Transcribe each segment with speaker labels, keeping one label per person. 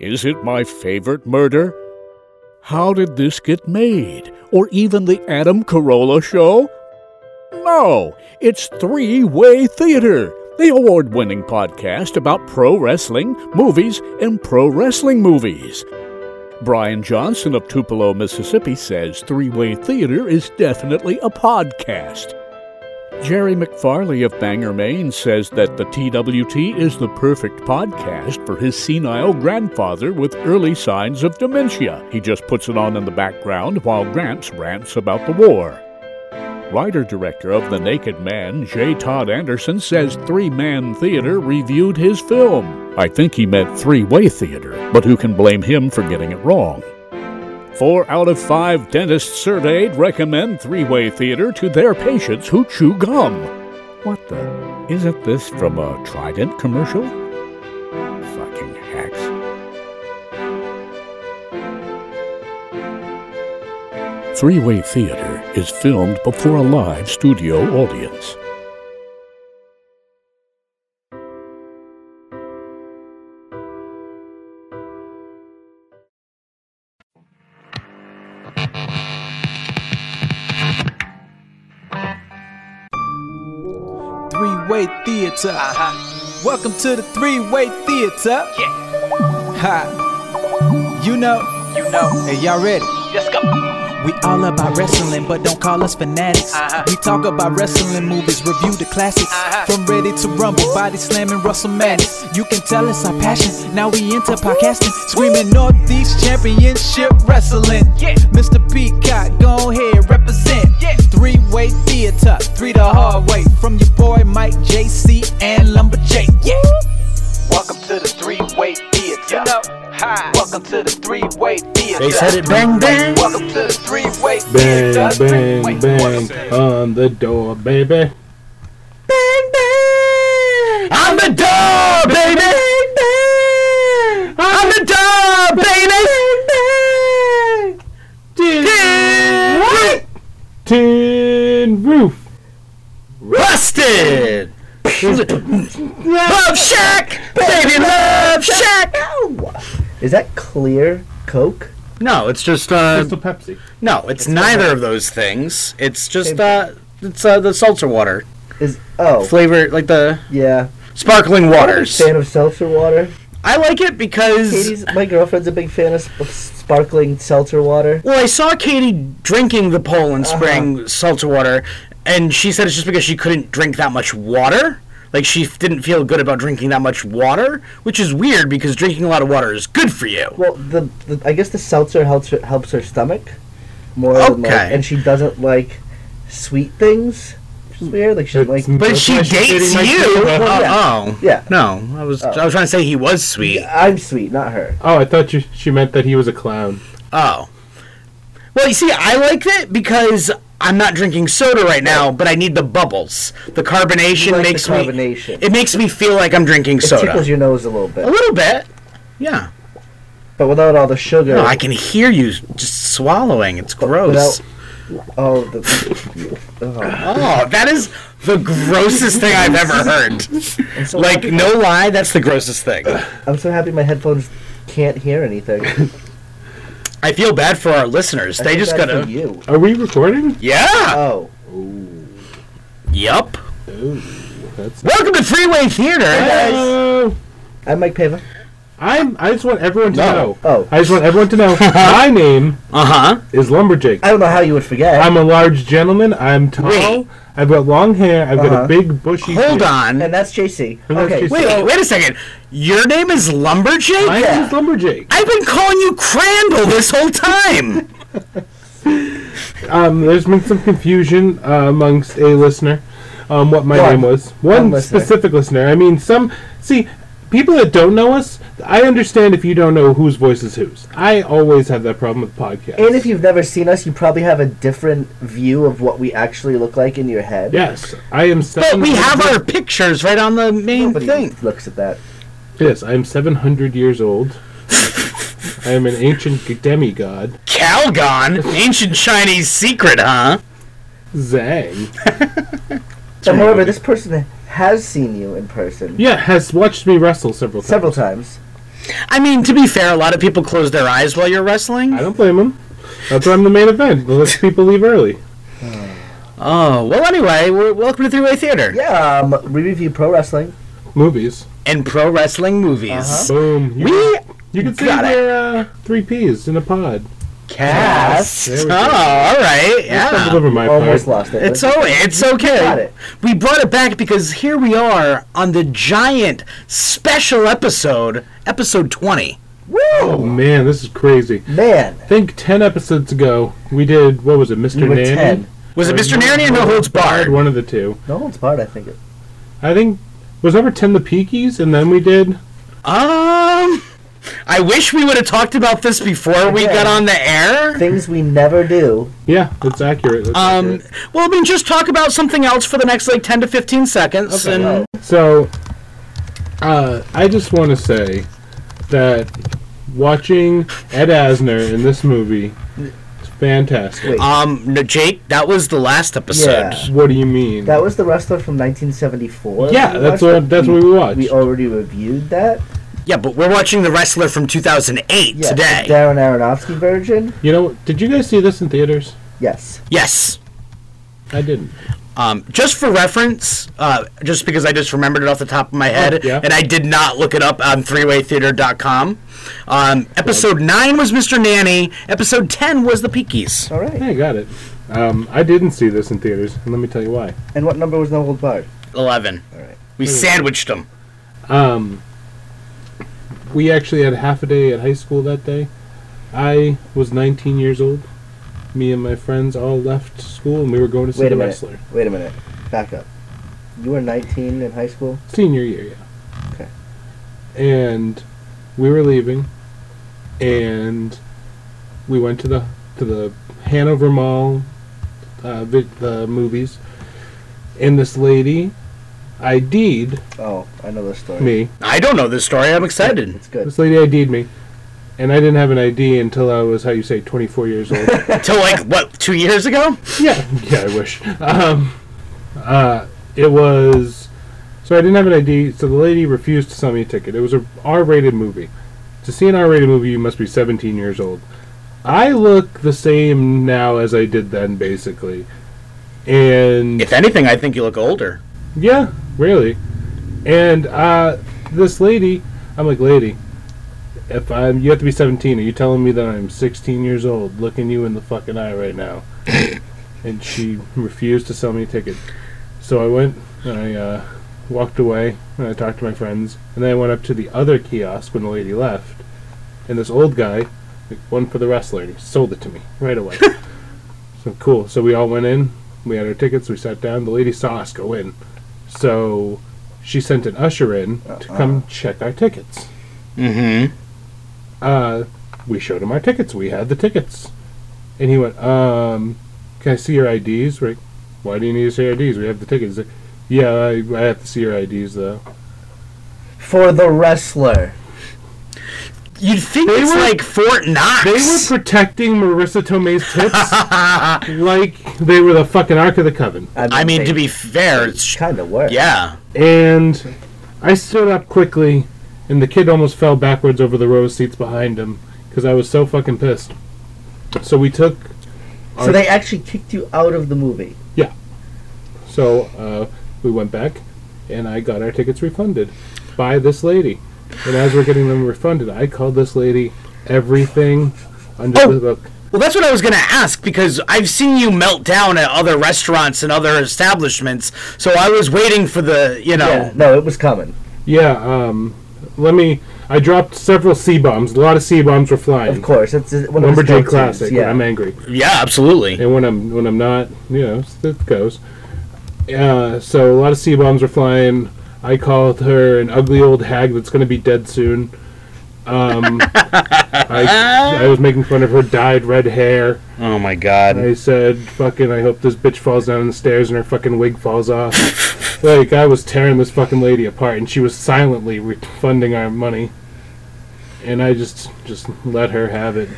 Speaker 1: Is it my favorite murder? How did this get made? Or even the Adam Carolla show? No, it's Three Way Theater, the award winning podcast about pro wrestling, movies, and pro wrestling movies. Brian Johnson of Tupelo, Mississippi says Three Way Theater is definitely a podcast. Jerry McFarley of Bangor, Maine says that the TWT is the perfect podcast for his senile grandfather with early signs of dementia. He just puts it on in the background while Gramps rants about the war. Writer director of The Naked Man, J. Todd Anderson, says Three Man Theater reviewed his film. I think he meant Three Way Theater, but who can blame him for getting it wrong? Four out of five dentists surveyed recommend three way theater to their patients who chew gum. What the? Isn't this from a Trident commercial? Fucking hacks. Three Way Theater is filmed before a live studio audience.
Speaker 2: Three Way Theater.
Speaker 3: Uh-huh.
Speaker 2: Welcome to the Three Way Theater.
Speaker 3: Yeah,
Speaker 2: Ha. You know,
Speaker 3: you know.
Speaker 2: hey, y'all ready?
Speaker 3: Let's go.
Speaker 2: We all about wrestling, but don't call us fanatics.
Speaker 3: Uh-huh.
Speaker 2: We talk about wrestling movies, review the classics.
Speaker 3: Uh-huh.
Speaker 2: From Ready to Rumble, Body Slamming, Russell Madness. You can tell it's our passion. Now we into podcasting, screaming Northeast Championship Wrestling.
Speaker 3: Yeah.
Speaker 2: Mr. Peacock, go ahead, represent.
Speaker 3: Yeah.
Speaker 2: Three way theater, three the hard way. From your boy Mike, JC, and Lumberjack. Yeah.
Speaker 3: Welcome to the three-way theater.
Speaker 2: You know, hi.
Speaker 3: Welcome to the three-way theater.
Speaker 4: They said it bang bang.
Speaker 3: Welcome to the three-way uh,
Speaker 4: Bang
Speaker 3: theater.
Speaker 4: bang bang on the door, baby. Bang bang on the door, baby. Bang bang on the door, baby. Tin roof. Tin roof. Rusted. love shack, baby, love shack.
Speaker 5: Is that clear Coke?
Speaker 6: No, it's just uh,
Speaker 4: Crystal Pepsi.
Speaker 6: no, it's, neither of those things. It's just uh, it's uh, the seltzer water
Speaker 5: Is oh
Speaker 6: flavor, like the
Speaker 5: yeah.
Speaker 6: sparkling waters.
Speaker 5: Fan of seltzer water.
Speaker 6: I like it because
Speaker 5: Katie's my girlfriend's a big fan of sp- sparkling seltzer water.
Speaker 6: well, I saw Katie drinking the Poland
Speaker 5: Uh-huh.
Speaker 6: Spring seltzer water, and she said it's just because she couldn't drink that much water. Like she f- didn't feel good about drinking that much water, which is weird because drinking a lot of water is good for you.
Speaker 5: Well, the, the I guess the seltzer helps her, helps her stomach more. Than like,
Speaker 6: Okay.
Speaker 5: and she doesn't like sweet things. Which is weird. Like she doesn't like.
Speaker 6: But she dates you. Oh,
Speaker 5: Yeah. Oh.
Speaker 6: No, I was I was trying to say he was sweet.
Speaker 5: I'm sweet, not her.
Speaker 4: Oh, I thought you, she meant that he was a clown.
Speaker 6: Oh. Well, you see, I like it because I'm not drinking soda right now, but I need the bubbles. The carbonation
Speaker 5: You like the
Speaker 6: makes
Speaker 5: carbonation.
Speaker 6: me. It makes me feel like I'm drinking
Speaker 5: It
Speaker 6: soda.
Speaker 5: tickles your nose a little
Speaker 6: a
Speaker 5: bit,
Speaker 6: little bit. Yeah.
Speaker 5: but without all the sugar.
Speaker 6: No, I can hear you just swallowing. It's
Speaker 5: without
Speaker 6: gross.
Speaker 5: all the.
Speaker 6: Oh, that is the grossest thing I've ever heard.
Speaker 5: I'm so
Speaker 6: Like,
Speaker 5: happy-
Speaker 6: no lie, that's the grossest thing.
Speaker 5: I'm so happy my headphones can't hear anything.
Speaker 6: I feel bad for our listeners.
Speaker 5: I
Speaker 6: They
Speaker 5: feel
Speaker 6: just
Speaker 5: bad for
Speaker 6: gotta.
Speaker 5: you.
Speaker 4: Are we recording?
Speaker 6: Yeah.
Speaker 5: Oh.
Speaker 6: Yup.
Speaker 4: That's
Speaker 6: Welcome to Three Way Theater.
Speaker 4: Oh,
Speaker 5: I'm Mike Pava.
Speaker 4: I'm. I just want everyone to
Speaker 6: No.
Speaker 4: know.
Speaker 5: Oh.
Speaker 4: I just want everyone to know. my name
Speaker 6: Uh huh.
Speaker 4: is Lumberjack.
Speaker 5: I don't know how you would forget.
Speaker 4: I'm a large gentleman. I'm tall.
Speaker 6: Wait.
Speaker 4: I've got long hair. I've got
Speaker 5: Uh-huh.
Speaker 4: a big bushy.
Speaker 6: Hold
Speaker 4: beard.
Speaker 6: on.
Speaker 5: and that's JC.
Speaker 4: And that's
Speaker 5: Okay,
Speaker 4: JC.
Speaker 6: Wait,
Speaker 4: So-
Speaker 6: wait a second. Your name is Lumberjack?
Speaker 4: My name
Speaker 5: Yeah.
Speaker 4: is Lumberjack.
Speaker 6: I've been calling you Crandall this whole time.
Speaker 4: Um, there's been some confusion uh, amongst a listener, um, what my
Speaker 5: One.
Speaker 4: name was.
Speaker 5: One
Speaker 4: One
Speaker 5: listener.
Speaker 4: specific listener. I mean, some see. people that don't know us, I understand if you don't know whose voice is whose. I always have that problem with podcasts.
Speaker 5: And if you've never seen us, you probably have a different view of what we actually look like in your head.
Speaker 4: yes, I am.
Speaker 6: But we have
Speaker 4: 700
Speaker 6: our pictures right on the main
Speaker 5: Nobody
Speaker 6: thing.
Speaker 5: looks at that.
Speaker 4: Yes, I am seven hundred years old. I am an ancient g- demigod,
Speaker 6: Calgon, ancient Chinese secret, huh?
Speaker 4: Zhang.
Speaker 5: And moreover, this person has seen you in person
Speaker 4: Yeah, has watched me wrestle several times.
Speaker 5: several times.
Speaker 6: I mean, to be fair, a lot of people close their eyes while you're wrestling.
Speaker 4: I don't blame him. That's why I'm the main event. Unless people leave early.
Speaker 6: Oh, well, anyway, we're, welcome to Three Way Theater
Speaker 5: Yeah, um, we review pro wrestling.
Speaker 4: Movies.
Speaker 6: and pro wrestling movies.
Speaker 4: Boom. You,
Speaker 6: We
Speaker 4: you can see
Speaker 6: got it.
Speaker 4: their uh, three P's in a pod.
Speaker 6: cast.
Speaker 4: There we
Speaker 6: Oh,
Speaker 4: go.
Speaker 6: all right,
Speaker 4: I
Speaker 6: yeah.
Speaker 4: stumbled over my
Speaker 5: Almost
Speaker 4: part.
Speaker 5: lost it.
Speaker 6: It's
Speaker 5: but
Speaker 6: oh, it's okay.
Speaker 5: got it.
Speaker 6: We brought it back because here we are on the giant special episode, episode twenty.
Speaker 4: Oh man, this is crazy.
Speaker 5: Man,
Speaker 4: I think ten episodes ago we did what was it, Mr.
Speaker 5: you were
Speaker 4: Nanny?
Speaker 5: 10.
Speaker 6: Was it Mr. Nanny or No Holds Barred?
Speaker 4: One of the two.
Speaker 5: No one's part, I think.
Speaker 4: I think was number ten the Peakies, and then we did
Speaker 6: Um, I wish we would have talked about this before we
Speaker 5: Yeah.
Speaker 6: got on the air.
Speaker 5: Things we never do.
Speaker 4: yeah, that's accurate. That's
Speaker 6: Um,
Speaker 4: accurate.
Speaker 6: well, I mean, just talk about something else for the next like ten to fifteen seconds, and
Speaker 4: So, uh, I just want to say that watching Ed Asner in this movie is fantastic.
Speaker 5: Wait.
Speaker 6: um, no, Jake, that was the last episode.
Speaker 5: Yeah.
Speaker 4: What do you mean?
Speaker 5: That was the wrestler from 1974.
Speaker 4: yeah,
Speaker 5: We
Speaker 4: that's
Speaker 5: watched
Speaker 4: what
Speaker 5: it.
Speaker 4: that's what we watched.
Speaker 5: We already reviewed that.
Speaker 6: Yeah, but we're watching the wrestler from two thousand eight
Speaker 5: Yes, the
Speaker 6: today.
Speaker 5: Darren Aronofsky version.
Speaker 4: you know, did you guys see this in theaters?
Speaker 5: Yes.
Speaker 6: yes.
Speaker 4: I didn't.
Speaker 6: Um, just for reference, uh, just because I just remembered it off the top of my head,
Speaker 4: yeah.
Speaker 6: and I did not look it up on threewaytheater.com. Um, episode 9 was Mr. Nanny, episode 10 was The Peakies.
Speaker 5: All right.
Speaker 4: I got it. Um, I didn't see this in theaters, and let me tell you why.
Speaker 5: And what number was No Hold Barred?
Speaker 6: 11.
Speaker 5: Alright.
Speaker 6: We sandwiched them.
Speaker 4: Um, we actually had half a day at high school that day. I was 19 years old. Me and my friends all left school, and we were going to see
Speaker 5: Wait a
Speaker 4: the
Speaker 5: minute.
Speaker 4: wrestler.
Speaker 5: Wait a minute. Back up. You were 19 in high school.
Speaker 4: Senior year, yeah.
Speaker 5: Okay.
Speaker 4: And we were leaving, and we went to the to the Hanover Mall, uh, vi- the movies, and this lady ID'd
Speaker 5: Oh, I know this story.
Speaker 4: me.
Speaker 6: I don't know this story. I'm excited.
Speaker 5: It's good.
Speaker 4: This lady ID'd me, and I didn't have an ID until I was how you say 24 years old.
Speaker 6: Till like, what, two years ago?
Speaker 4: yeah, yeah, I wish. Um, uh, it was so I didn't have an ID, so the lady refused to sell me a ticket. It was a R-rated movie. To see an R-rated movie, you must be 17 years old. I look the same now as I did then, basically, and
Speaker 6: If anything, I think you look older.
Speaker 4: yeah, really. And uh, this lady, I'm like, lady, if I'm, you have to be 17, are you telling me that I'm 16 years old, looking you in the fucking eye right now? and she refused to sell me a ticket. So I went, and I uh, walked away, and I talked to my friends, and then I went up to the other kiosk when the lady left, and this old guy, like, one for the wrestler, and he sold it to me right away. so cool. So we all went in, we had our tickets, we sat down, the lady saw us go in. So she sent an usher in to come check our tickets.
Speaker 6: Mm-hmm.
Speaker 4: Uh, we showed him our tickets. We had the tickets. And he went, um, can I see your IDs? We're like, why do you need to see IDs? We have the tickets. He's like, yeah, I, I have to see your IDs, though.
Speaker 5: For the wrestler.
Speaker 6: You'd think it's
Speaker 4: were-
Speaker 6: like Fort Knox.
Speaker 4: They were protecting Marissa Tomei's tits like they were the fucking Ark of the Coven.
Speaker 6: I mean, to be fair, it's...
Speaker 5: kind of work.
Speaker 6: Yeah.
Speaker 4: And I stood up quickly, and the kid almost fell backwards over the row of seats behind him because I was so fucking pissed. So we took
Speaker 5: So they actually kicked you out of the movie.
Speaker 4: So uh, we went back, and I got our tickets refunded by this lady. And as we're getting them refunded, I called this lady everything under
Speaker 6: Oh.
Speaker 4: the book.
Speaker 6: Well, that's what I was going to ask because I've seen you melt down at other restaurants and other establishments. So I was waiting for the, you know.
Speaker 5: Yeah. No, it was coming.
Speaker 4: Yeah, um, let me. I dropped several C bombs. A lot of C bombs were flying.
Speaker 5: Of course, it's it's one of his
Speaker 4: Lumberjack
Speaker 5: go-tos,
Speaker 4: classic. When I'm
Speaker 5: Yeah.
Speaker 4: angry,
Speaker 6: Yeah, absolutely.
Speaker 4: and when I'm when I'm not, you know, it goes. Uh, so a lot of C bombs were flying. I called her an ugly old hag that's going to be dead soon. Um, I, I was making fun of her dyed red hair.
Speaker 6: Oh my god.
Speaker 4: I said, "Fucking, I hope this bitch falls down the stairs and her fucking wig falls off." like I was tearing this fucking lady apart, and she was silently refunding our money. And I just just let her have it.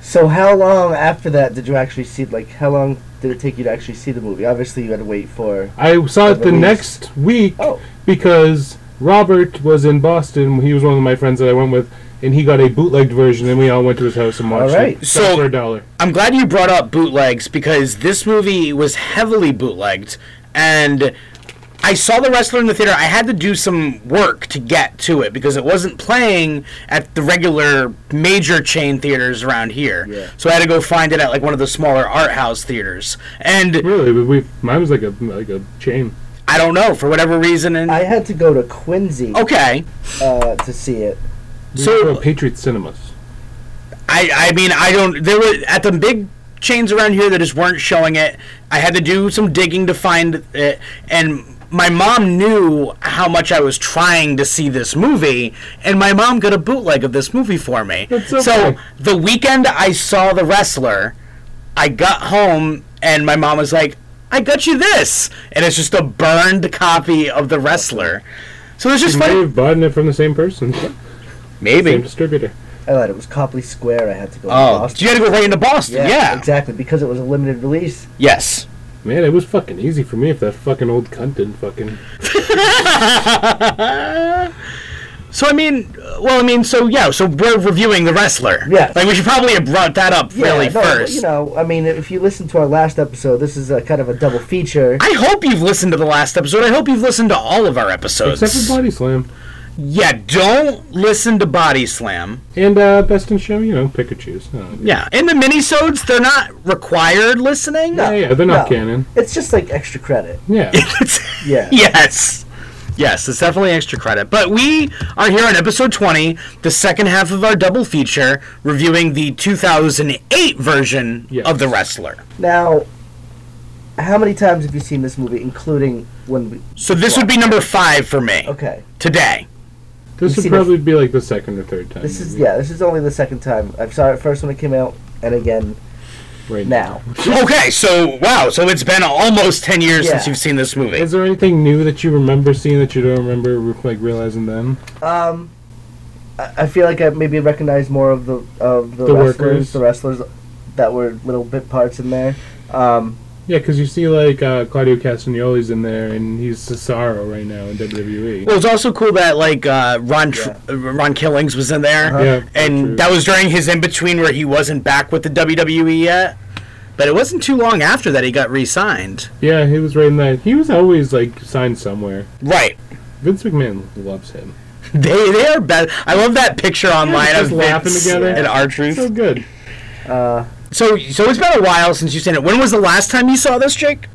Speaker 5: So how long after that did you actually see? Like, how long did it take you to actually see the movie? Obviously, you had to wait for.
Speaker 4: I saw
Speaker 5: The
Speaker 4: it the
Speaker 5: release.
Speaker 4: next week
Speaker 5: Oh,
Speaker 4: because Robert was in Boston. He was one of my friends that I went with, and he got a bootlegged version, and we all went to his house and watched
Speaker 5: Alright.
Speaker 4: it
Speaker 6: So-
Speaker 4: for a dollar.
Speaker 6: I'm glad you brought up bootlegs because this movie was heavily bootlegged, and I saw the wrestler in the theater. I had to do some work to get to it because it wasn't playing at the regular major chain theaters around here.
Speaker 5: Yeah.
Speaker 6: So I had to go find it at like one of the smaller art house theaters. And
Speaker 4: Really, we, we mine was like a like a chain.
Speaker 6: I don't know for whatever reason. And
Speaker 5: I had to go to Quincy
Speaker 6: okay,
Speaker 5: uh, to see it.
Speaker 6: So-
Speaker 4: So Patriot Cinemas.
Speaker 6: I I mean I don't there were at the big chains around here that just weren't showing it. I had to do some digging to find it and my mom knew how much I was trying to see this movie and my mom got a bootleg of this movie for me.
Speaker 4: That's okay.
Speaker 6: So the weekend I saw The Wrestler, I got home and my mom was like, "I got you this." And it's just a burned copy of The Wrestler. So it's just
Speaker 4: You may
Speaker 6: funny.
Speaker 4: have bought it from the same person, same
Speaker 6: Maybe.
Speaker 4: distributor.
Speaker 5: I lied. Oh, It was Copley Square. I had to go. to
Speaker 6: Oh,
Speaker 5: Boston.
Speaker 6: you had to go right into Boston. Yeah.
Speaker 5: exactly because it was a limited release.
Speaker 6: Yes.
Speaker 4: Man, it was fucking easy for me if that fucking old cunt didn't fucking.
Speaker 6: So I mean, uh, well, I mean, so yeah, so we're reviewing the wrestler.
Speaker 5: Yes.
Speaker 6: Like we should probably have brought that up really
Speaker 5: no,
Speaker 6: first.
Speaker 5: You know, I mean, if you listen to our last episode, this is a kind of a double feature.
Speaker 6: I hope you've listened to the last episode. I hope you've listened to all of our episodes.
Speaker 4: Except for Body Slam.
Speaker 6: yeah, don't listen to Body Slam.
Speaker 4: And uh, Best in Show, you know, pick or choose. Uh, I don't know.
Speaker 6: Yeah, in the minisodes, they're not required listening.
Speaker 5: No,
Speaker 4: yeah, they're not
Speaker 5: no.
Speaker 4: canon.
Speaker 5: It's just like extra credit.
Speaker 4: Yeah.
Speaker 6: It's-
Speaker 5: Yeah.
Speaker 6: yes. Yes, it's definitely extra credit. But we are here on episode 20, the second half of our double feature, reviewing the 2008 version
Speaker 4: Yes.
Speaker 6: of The Wrestler.
Speaker 5: Now, how many times have you seen this movie, including when we?
Speaker 6: So this would be number five for me
Speaker 5: Okay,
Speaker 6: today.
Speaker 4: this
Speaker 5: You've
Speaker 4: would
Speaker 5: seen it-
Speaker 4: probably be like the second or third time.
Speaker 5: this is
Speaker 4: maybe,
Speaker 5: yeah, this is only the second time. I saw it first when it came out, and again
Speaker 4: Right now.
Speaker 5: now.
Speaker 6: Okay, so wow, so it's been almost ten years since
Speaker 5: Yeah.
Speaker 6: you've seen this movie.
Speaker 4: Is there anything new that you remember seeing that you don't remember, like, realizing then?
Speaker 5: Um, I, I feel like I maybe recognize more of the of the,
Speaker 4: The
Speaker 5: wrestlers,
Speaker 4: workers.
Speaker 5: the wrestlers that were little bit parts in there. Um,
Speaker 4: Yeah, because you see, like, uh, Claudio Castagnoli's in there, and he's Cesaro right now in E. WWE.
Speaker 6: Well, it's also cool that like uh, Ron Tr- uh Ron Killings was in there,
Speaker 4: Yeah,
Speaker 6: and
Speaker 4: true.
Speaker 6: that was during his in between where he wasn't back with the WWE yet. But it wasn't too long after that he got re-signed.
Speaker 4: yeah, he was right in that. He was always, like, signed somewhere.
Speaker 6: Right.
Speaker 4: Vince McMahon loves him.
Speaker 6: They they are best. I love that picture online
Speaker 4: just
Speaker 6: of
Speaker 4: laughing
Speaker 6: Vince
Speaker 4: together.
Speaker 6: and R
Speaker 4: So
Speaker 6: Truth.
Speaker 4: good.
Speaker 5: uh,
Speaker 6: So so it's been a while since you've seen it. When was the last time you saw this, Jake?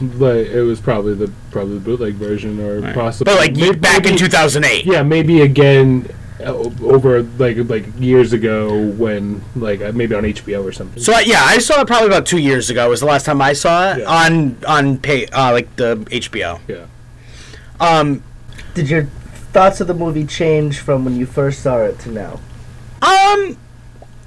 Speaker 4: But it was probably the probably the bootleg version, or possibly.
Speaker 6: But like
Speaker 4: may-
Speaker 6: back in
Speaker 4: maybe-
Speaker 6: two thousand eight.
Speaker 4: Yeah, maybe again uh, o- over like like years ago when like uh, maybe on HBO or something.
Speaker 6: So I- yeah, I saw it probably about two years ago. Was the last time I saw it
Speaker 4: Yeah.
Speaker 6: on on pay uh, like the HBO.
Speaker 4: yeah,
Speaker 6: Um,
Speaker 5: did your thoughts of the movie change from when you first saw it to now?
Speaker 6: um,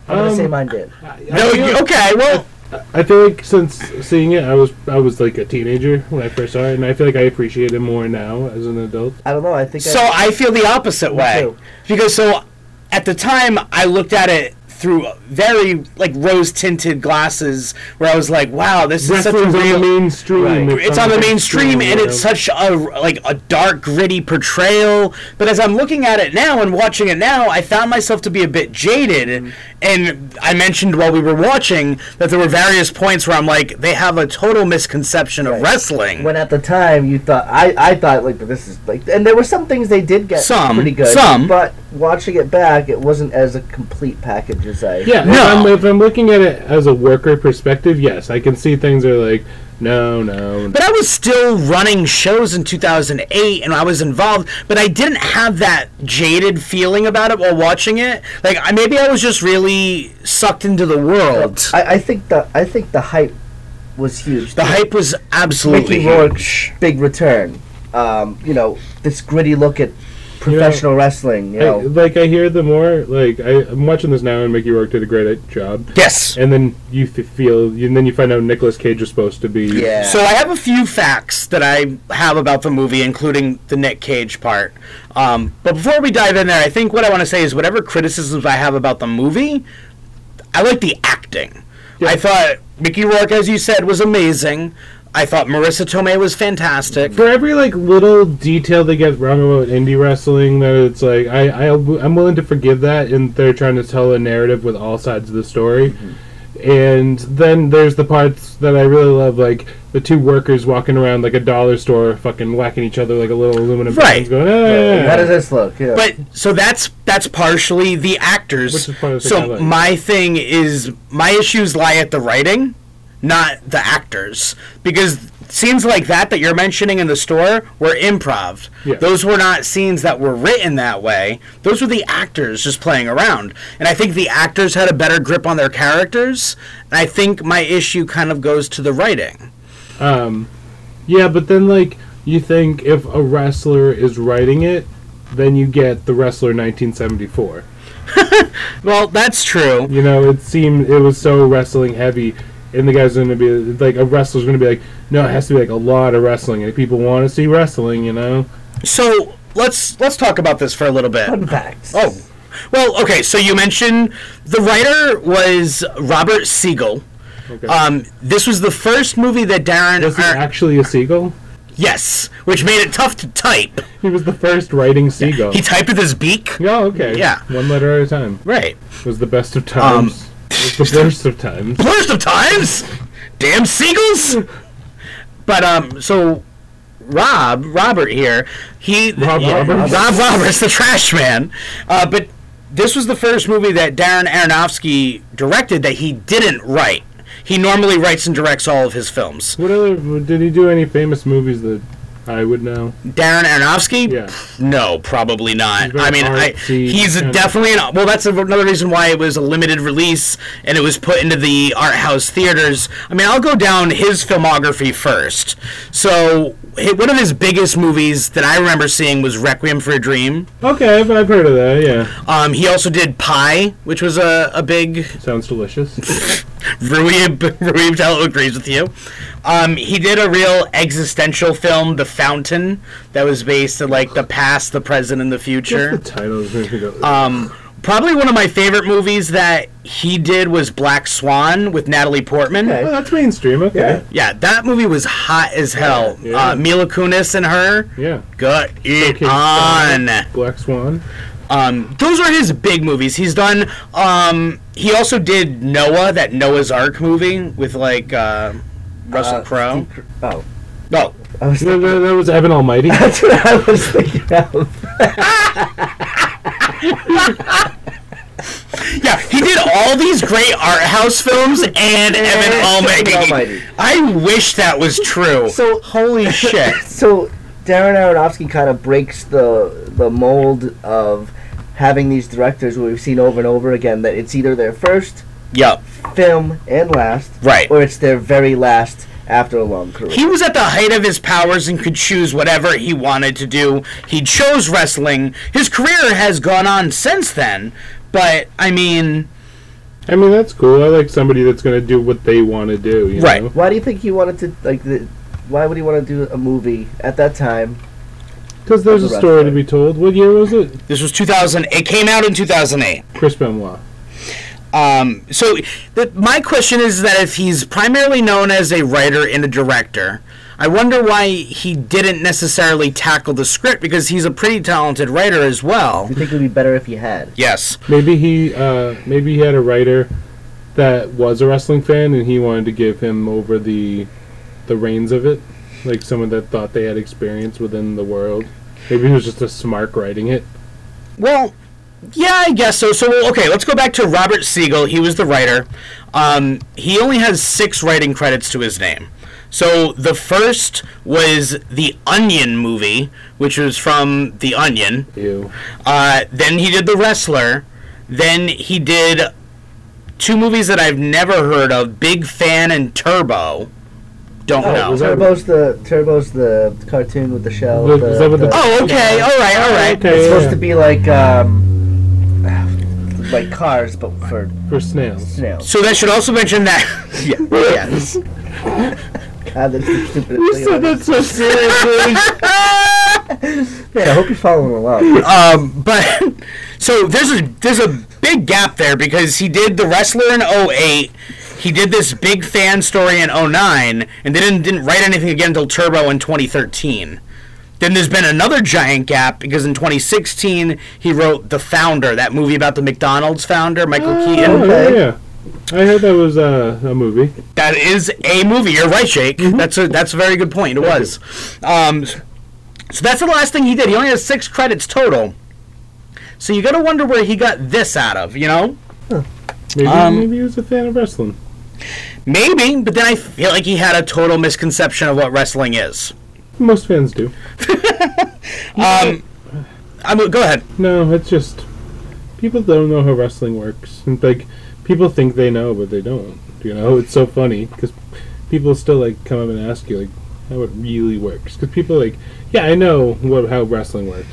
Speaker 5: I'm gonna say
Speaker 4: Um,
Speaker 5: mine did.
Speaker 6: no, you- okay, well,
Speaker 4: I feel like since seeing it, I was I was like a teenager when I first saw it, and I feel like I appreciate it more now as an adult.
Speaker 5: I don't know. I think
Speaker 6: so
Speaker 5: I,
Speaker 6: I feel the opposite way
Speaker 5: too.
Speaker 6: because so at the time I looked at it through very like rose tinted glasses where I was like, wow, this is such a
Speaker 4: Wrestling's on the
Speaker 6: real.
Speaker 4: mainstream.
Speaker 6: it's on the mainstream and it's
Speaker 4: yeah.
Speaker 6: such a like a dark gritty portrayal but as i'm looking at it now and watching it now i found myself to be a bit jaded and i mentioned while we were watching that there were various points where i'm like they have a total misconception of wrestling
Speaker 5: when at the time you thought I, I thought like this is like and there were some things they did get
Speaker 6: Some,
Speaker 5: pretty good
Speaker 6: some.
Speaker 5: but watching it back it wasn't as a complete package as I
Speaker 4: Yeah,
Speaker 6: No.
Speaker 4: if, I'm, if I'm looking at it as a worker perspective, yes, I can see things are like no, no, no.
Speaker 6: but i was still running shows in 2008 and i was involved but i didn't have that jaded feeling about it while watching it like I, maybe i was just really sucked into the world
Speaker 5: I, I think the I think the hype was huge
Speaker 6: the hype was absolutely
Speaker 5: Mickey Rourke
Speaker 6: huge.
Speaker 5: big return um, you know, this gritty look at professional wrestling. You
Speaker 4: I,
Speaker 5: know,
Speaker 4: like I hear the more like I, I'm watching this now, and Mickey Rourke did a great job.
Speaker 6: Yes.
Speaker 4: And then you f- feel, and then you find out Nicolas Cage was supposed to be.
Speaker 5: yeah.
Speaker 6: So I have a few facts that I have about the movie, including the Nick Cage part. Um, but before we dive in there, I think what I want to say is whatever criticisms I have about the movie, I like the acting. I thought Mickey Rourke, as you said, was amazing. I thought Marissa Tomei was fantastic.
Speaker 4: For every like little detail they get wrong about indie wrestling, that it's like I, I I'm willing to forgive that, and they're trying to tell a narrative with all sides of the story.
Speaker 6: Mm-hmm.
Speaker 4: And then there's the parts that I really love, like the two workers walking around like a dollar store, fucking whacking each other like a little aluminum
Speaker 6: Right.
Speaker 4: cans, going, "Ah."
Speaker 5: How does this look? Yeah.
Speaker 6: But so that's that's partially the actors.
Speaker 4: Which is part of the thing I
Speaker 6: so
Speaker 4: like.
Speaker 6: my thing is my issues lie at the writing, not the actors, because scenes like that that you're mentioning in the store were improv.
Speaker 4: Yeah.
Speaker 6: Those were not scenes that were written that way. Those were the actors just playing around, and I think the actors had a better grip on their characters. And I think my issue kind of goes to the writing.
Speaker 4: Um, Yeah, but then like you think if a wrestler is writing it, then you get the wrestler 1974.
Speaker 6: Well, that's true.
Speaker 4: You know, it seemed it was so wrestling heavy, and the guy's gonna be like a wrestler's gonna be like, no, it has to be like a lot of wrestling, and if people want to see wrestling, you know.
Speaker 6: So let's let's talk about this for a little bit.
Speaker 5: Fun facts.
Speaker 6: Oh, well, okay. So you mentioned the writer was Robert Siegel.
Speaker 4: Okay.
Speaker 6: Um, this was the first movie that Darren.
Speaker 4: was he
Speaker 6: Ar-
Speaker 4: actually a seagull?
Speaker 6: yes, which made it tough to type.
Speaker 4: He was the first writing seagull.
Speaker 6: He typed with his beak.
Speaker 4: Oh, okay.
Speaker 6: Yeah. Um,
Speaker 4: One letter at a time.
Speaker 6: Right.
Speaker 4: It was the best of times. it was the worst of times.
Speaker 6: Worst of times. Damn seagulls. But um, so Rob Robert here, he
Speaker 4: Rob Roberts.
Speaker 6: Rob Roberts, the trash man. Uh, but this was the first movie that Darren Aronofsky directed that he didn't write. He normally writes and directs all of his films.
Speaker 4: What other? Did he do any famous movies that I would know?
Speaker 6: Darren Aronofsky?
Speaker 4: Yeah.
Speaker 6: No, probably not.
Speaker 4: very
Speaker 6: I mean, I,
Speaker 4: artsy
Speaker 6: he's
Speaker 4: kind of-
Speaker 6: definitely an, well. That's another reason why it was a limited release and it was put into the art house theaters. I mean, I'll go down his filmography first. So, hi- one of his biggest movies that I remember seeing was Requiem for a Dream.
Speaker 4: Okay, I've, I've heard of that. Yeah,
Speaker 6: Um, he also did Pie, which was a, a big
Speaker 4: sounds delicious.
Speaker 6: Rui, Rui Tello agrees with you. Um, he did a real existential film, The Fountain, that was based in like the past, the present, and the
Speaker 4: the
Speaker 6: future.
Speaker 4: title is going to go.
Speaker 6: Um, probably one of my favorite movies that he did was Black Swan with Natalie Portman.
Speaker 4: oh, that's mainstream. Okay.
Speaker 6: Yeah, that movie was hot as hell.
Speaker 4: Yeah.
Speaker 6: Uh, Mila Kunis and her.
Speaker 4: Yeah.
Speaker 6: Got it
Speaker 4: Okay,
Speaker 6: on.
Speaker 4: Black Swan.
Speaker 6: Um, those are his big movies. He's done. Um, he also did Noah, that Noah's Ark movie with like uh, Russell Crowe.
Speaker 5: Steve Cr- Oh,
Speaker 6: No,
Speaker 5: I was
Speaker 4: No, no, that was Evan Almighty.
Speaker 5: that's what I was thinking of.
Speaker 6: yeah, he did all these great art house films and Evan Almighty.
Speaker 5: Almighty.
Speaker 6: I wish that was true.
Speaker 5: So-
Speaker 6: holy shit.
Speaker 5: So Darren Aronofsky kind of breaks the the mold of having these directors where we've seen over and over again that it's either their first
Speaker 6: Yup.
Speaker 5: film and last,
Speaker 6: Right.
Speaker 5: or it's their very last after a long career.
Speaker 6: He was at the height of his powers and could choose whatever he wanted to do. He chose wrestling. His career has gone on since then, but I mean,
Speaker 4: I mean, that's cool. I like somebody that's going to do what they want to do. You
Speaker 6: Right.
Speaker 4: Know?
Speaker 5: why do you think he wanted to like? The, why would he want to do a movie at that time?
Speaker 4: Because there's a
Speaker 5: That's
Speaker 4: story
Speaker 5: right.
Speaker 4: to be told. What year was it?
Speaker 6: this was 2000. It came out in 2008.
Speaker 4: Chris Benoit.
Speaker 6: Um, so the, my question is that if he's primarily known as a writer and a director, I wonder why he didn't necessarily tackle the script because he's a pretty talented writer as well.
Speaker 5: Do you think it would be better if he had?
Speaker 6: Yes.
Speaker 4: Maybe he, uh, maybe he had a writer that was a wrestling fan, and he wanted to give him over the, the reins of it, like someone that thought they had experience within the world. Maybe he was just a smart writing it.
Speaker 6: Well, yeah, I guess so. So well, okay, let's go back to Robert Siegel. He was the writer. Um, he only has six writing credits to his name. So the first was the Onion movie, which was from The Onion.
Speaker 4: Ew.
Speaker 6: Uh, then he did The Wrestler. Then he did two movies that I've never heard of Big Fan and Turbo. don't know.
Speaker 4: Oh, was that-
Speaker 5: Turbo's the Turbo's the cartoon with the shell.
Speaker 4: Was- was that what the-
Speaker 6: Oh, okay. All right. All right.
Speaker 4: Okay,
Speaker 5: It's
Speaker 4: yeah,
Speaker 5: supposed
Speaker 4: yeah.
Speaker 5: to be like um, like cars, but for
Speaker 4: for snails.
Speaker 5: snails.
Speaker 6: So that should also mention that. yeah. Yes.
Speaker 5: God, that's the stupidest thing. I've ever-
Speaker 4: That's so seriously.
Speaker 5: Yeah, I hope you're following along.
Speaker 6: Um, but so there's a there's a big gap there because he did the wrestler in 08. He did this big fan story in 09, and they didn't didn't write anything again until Turbo in 2013. Then there's been another giant gap because in 2016 he wrote The Founder, that movie about the McDonald's founder, Michael
Speaker 4: oh,
Speaker 6: Keaton.
Speaker 4: yeah, yeah. I heard that was uh, a movie.
Speaker 6: That is a movie. You're right, Jake. That's a that's a very good point. It was. Um, so that's the last thing he did. He only has six credits total. So you gotta wonder where he got this out of. You know,
Speaker 4: Maybe,
Speaker 6: Um,
Speaker 4: maybe he was a fan of wrestling.
Speaker 6: maybe. But then I feel like he had a total misconception of what wrestling is.
Speaker 4: Most fans do.
Speaker 6: I mean, go ahead.
Speaker 4: No, it's just people don't know how wrestling works. And, like people think they know, but they don't. You know, it's so funny because people still like come up and ask you like how it really works. Because people are like, yeah, I know what how wrestling works,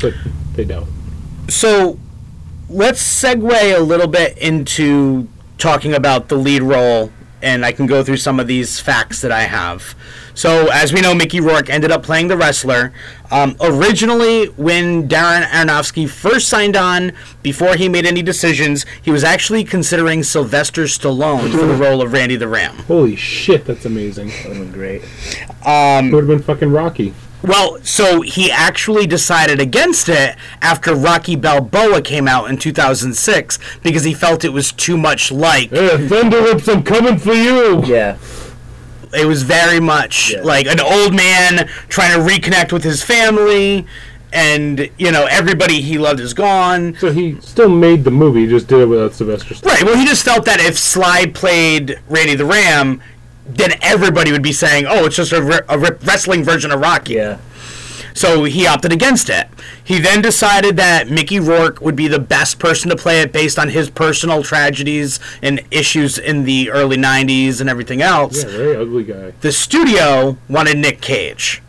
Speaker 4: but they don't.
Speaker 6: So let's segue a little bit into talking about the lead role, and I can go through some of these facts that I have. So, as we know, Mickey Rourke ended up playing the wrestler. Um, originally, when Darren Aronofsky first signed on, before he made any decisions, he was actually considering Sylvester Stallone for the role of Randy the Ram.
Speaker 4: Holy shit, that's amazing.
Speaker 5: That would've been great.
Speaker 6: Um,
Speaker 4: It would have been fucking Rocky.
Speaker 6: Well, so he actually decided against it after Rocky Balboa came out in 2006 because he felt it was too much like
Speaker 4: Yeah, Thunder Lips, I'm coming for you.
Speaker 5: Yeah.
Speaker 6: it was very much
Speaker 5: Yeah.
Speaker 6: like an old man trying to reconnect with his family and you know everybody he loved is gone
Speaker 4: So he still made the movie, he just did it without Sylvester. Stallone.
Speaker 6: right well he just felt that if sly played randy the ram then everybody would be saying oh it's just a, re- a re- wrestling version of rocky
Speaker 5: Yeah.
Speaker 6: so he opted against it he then decided that mickey rourke would be the best person to play it based on his personal tragedies and issues in the early 90s and everything else
Speaker 4: Yeah, very ugly guy.
Speaker 6: the studio wanted Nick Cage.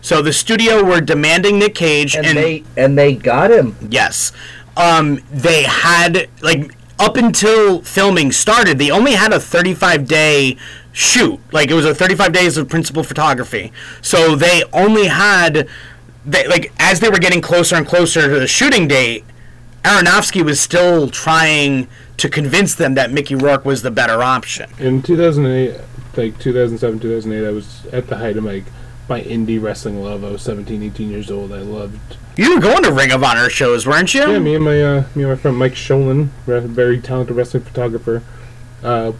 Speaker 6: So the studio were demanding Nick Cage,
Speaker 5: And, they and they got him.
Speaker 6: yes, um, they had like up until filming started, they only had a 35 day shoot. Like it was a 35 days of principal photography. So they only had they like as they were getting closer and closer to the shooting date, Aronofsky was still trying to convince them that Mickey Rourke was the better option.
Speaker 4: In 2008, like 2007, 2008, I was at the height of like my indie wrestling love. I was 17, 18 years old. I loved.
Speaker 6: You were going to Ring of Honor shows, weren't you?
Speaker 4: Yeah, me and my uh, me and my friend Mike Sholin, re- very talented wrestling photographer, uh,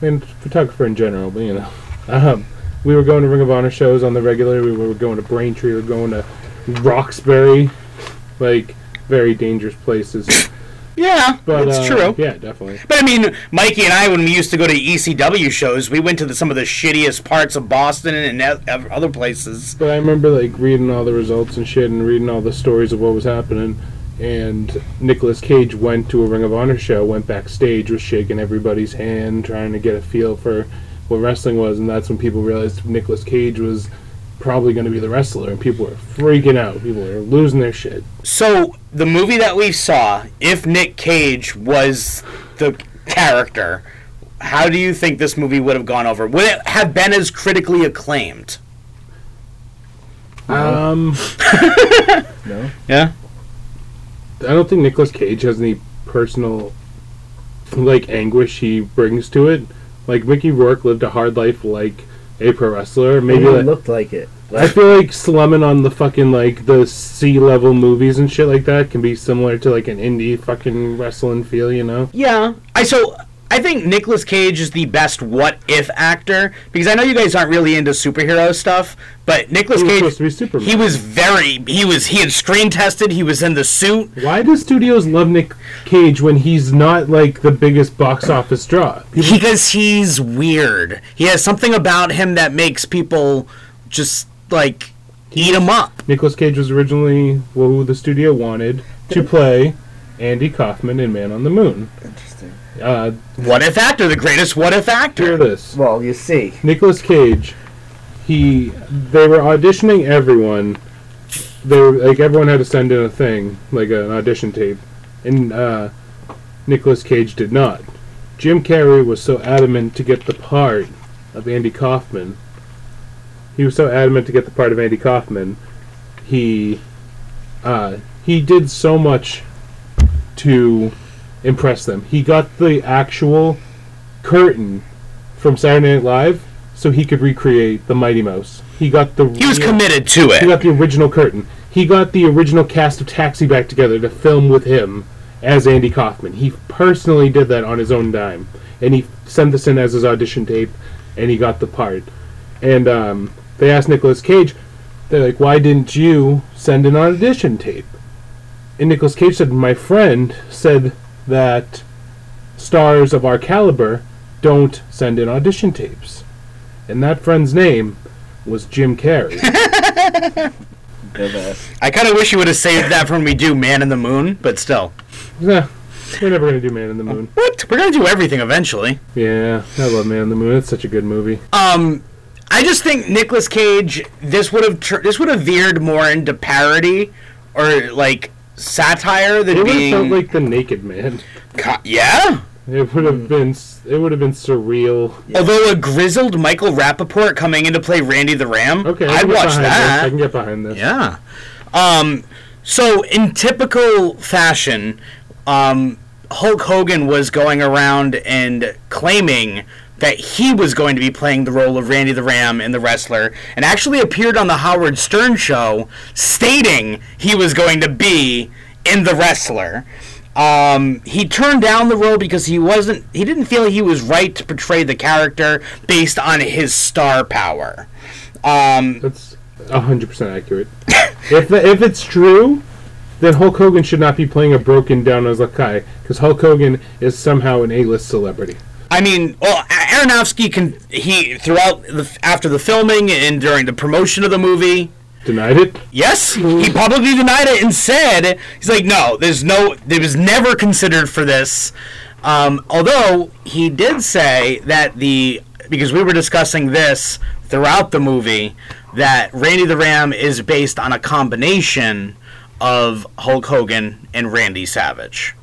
Speaker 4: and photographer in general. But you know, um, we were going to Ring of Honor shows on the regular. We were going to Braintree. We were going to Roxbury, like very dangerous places.
Speaker 6: Yeah,
Speaker 4: But
Speaker 6: that's
Speaker 4: uh,
Speaker 6: true.
Speaker 4: Yeah, definitely.
Speaker 6: But I mean, Mikey and I, when we used to go to ECW shows, we went to the, some of the shittiest parts of Boston and e- other places.
Speaker 4: But I remember like reading all the results and shit, and reading all the stories of what was happening. And Nicolas Cage went to a Ring of Honor show, went backstage, was shaking everybody's hand, trying to get a feel for what wrestling was, and that's when people realized Nicolas Cage was probably going to be the wrestler, and people were freaking out. People were losing their shit.
Speaker 6: So the movie that we saw, if Nick Cage was the character, how do you think this movie would have gone over? Would it have been as critically acclaimed?
Speaker 4: Um,
Speaker 6: Yeah.
Speaker 4: I don't think Nicolas Cage has any personal like anguish he brings to it. Like Mickey Rourke lived a hard life, like a pro wrestler. Maybe
Speaker 5: Maybe
Speaker 4: like,
Speaker 5: it looked like it.
Speaker 4: I feel like slumming on the fucking like the sea level movies and shit like that can be similar to like an indie fucking wrestling feel, you know?
Speaker 6: Yeah. I so I think Nicolas Cage is the best what if actor because I know you guys aren't really into superhero stuff, but Nicolas
Speaker 4: He was
Speaker 6: Cage
Speaker 4: supposed to be Superman.
Speaker 6: He was very he was he had screen tested, he was in the suit.
Speaker 4: Why do studios love Nick Cage when he's not like the biggest box office draw?
Speaker 6: Because he's weird. He has something about him that makes people just like eat him up.
Speaker 4: Nicolas Cage was originally who the studio wanted to play Andy Kaufman in Man on the Moon.
Speaker 5: Interesting.
Speaker 4: Uh,
Speaker 6: What if actor? The greatest what if
Speaker 4: hear
Speaker 6: actor.
Speaker 4: this.
Speaker 5: Well, you see.
Speaker 4: Nicolas Cage, he they were auditioning everyone. They were like everyone had to send in a thing, like an audition tape, and uh, Nicolas Cage did not. Jim Carrey was so adamant to get the part of Andy Kaufman. He was so adamant to get the part of Andy Kaufman. He uh, he did so much to impress them. He got the actual curtain from Saturday Night Live so he could recreate the Mighty Mouse. He got the
Speaker 6: He was
Speaker 4: real-
Speaker 6: committed to
Speaker 4: He
Speaker 6: it.
Speaker 4: got the original curtain. He got the original cast of Taxi back together to film with him as Andy Kaufman. He personally did that on his own dime, and he sent this in as his audition tape, and he got the part. And um, they asked Nicolas Cage, they're like, "Why didn't you send an audition tape?" And Nicolas Cage said, "My friend said that stars of our caliber don't send in audition tapes." And that friend's name was Jim Carrey.
Speaker 6: I kind of wish you would have saved that for when we do Man in the Moon, but still.
Speaker 4: Nah, we're never gonna do Man in the Moon.
Speaker 6: What? We're gonna do everything eventually.
Speaker 4: Yeah, I love Man in the Moon. It's such a good movie.
Speaker 6: Um, I just think Nicolas Cage. This would have tur this would have veered more into parody or like satire
Speaker 4: It
Speaker 6: than
Speaker 4: would have felt
Speaker 6: being.
Speaker 4: like The Naked Man.
Speaker 6: co- yeah.
Speaker 4: It would
Speaker 6: Hmm.
Speaker 4: have been. s- It would have been surreal.
Speaker 6: Although a grizzled Michael Rappaport coming in to play Randy the Ram,
Speaker 4: Okay, I
Speaker 6: I'd
Speaker 4: can get
Speaker 6: watch
Speaker 4: behind This. I
Speaker 6: that.
Speaker 4: can get behind this.
Speaker 6: Yeah. Um, so in typical fashion, um, Hulk Hogan was going around and claiming that he was going to be playing the role of Randy the Ram in The Wrestler, and actually appeared on the Howard Stern show stating he was going to be in The Wrestler. Um, he turned down the role because he wasn't he didn't feel he was right to portray the character based on his star power. Um,
Speaker 4: That's hundred percent accurate. if the, if it's true, then Hulk Hogan should not be playing a broken down Ozakai because Hulk Hogan is somehow an A-list celebrity.
Speaker 6: I mean, well, A- Aronofsky can he throughout the after the filming and during the promotion of the movie.
Speaker 4: Denied it.
Speaker 6: Yes, he publicly denied it and said he's like, no, there's no, it was never considered for this. Um, although he did say that the because we were discussing this throughout the movie that Randy the Ram is based on a combination of Hulk Hogan and Randy Savage.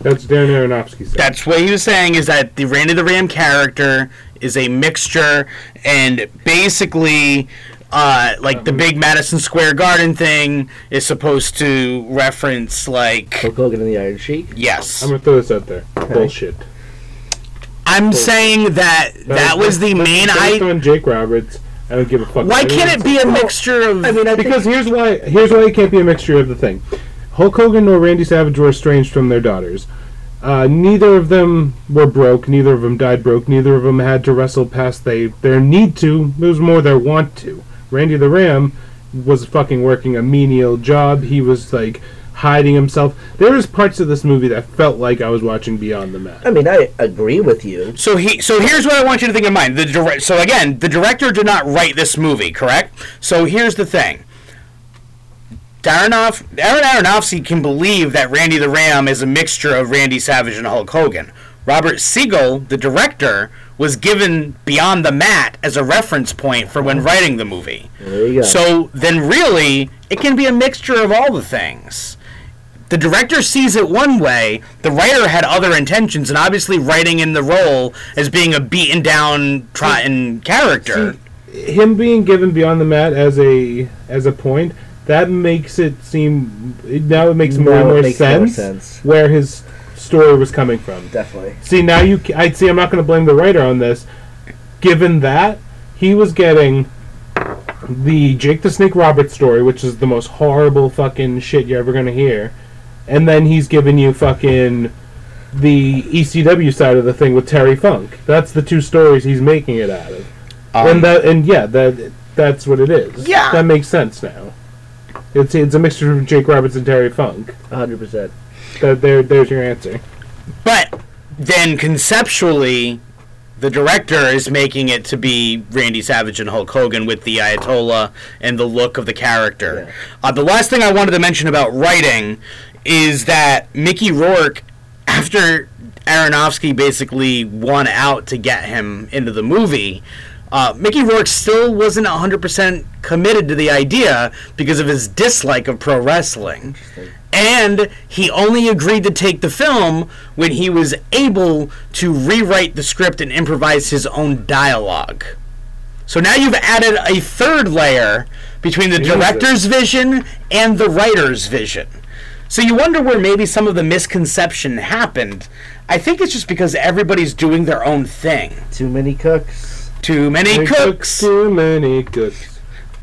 Speaker 4: That's Dan Aronofsky. Said.
Speaker 6: That's what he was saying is that the Randy the Ram character is a mixture and basically uh, like the big Madison Square Garden thing is supposed to reference like
Speaker 5: Hulk Hogan and the Iron Sheik.
Speaker 6: yes.
Speaker 4: I'm gonna throw this out there. Bullshit.
Speaker 6: I'm saying that that was the main
Speaker 4: Based
Speaker 6: I
Speaker 4: on Jake Roberts, I don't give a fuck.
Speaker 6: why
Speaker 4: Anyone
Speaker 6: can't it be a mixture of
Speaker 5: I mean, I
Speaker 4: because
Speaker 5: think
Speaker 4: here's why here's why it can't be a mixture of the thing. Hulk Hogan nor Randy Savage were estranged from their daughters. Uh, neither of them were broke. Neither of them died broke. Neither of them had to wrestle past they their need to. It was more their want to. Randy the Ram was fucking working a menial job. He was like hiding himself. There was parts of this movie that felt like I was watching Beyond the Mat.
Speaker 5: I mean I agree with you.
Speaker 6: So he, so here's what I want you to think in mind. The dire- so again, the director did not write this movie, correct? So here's the thing. Daronoff, Aaron Aronofsky can believe that Randy the Ram is a mixture of Randy Savage and Hulk Hogan. Robert Siegel, the director, was given Beyond the Mat as a reference point for when writing the movie.
Speaker 5: There you go.
Speaker 6: So then, really, it can be a mixture of all the things. The director sees it one way, the writer had other intentions, and obviously writing in the role as being a beaten down, trodden character.
Speaker 4: him being given beyond the mat as a as a point that makes it seem it- now it makes more
Speaker 5: Now
Speaker 4: and
Speaker 5: it
Speaker 4: more
Speaker 5: makes more
Speaker 4: sense,
Speaker 5: sense.
Speaker 4: where his story was coming from.
Speaker 5: Definitely.
Speaker 4: See now you ca- I see I'm not going to blame the writer on this. Given that he was getting the Jake the Snake Roberts story, which is the most horrible fucking shit you're ever going to hear, and then he's giving you fucking the ECW side of the thing with Terry Funk. That's the two stories he's making it out of. and that and yeah, that that's what it is.
Speaker 6: Um, Yeah.
Speaker 4: That makes sense now. It's it's a mixture of Jake Roberts and Terry Funk.
Speaker 5: 100%.
Speaker 4: That there there's your answer.
Speaker 6: But then conceptually, the director is making it to be Randy Savage and Hulk Hogan with the Ayatollah and the look of the character. Uh, the last thing I wanted to mention about writing is that Mickey Rourke, after Aronofsky basically won out to get him into the movie, uh, Mickey Rourke still wasn't 100% committed to the idea because of his dislike of pro wrestling. And he only agreed to take the film when he was able to rewrite the script and improvise his own dialogue. So now you've added a third layer between the director's vision and the writer's vision. So you wonder where maybe some of the misconception happened. I think it's just because everybody's doing their own thing.
Speaker 5: Too many cooks.
Speaker 6: Too many
Speaker 4: Many
Speaker 6: cooks.
Speaker 4: Too many cooks.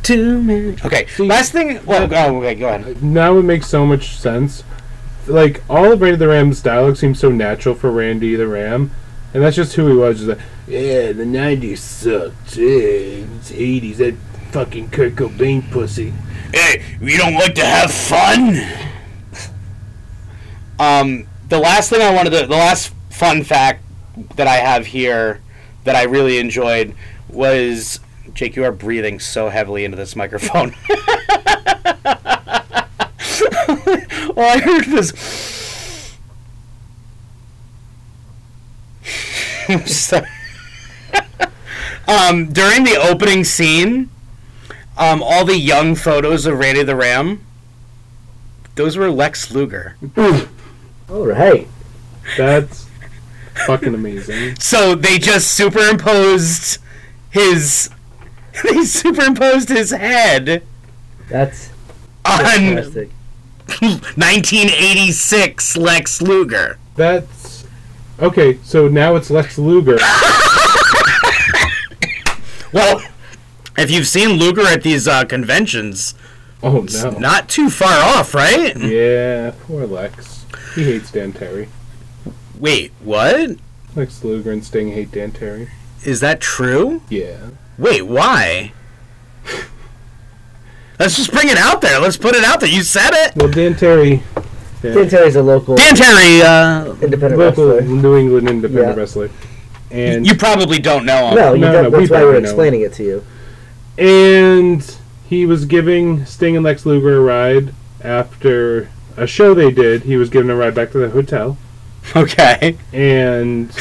Speaker 6: Too many. Okay.
Speaker 4: See,
Speaker 6: Last thing. Well, oh, okay. Go ahead.
Speaker 4: Now it makes so much sense. Like all of Randy the Ram's dialogue seems so natural for Randy the Ram, and that's just who he was. Just like, yeah, the '90s sucked. Yeah, it's '80s that fucking Kurt Cobain pussy.
Speaker 6: Hey, you don't like to have fun? Um, the last thing I wanted to, the last fun fact that I have here that I really enjoyed was Jake, you are breathing so heavily into this microphone. All I heard was. I'm sorry. um, during the opening scene, um, all the young photos of Randy the Ram. Those were Lex Luger.
Speaker 5: All right.
Speaker 4: That's fucking amazing.
Speaker 6: So they just superimposed his. They superimposed his head
Speaker 5: That's
Speaker 6: on
Speaker 5: fantastic.
Speaker 6: 1986 Lex Luger.
Speaker 4: That's okay. So now it's Lex Luger.
Speaker 6: Well, if you've seen Luger at these uh, conventions,
Speaker 4: Oh
Speaker 6: it's
Speaker 4: no.
Speaker 6: not too far off, right?
Speaker 4: Yeah, poor Lex. He hates Dan Terry.
Speaker 6: Wait, what?
Speaker 4: Lex Luger and Sting hate Dan Terry.
Speaker 6: Is that true?
Speaker 4: Yeah.
Speaker 6: Wait, why? Let's just bring it out there. Let's put it out there. You said it.
Speaker 4: Well, Dan Terry,
Speaker 5: Dan Terry's a local
Speaker 6: Dan Terry, uh,
Speaker 5: independent
Speaker 4: local
Speaker 5: wrestler.
Speaker 4: New England independent
Speaker 5: Yeah.
Speaker 4: wrestler, and
Speaker 6: you probably don't know him.
Speaker 5: No, you
Speaker 4: No,
Speaker 5: don't,
Speaker 4: no, we
Speaker 5: that's why
Speaker 4: probably
Speaker 5: we're
Speaker 4: know.
Speaker 5: explaining it to you.
Speaker 4: and he was giving Sting and Lex Luger a ride after a show they did. He was giving a ride back to the hotel,
Speaker 6: Okay.
Speaker 4: and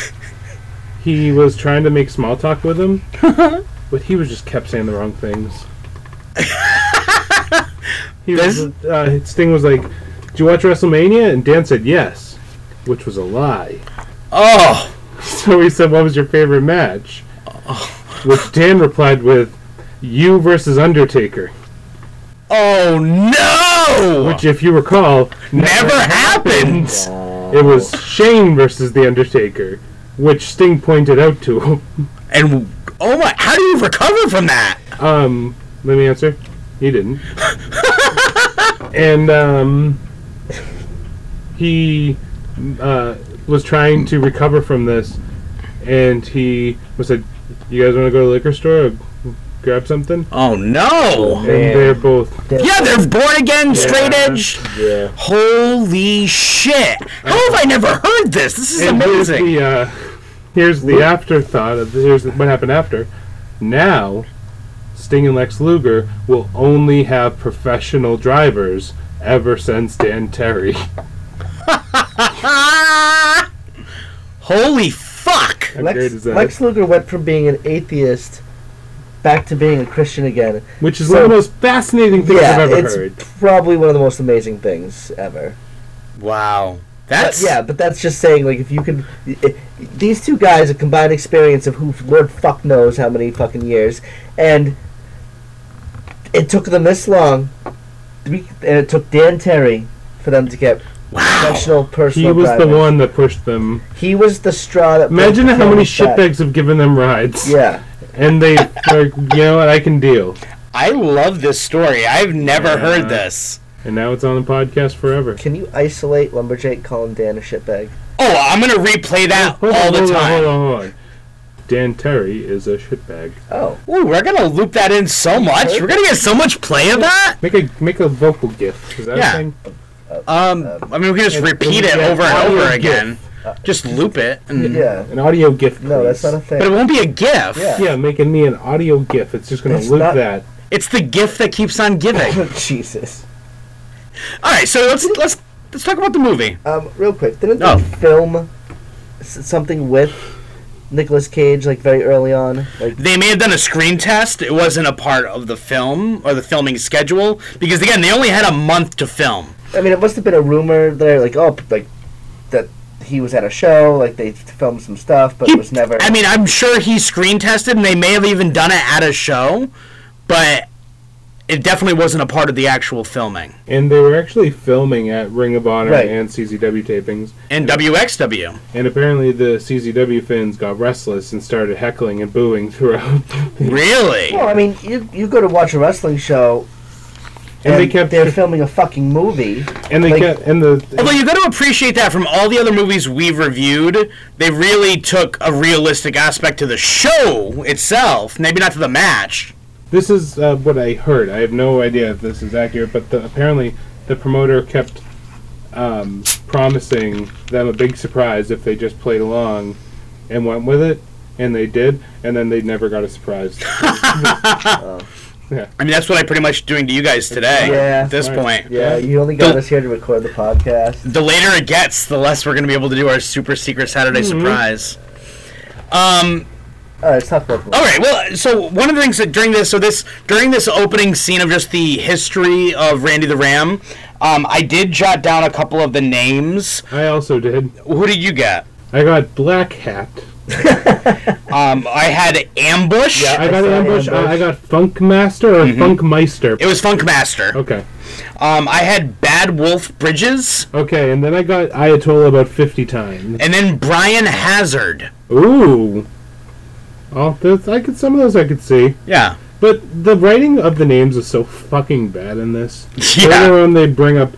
Speaker 4: he was trying to make small talk with him, but he was just kept saying the wrong things. he was, uh, Sting was like, "Did you watch WrestleMania?" And Dan said, "Yes," which was a lie.
Speaker 6: Oh,
Speaker 4: So he said, "What was your favorite match?" Which Dan replied with, "You versus Undertaker."
Speaker 6: oh no!
Speaker 4: Which, if you recall,
Speaker 6: never happened.
Speaker 4: it was Shane versus the Undertaker, which Sting pointed out to him.
Speaker 6: And oh my, how do you recover from that?
Speaker 4: Um, let me answer. He didn't. and um, he uh, was trying to recover from this, and he was like, "You guys want to go to the liquor store?" Or Grab something,
Speaker 6: Oh no!
Speaker 5: Man.
Speaker 4: and they're both
Speaker 6: Yeah, they're born again, straight
Speaker 4: Yeah.
Speaker 6: edge.
Speaker 5: Yeah.
Speaker 6: Holy shit! How have I never heard this? This is
Speaker 4: And here's
Speaker 6: amazing.
Speaker 4: the, uh, here's the afterthought of here's what happened after. Now, Sting and Lex Luger will only have professional drivers ever since Dan Terry.
Speaker 6: Ah! Holy fuck!
Speaker 4: How great is
Speaker 5: Lex,
Speaker 4: that?
Speaker 5: Lex Luger went from being an atheist back to being a Christian again.
Speaker 4: Which is one of the most fascinating things
Speaker 5: yeah,
Speaker 4: I've ever
Speaker 5: it's
Speaker 4: heard.
Speaker 5: probably one of the most amazing things ever.
Speaker 6: Wow, that's
Speaker 5: Yeah, but that's just saying like if you can, i- i- these two guys a combined experience of who Lord fuck knows how many fucking years, and it took them this long, we- and it took Dan Terry for them to get professional personal.
Speaker 4: He was the
Speaker 5: drivers.
Speaker 4: one that pushed them.
Speaker 5: He was the straw that. broke
Speaker 4: Imagine
Speaker 5: the
Speaker 4: how many
Speaker 5: camel's back.
Speaker 4: shitbags have given them rides,
Speaker 5: Yeah,
Speaker 4: and they are, you know what, I can deal.
Speaker 6: I love this story. I've never
Speaker 4: Yeah.
Speaker 6: heard this.
Speaker 4: And now it's on the podcast forever.
Speaker 5: can you isolate lumberjack? Calling Dan a shitbag.
Speaker 6: Oh, I'm gonna replay that
Speaker 4: Hold on,
Speaker 6: all the
Speaker 4: hold on,
Speaker 6: time.
Speaker 4: hold on, hold on. Dan Terry is a shitbag.
Speaker 5: Oh,
Speaker 6: Ooh, we're gonna loop that in so much. We're gonna get so much play of that.
Speaker 4: Make a make a vocal gif. Is that
Speaker 6: Yeah.
Speaker 4: a thing?
Speaker 6: Um, I mean, we can just repeat it over and over again. Just loop it, and,
Speaker 5: yeah.
Speaker 4: An audio gif.
Speaker 5: No, that's
Speaker 4: please.
Speaker 5: not a thing.
Speaker 6: but it won't be a GIF.
Speaker 5: Yeah.
Speaker 4: Yeah, making me an audio gif. It's just gonna
Speaker 5: It's
Speaker 4: loop
Speaker 5: not-
Speaker 4: that.
Speaker 6: It's the GIF that keeps on giving.
Speaker 5: Jesus.
Speaker 6: All right, so let's let's Let's talk about the movie.
Speaker 5: Um, real quick, didn't they
Speaker 6: Oh.
Speaker 5: film s- something with Nicolas Cage like very early on? Like
Speaker 6: They may have done a screen test. It wasn't a part of the film or the filming schedule because again, they only had a month to film.
Speaker 5: I mean, it must have been a rumor there, like oh, p- like that he was at a show, like they filmed some stuff, but it was never.
Speaker 6: I mean, I'm sure he screen tested, and they may have even done it at a show, but it definitely wasn't a part of the actual filming.
Speaker 4: And they were actually filming at Ring of Honor
Speaker 5: Right.
Speaker 4: and CZW tapings.
Speaker 6: And WXW.
Speaker 4: And apparently the CZW fans got restless and started heckling and booing throughout.
Speaker 6: Really?
Speaker 5: well, I mean, you you go to watch a wrestling show,
Speaker 4: and
Speaker 5: and,
Speaker 4: they kept
Speaker 5: they're filming a fucking movie.
Speaker 4: and they
Speaker 5: like-
Speaker 4: kept and the
Speaker 6: Although you got to appreciate that from all the other movies we've reviewed, they really took a realistic aspect to the show itself, maybe not to the match.
Speaker 4: this is uh, what I heard. I have no idea if this is accurate, but the, apparently the promoter kept um, promising them a big surprise if they just played along and went with it, and they did, and then they never got a surprise.
Speaker 6: I mean, that's what I pretty much doing to you guys today.
Speaker 5: Yeah.
Speaker 6: At this point,
Speaker 5: Yeah,
Speaker 4: Yeah.
Speaker 5: you only got
Speaker 6: Don't-
Speaker 5: us here to record the podcast.
Speaker 6: the later it gets, the less we're gonna be able to do our super secret Saturday
Speaker 5: Mm-hmm.
Speaker 6: surprise. Um,
Speaker 5: All right, let's talk about.
Speaker 6: All right. Well, so one of the things that during this, so this during this opening scene of just the history of Randy the Ram, um, I did jot down a couple of the names.
Speaker 4: I also did.
Speaker 6: Who did you get?
Speaker 4: I got Black Hat.
Speaker 6: Um, I had Ambush.
Speaker 5: Yeah.
Speaker 4: I got
Speaker 5: saw Ambush.
Speaker 4: Ambush.
Speaker 5: Mm-hmm.
Speaker 4: I I got Funk Master or Funk Meister.
Speaker 6: It was Funkmaster.
Speaker 4: Okay.
Speaker 6: Um, I had Bad Wolf Bridges,
Speaker 4: Okay, and then I got Ayatollah about 50 times.
Speaker 6: and then Brian Hazard.
Speaker 4: Ooh. All those, I could some of those I could see,
Speaker 6: Yeah.
Speaker 4: but the writing of the names is so fucking bad in this.
Speaker 6: Yeah.
Speaker 4: Later on, they bring up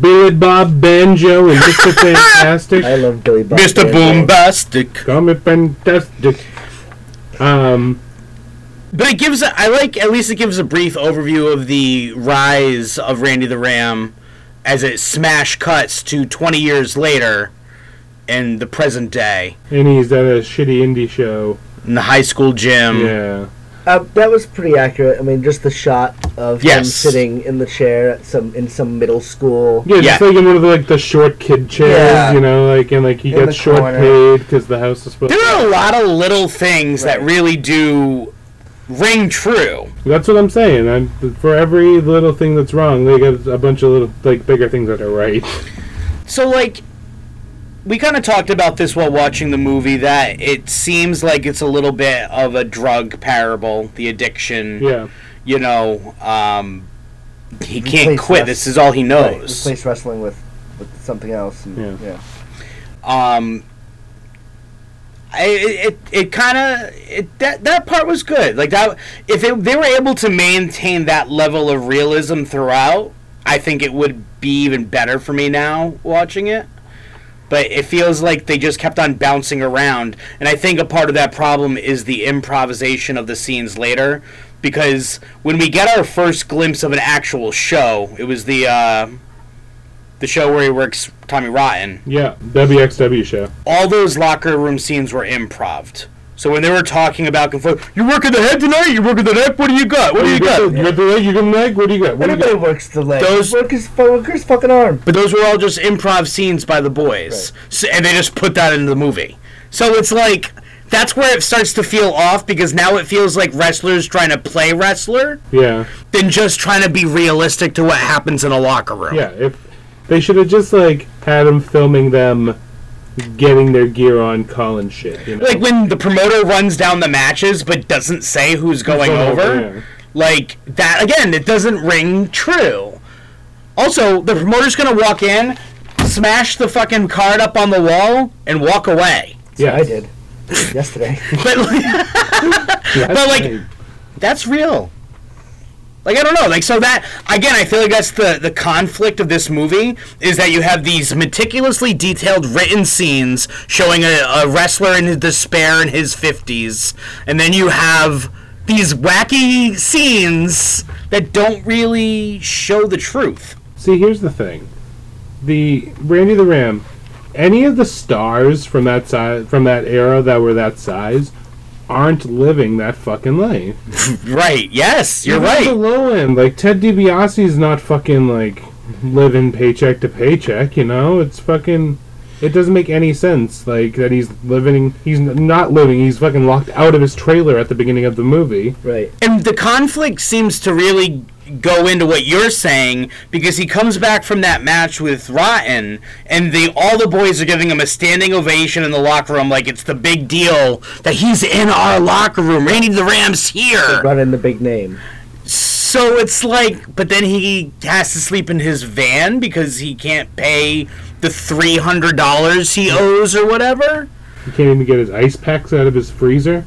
Speaker 4: Billy Bob Banjo and Mr. Fantastic.
Speaker 5: I love Billy Bob.
Speaker 6: Mr.
Speaker 5: Thornton.
Speaker 6: Boombastic.
Speaker 4: Call me Fantastic. Um,
Speaker 6: But it gives a, I like at least it gives a brief overview of the rise of Randy the Ram as it smash cuts to 20 years later in the present day
Speaker 4: and he's at a shitty indie show.
Speaker 6: in the high school
Speaker 5: Mm.
Speaker 6: gym.
Speaker 4: Yeah.
Speaker 5: Uh, that was pretty accurate. I mean, just the shot of him
Speaker 6: Yes.
Speaker 5: sitting in the chair at some in some middle school.
Speaker 4: Yeah,
Speaker 6: Yeah.
Speaker 4: just like in one of the, like the short kid chairs,
Speaker 5: Yeah.
Speaker 4: you know, like and like he
Speaker 5: In the
Speaker 4: got short
Speaker 5: corner.
Speaker 4: paid because the house is supposed.
Speaker 6: There are a lot of little things that really do ring true.
Speaker 4: That's what I'm saying. I'm, for every little thing that's wrong, they got a bunch of little like bigger things that are right.
Speaker 6: So like we kind of talked about this while watching the movie that it seems like it's a little bit of a drug parable, the addiction.
Speaker 4: Yeah.
Speaker 6: you know, um, he can't
Speaker 5: Replace
Speaker 6: quit.
Speaker 5: us.
Speaker 6: This is all he
Speaker 5: Right,
Speaker 6: knows.
Speaker 5: replace wrestling with, with something else. And,
Speaker 4: Yeah.
Speaker 5: yeah.
Speaker 6: um, I, it it, it kind of it that that part was good. Like that, if it, they were able to maintain that level of realism throughout, I think it would be even better for me now watching it. But it feels like they just kept on bouncing around, and I think a part of that problem is the improvisation of the scenes later. Because when we get our first glimpse of an actual show, it was the uh, the show where he works Tommy Rotten
Speaker 4: Yeah. WXW show.
Speaker 6: all those locker room scenes were improved. So when they were talking about conflict, you working the head tonight, you working the neck. What do you got? What do you
Speaker 4: got
Speaker 6: got?
Speaker 4: the- you got the leg. You got the leg. What do you got? What do you
Speaker 5: Everybody
Speaker 4: got?
Speaker 5: works the leg.
Speaker 6: Those-
Speaker 5: Work his, work his fucking arm.
Speaker 6: But those were all just improv scenes by the boys, so, and they just put that into the movie. So it's like that's where it starts to feel off because now it feels like wrestlers trying to play wrestler
Speaker 4: Yeah.
Speaker 6: than just trying to be realistic to what happens in a locker room.
Speaker 4: Yeah. If they should have just like had him filming them getting their gear on, calling shit. You know?
Speaker 6: Like when the promoter runs down the matches but doesn't say who's going
Speaker 4: going
Speaker 6: over.
Speaker 4: over, yeah.
Speaker 6: Like that again, it doesn't ring true. Also, the promoter's gonna walk in, smash the fucking card up on the wall, and walk away.
Speaker 4: yeah,
Speaker 5: I did yesterday.
Speaker 6: But like, but, like, that's real. Like I don't know, like so that again, I feel like that's the the conflict of this movie is that you have these meticulously detailed written scenes showing a, a wrestler in his despair in his fifties, and then you have these wacky scenes that don't really show the truth.
Speaker 4: See, here's the thing: the Randy the Ram, any of the stars from that size, from that era that were that size, aren't living that fucking life.
Speaker 6: Right? Yes, you're
Speaker 4: Even The
Speaker 6: right.
Speaker 4: low end, like Ted DiBiase's not fucking like
Speaker 5: Mm-hmm.
Speaker 4: living paycheck to paycheck. You know, it's fucking. It doesn't make any sense. Like that he's living. He's n- not living. He's fucking locked out of his trailer at the beginning of the movie.
Speaker 5: Right.
Speaker 6: And the conflict seems to really go into what you're saying because he comes back from that match with Rotten and the all the boys are giving him a standing ovation in the locker room like it's the big deal that he's in our locker room. Randy the Rams here.
Speaker 5: Run in the big name.
Speaker 6: So it's like but then he has to sleep in his van because he can't pay the $300 he owes or whatever.
Speaker 4: He can't even get his ice packs out of his freezer.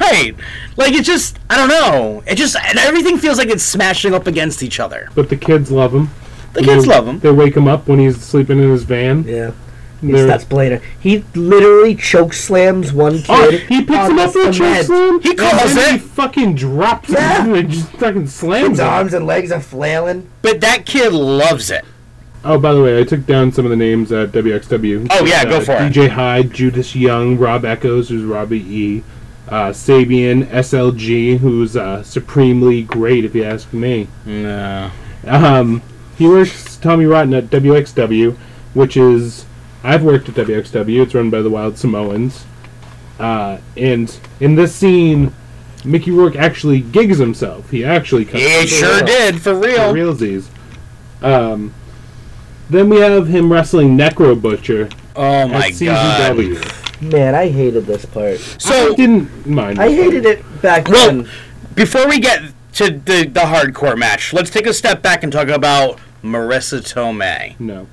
Speaker 6: Right. Like it just I don't know. It just and everything feels like it's smashing up against each other.
Speaker 4: But the kids love him.
Speaker 6: The kids
Speaker 4: they,
Speaker 6: love him.
Speaker 4: They wake him up when he's sleeping in his van.
Speaker 5: Yeah. He
Speaker 4: They're-
Speaker 5: starts playing her. He literally choke slams one kid.
Speaker 4: Oh, he picks him up with a choke slam.
Speaker 6: He calls
Speaker 4: and then He
Speaker 6: it.
Speaker 4: fucking drops
Speaker 5: Yeah.
Speaker 4: him and just fucking slams
Speaker 5: His
Speaker 4: him.
Speaker 5: arms and legs are flailing.
Speaker 6: But that kid loves it.
Speaker 4: Oh, by the way, I took down some of the names at WXW.
Speaker 6: Oh, yeah, go
Speaker 4: Uh,
Speaker 6: for it.
Speaker 4: DJ Hyde, Judas Young, Rob Echoes, who's Robbie E, uh, Sabian, SLG, who's uh, supremely great, if you ask me.
Speaker 6: No.
Speaker 4: Um, he works Tommy Rotten at WXW, which is I've worked at WXW. It's run by the Wild Samoans, uh, and in this scene, Mickey Rourke actually gigs himself. He actually comes.
Speaker 6: It sure did, for real.
Speaker 4: For realsies. Um, then we have him wrestling Necro Butcher
Speaker 6: Oh
Speaker 4: at
Speaker 6: my god.
Speaker 4: CZW.
Speaker 5: Man, I hated this part.
Speaker 4: I
Speaker 6: So
Speaker 4: didn't mind.
Speaker 5: I hated it back
Speaker 6: Well-
Speaker 5: then.
Speaker 6: before we get to the, the hardcore match, let's take a step back and talk about Marissa Tomei.
Speaker 4: No.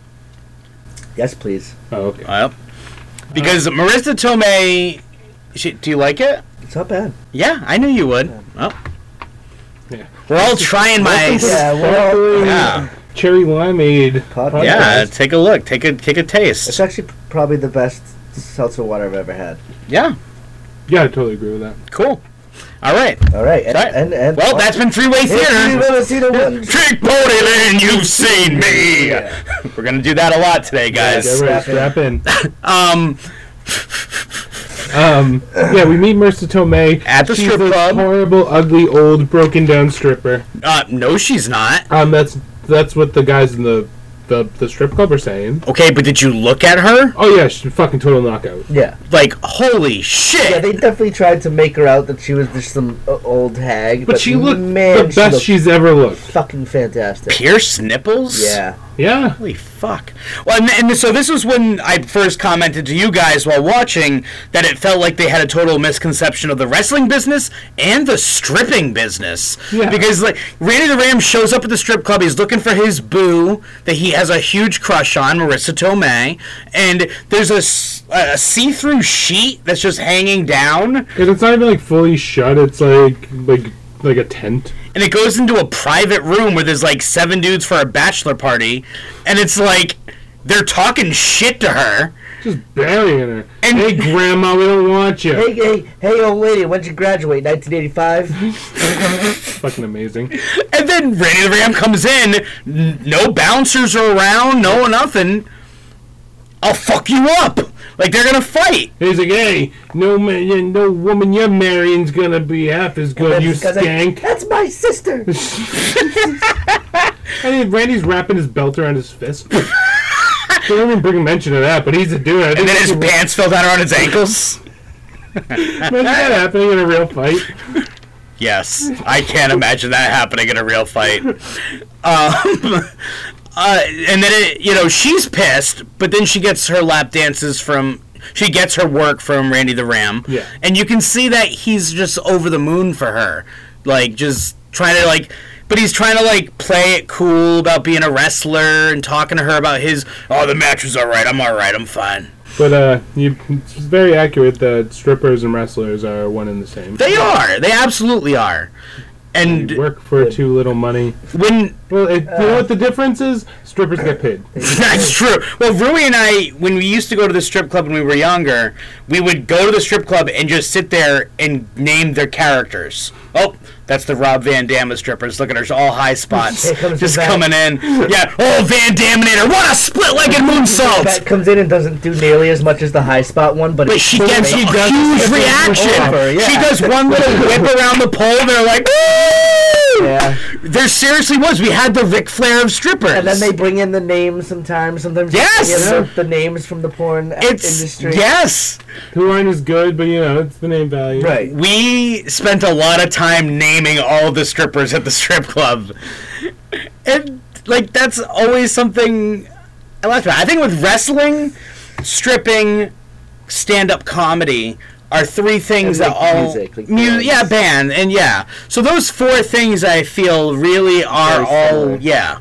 Speaker 5: Yes, please.
Speaker 4: Oh, okay.
Speaker 6: Well, because Marissa Tomei, she, do you like it?
Speaker 5: It's not bad.
Speaker 6: Yeah, I knew you would. Well,
Speaker 4: Yeah.
Speaker 6: we're all trying my.
Speaker 5: Yeah, well,
Speaker 6: Yeah,
Speaker 4: Cherry Limeade.
Speaker 5: Podcast.
Speaker 6: yeah. Take a look. Take a take a
Speaker 5: it's
Speaker 6: taste.
Speaker 5: actually probably the best seltzer water I've ever had.
Speaker 6: Yeah,
Speaker 4: Yeah, I totally agree with that.
Speaker 6: cool. All right.
Speaker 5: All right, and
Speaker 6: Right.
Speaker 5: and, and
Speaker 6: Well, that's been three way
Speaker 5: If you
Speaker 6: theater.
Speaker 5: wanna see the one-
Speaker 6: Trick Pony Land, you've seen me. We're gonna do that a lot today, guys.
Speaker 4: Yeah, right,
Speaker 5: Strap
Speaker 4: strap in.
Speaker 6: Um,
Speaker 4: Um, yeah, we meet Marissa Tomei
Speaker 6: At the
Speaker 4: She's
Speaker 6: strip
Speaker 4: a
Speaker 6: club.
Speaker 4: Horrible, ugly, old, broken down stripper.
Speaker 6: uh, no, she's not.
Speaker 4: Um, that's that's what the guys in the the, the strip club are saying.
Speaker 6: Okay, but did you look at her?
Speaker 4: Oh yeah, she's a fucking total knockout.
Speaker 5: Yeah,
Speaker 6: Like, holy shit!
Speaker 5: yeah. They definitely tried to make her out that she was just some uh, old hag,
Speaker 4: But she looked
Speaker 5: man,
Speaker 4: the
Speaker 5: she
Speaker 4: best
Speaker 5: looked
Speaker 4: she's ever looked.
Speaker 5: fucking fantastic.
Speaker 6: Pierce nipples?
Speaker 5: Yeah,
Speaker 4: Yeah,
Speaker 6: Holy fuck. Well, and, and so this was when I first commented to you guys while watching that it felt like they had a total misconception of the wrestling business and the stripping business.
Speaker 4: Yeah.
Speaker 6: Because, like, Randy the Ram shows up at the strip club. He's looking for his boo that he has a huge crush on, Marissa Tomei. And there's a, s- a see through sheet that's just hanging down.
Speaker 4: and it's not even like fully shut. It's like like like a tent.
Speaker 6: and it goes into a private room where there's like seven dudes for a bachelor party, and it's like they're talking shit to her.
Speaker 4: Just burying her.
Speaker 6: And-
Speaker 4: hey, Grandma, we don't want you.
Speaker 5: hey, hey, hey, old lady, when'd you graduate? 1985.
Speaker 4: Fucking amazing.
Speaker 6: And then Randy the Ram comes in, n- no bouncers are around, no nothing. I'll fuck you up. Like they're gonna fight.
Speaker 4: He's like, hey, no man, no woman you're marrying's gonna be half as good. You
Speaker 5: Because I-
Speaker 4: skank.
Speaker 5: That's my sister.
Speaker 4: And Randy's wrapping his belt around his fist. they don't even bring mention of that, but he's a dude. I
Speaker 6: And
Speaker 4: think
Speaker 6: then his pants fell down around his ankles.
Speaker 4: Imagine that happening in a real fight.
Speaker 6: Yes, I can't imagine that happening in a real fight. Um, uh, and then it, you know she's pissed, but then she gets her lap dances from she gets her work from Randy the Ram.
Speaker 4: Yeah.
Speaker 6: and you can see that he's just over the moon for her, like just trying to like. But he's trying to like play it cool about being a wrestler and talking to her about his. Oh, the match was all right. I'm all right. I'm fine.
Speaker 4: But uh, you, it's very accurate that strippers and wrestlers are one and the same.
Speaker 6: They are. They absolutely are. And
Speaker 4: They work for too little money.
Speaker 6: when
Speaker 4: Well, it, you
Speaker 5: Uh.
Speaker 4: know what the difference is? Strippers get paid.
Speaker 6: That's true. Well, Rui and I, when we used to go to the strip club when we were younger, we would go to the strip club and just sit there and name their characters. Oh, That's the Rob Van Dam of strippers. Look at her, she's all high spots,
Speaker 5: Here comes
Speaker 6: just
Speaker 5: the back.
Speaker 6: coming in. Yeah, oh Van Daminator, what a split-legged moonsault!
Speaker 5: That comes in and doesn't do nearly as much as the high spot one, but,
Speaker 6: But
Speaker 5: it's
Speaker 6: she
Speaker 5: still
Speaker 6: gets a
Speaker 5: amazing.
Speaker 6: huge reaction.
Speaker 5: Over, yeah.
Speaker 6: She does one little whip around the pole. They're like, woo!
Speaker 5: Yeah.
Speaker 6: There seriously was. We had the Ric Flair of strippers.
Speaker 5: And then they bring in the names sometimes. Sometimes they
Speaker 6: Yes!
Speaker 5: bring in the, the names from the porn
Speaker 6: it's
Speaker 5: industry.
Speaker 6: yes.
Speaker 4: The line is good, but you know it's the name value.
Speaker 5: Right.
Speaker 6: we spent a lot of time naming all the strippers at the strip club. And like that's always something I laugh about. I think with wrestling, stripping, stand-up comedy are three things
Speaker 5: And,
Speaker 6: that
Speaker 5: like,
Speaker 6: all
Speaker 5: music, like
Speaker 6: mu-
Speaker 5: bands.
Speaker 6: yeah, band and yeah. So those four things I feel really are
Speaker 5: Very
Speaker 6: all
Speaker 5: similar.
Speaker 6: yeah.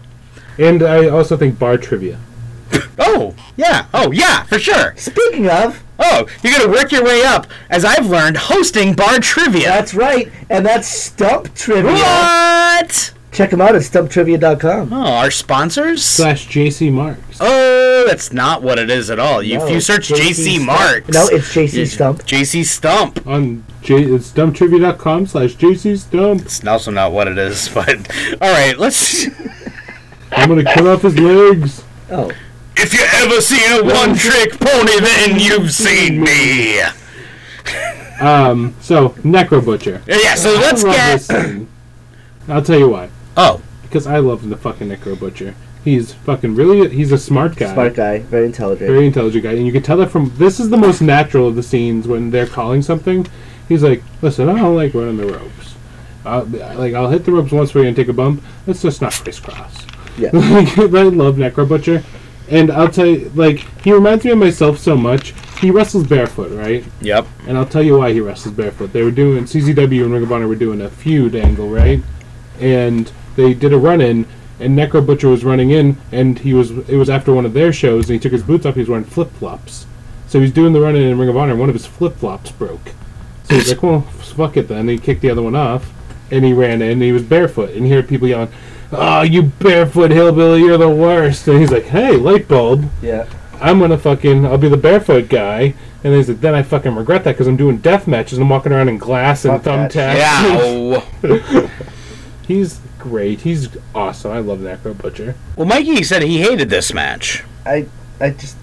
Speaker 4: And I also think bar trivia.
Speaker 6: Oh, yeah. Oh, yeah, for sure.
Speaker 5: Speaking of,
Speaker 6: Oh, you're going to work your way up as I've learned hosting bar trivia.
Speaker 5: that's right, and that's Stump Trivia.
Speaker 6: what?
Speaker 5: Check them out at stumptrivia.com.
Speaker 6: Oh, our sponsors?
Speaker 4: Slash JC Marks.
Speaker 6: Oh, that's not what it is at all. You if
Speaker 5: No,
Speaker 6: you search
Speaker 5: JC
Speaker 6: JC
Speaker 5: Oh, Stump.
Speaker 6: Marks.
Speaker 5: No, it's JC
Speaker 6: you-
Speaker 5: Stump.
Speaker 6: JC Stump.
Speaker 4: On J it's dumptrivia.com slash JC Stump.
Speaker 6: It's also not what it is, but all right, let's.
Speaker 4: I'm gonna cut off his legs.
Speaker 5: Oh,
Speaker 6: If you ever seen a one-trick pony, then you've seen me. Yeah,
Speaker 4: Um so Necro Butcher.
Speaker 6: so let's
Speaker 4: I love this
Speaker 6: get.
Speaker 4: scene. I'll tell you why.
Speaker 6: Oh,
Speaker 4: Because I love the fucking Necro Butcher. He's fucking really he's a smart guy.
Speaker 5: smart guy, very intelligent.
Speaker 4: Very intelligent guy. And you can tell that from this is the most natural of the scenes when they're calling something. He's like, Listen, I don't like running the ropes. Uh, like I'll hit the ropes once for you and take a bump. Let's just not crisscross.
Speaker 5: yeah.
Speaker 4: Like, I love Necro Butcher. And I'll tell you, like, he reminds me of myself so much. He wrestles barefoot, right?
Speaker 6: yep.
Speaker 4: And I'll tell you why he wrestles barefoot. They were doing, CZW and Ring of Honor were doing a feud angle, right? And they did a run in, and Necro Butcher was running in, and he was, it was after one of their shows, and he took his boots off, he was wearing flip flops. So he's doing the run in in Ring of Honor, and one of his flip flops broke. So he's like, well, fuck it then. And he kicked the other one off, and he ran in, and he was barefoot. And he heard people yelling, oh, you barefoot hillbilly, you're the worst. And he's like, hey, light bulb,
Speaker 5: Yeah.
Speaker 4: I'm gonna fucking, I'll be the barefoot guy. And he's like, then I fucking regret that because I'm doing death matches and I'm walking around in glass and
Speaker 5: Fuck that.
Speaker 4: thumbtacks.
Speaker 6: Yeah. oh.
Speaker 4: He's great. He's awesome. I love Necro Butcher.
Speaker 6: Well, Mikey said he hated this match.
Speaker 5: I, I just,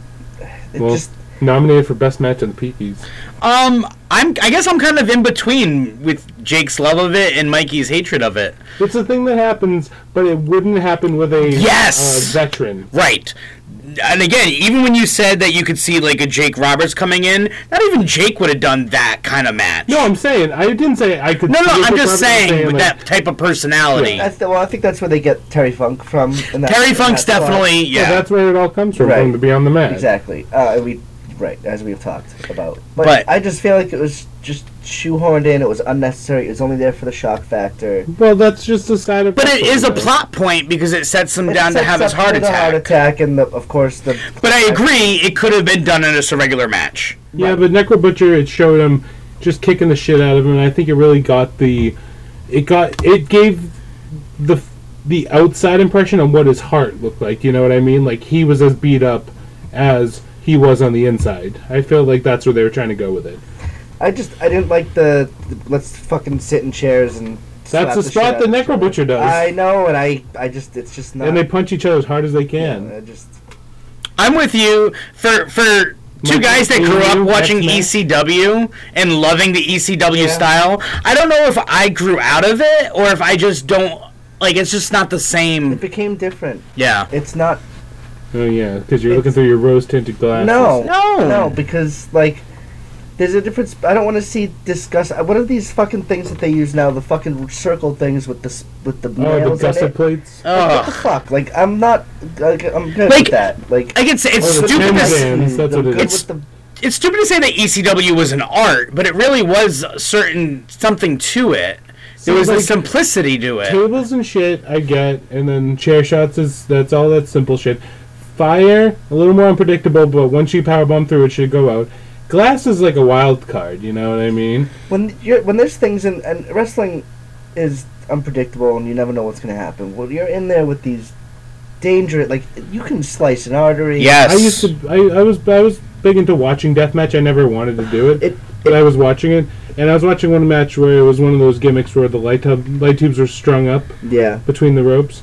Speaker 5: it
Speaker 4: Well,
Speaker 5: just,
Speaker 4: nominated for best match on the Peakies.
Speaker 6: Um, I'm. I guess I'm kind of in between with Jake's love of it and Mikey's hatred of it.
Speaker 4: It's a thing that happens, but it wouldn't happen with a
Speaker 6: Yes!
Speaker 4: uh, veteran.
Speaker 6: Right. And again, even when you said that you could see like a Jake Roberts coming in, not even Jake would have done that kind of match.
Speaker 4: No, I'm saying I didn't say I could.
Speaker 6: no, no,
Speaker 4: see it,
Speaker 6: I'm
Speaker 4: but
Speaker 6: just saying, with
Speaker 4: like,
Speaker 6: that type of personality.
Speaker 5: I th- well, I think that's where they get Terry Funk from. and that's-
Speaker 6: Terry
Speaker 5: and
Speaker 6: Funk's
Speaker 5: that's why-
Speaker 6: definitely yeah.
Speaker 4: That's where it all comes from,
Speaker 5: Right.
Speaker 4: from the Beyond the Mat.
Speaker 5: Exactly. Uh, and we, right, as we've talked about. But,
Speaker 6: But-
Speaker 5: I just feel like it was just shoehorned in. It was unnecessary. It was only there for the shock factor.
Speaker 4: Well, that's just a side of.
Speaker 6: but it is a
Speaker 4: wrestling,
Speaker 6: plot point because it sets him
Speaker 5: It
Speaker 6: down to
Speaker 5: sets
Speaker 6: have his
Speaker 5: up
Speaker 6: heart
Speaker 5: for the
Speaker 6: attack.
Speaker 5: heart attack, and the, of course the.
Speaker 6: But I agree, it could have been done in just a regular match.
Speaker 4: though. Yeah, but Necro Butcher it showed him just kicking the shit out of him, and I think it really got the, it got it gave the the outside impression on what his heart looked like. You know what I mean? Like he was as beat up as he was on the inside. I feel like that's where they were trying to go with it.
Speaker 5: I just I didn't like the, the let's fucking sit in chairs and. slap
Speaker 4: That's the
Speaker 5: shit
Speaker 4: spot
Speaker 5: out
Speaker 4: that
Speaker 5: of each
Speaker 4: Necro
Speaker 5: other.
Speaker 4: Butcher does,
Speaker 5: I know, and I I just it's just not.
Speaker 4: and they punch each other as hard as they can.
Speaker 5: I just
Speaker 6: I'm with you for for two
Speaker 4: Like,
Speaker 6: guys that
Speaker 4: you
Speaker 6: grew up
Speaker 4: knew
Speaker 6: watching
Speaker 4: X-Men?
Speaker 6: ECW and loving the ECW style. I don't know if I grew out of it or if I just don't like it's just not the
Speaker 5: it
Speaker 6: same.
Speaker 5: became different.
Speaker 6: Yeah.
Speaker 5: It's not
Speaker 4: Oh yeah, because you're looking through your rose tinted glasses.
Speaker 5: No,
Speaker 6: No.
Speaker 5: no, because like, there's a difference. I don't want to see discuss. uh, What are these fucking things that they use now? The fucking circle things with the s- with the
Speaker 4: Oh, the
Speaker 5: nails on
Speaker 4: gusset Ah.
Speaker 5: it.
Speaker 4: plates.
Speaker 5: Like, what
Speaker 6: Ugh.
Speaker 5: the fuck? Like, I'm not. Like, I'm good
Speaker 6: Like-
Speaker 5: with that. Like, Mm,
Speaker 6: Like it's it's
Speaker 4: Oh, the
Speaker 6: stupid.
Speaker 4: tin
Speaker 6: To,
Speaker 4: can.
Speaker 6: s-
Speaker 4: Yes,
Speaker 5: I'm
Speaker 4: that's what it
Speaker 5: good
Speaker 4: is.
Speaker 5: with
Speaker 6: it's stupid to say that ECW was an art, but it really was a certain something to it. There was a
Speaker 4: like-
Speaker 6: simplicity to it.
Speaker 4: tables and shit I get, and then chair shots is that's all that simple shit. Fire a little more unpredictable, but once you power bomb through, it should go out. Glass is like a wild card, you know what I mean?
Speaker 5: the, when you're when there's things in and wrestling is unpredictable and you never know what's gonna happen. Well, you're in there with these dangerous. Like, you can slice an artery.
Speaker 6: Yes.
Speaker 4: I used to, I, I was, I was big into watching deathmatch. I never wanted to do it,
Speaker 5: It-
Speaker 4: but I was watching it, And I was watching one match where it was one of those gimmicks where the light, tub, light tubes were strung up
Speaker 5: Yeah.
Speaker 4: between the ropes,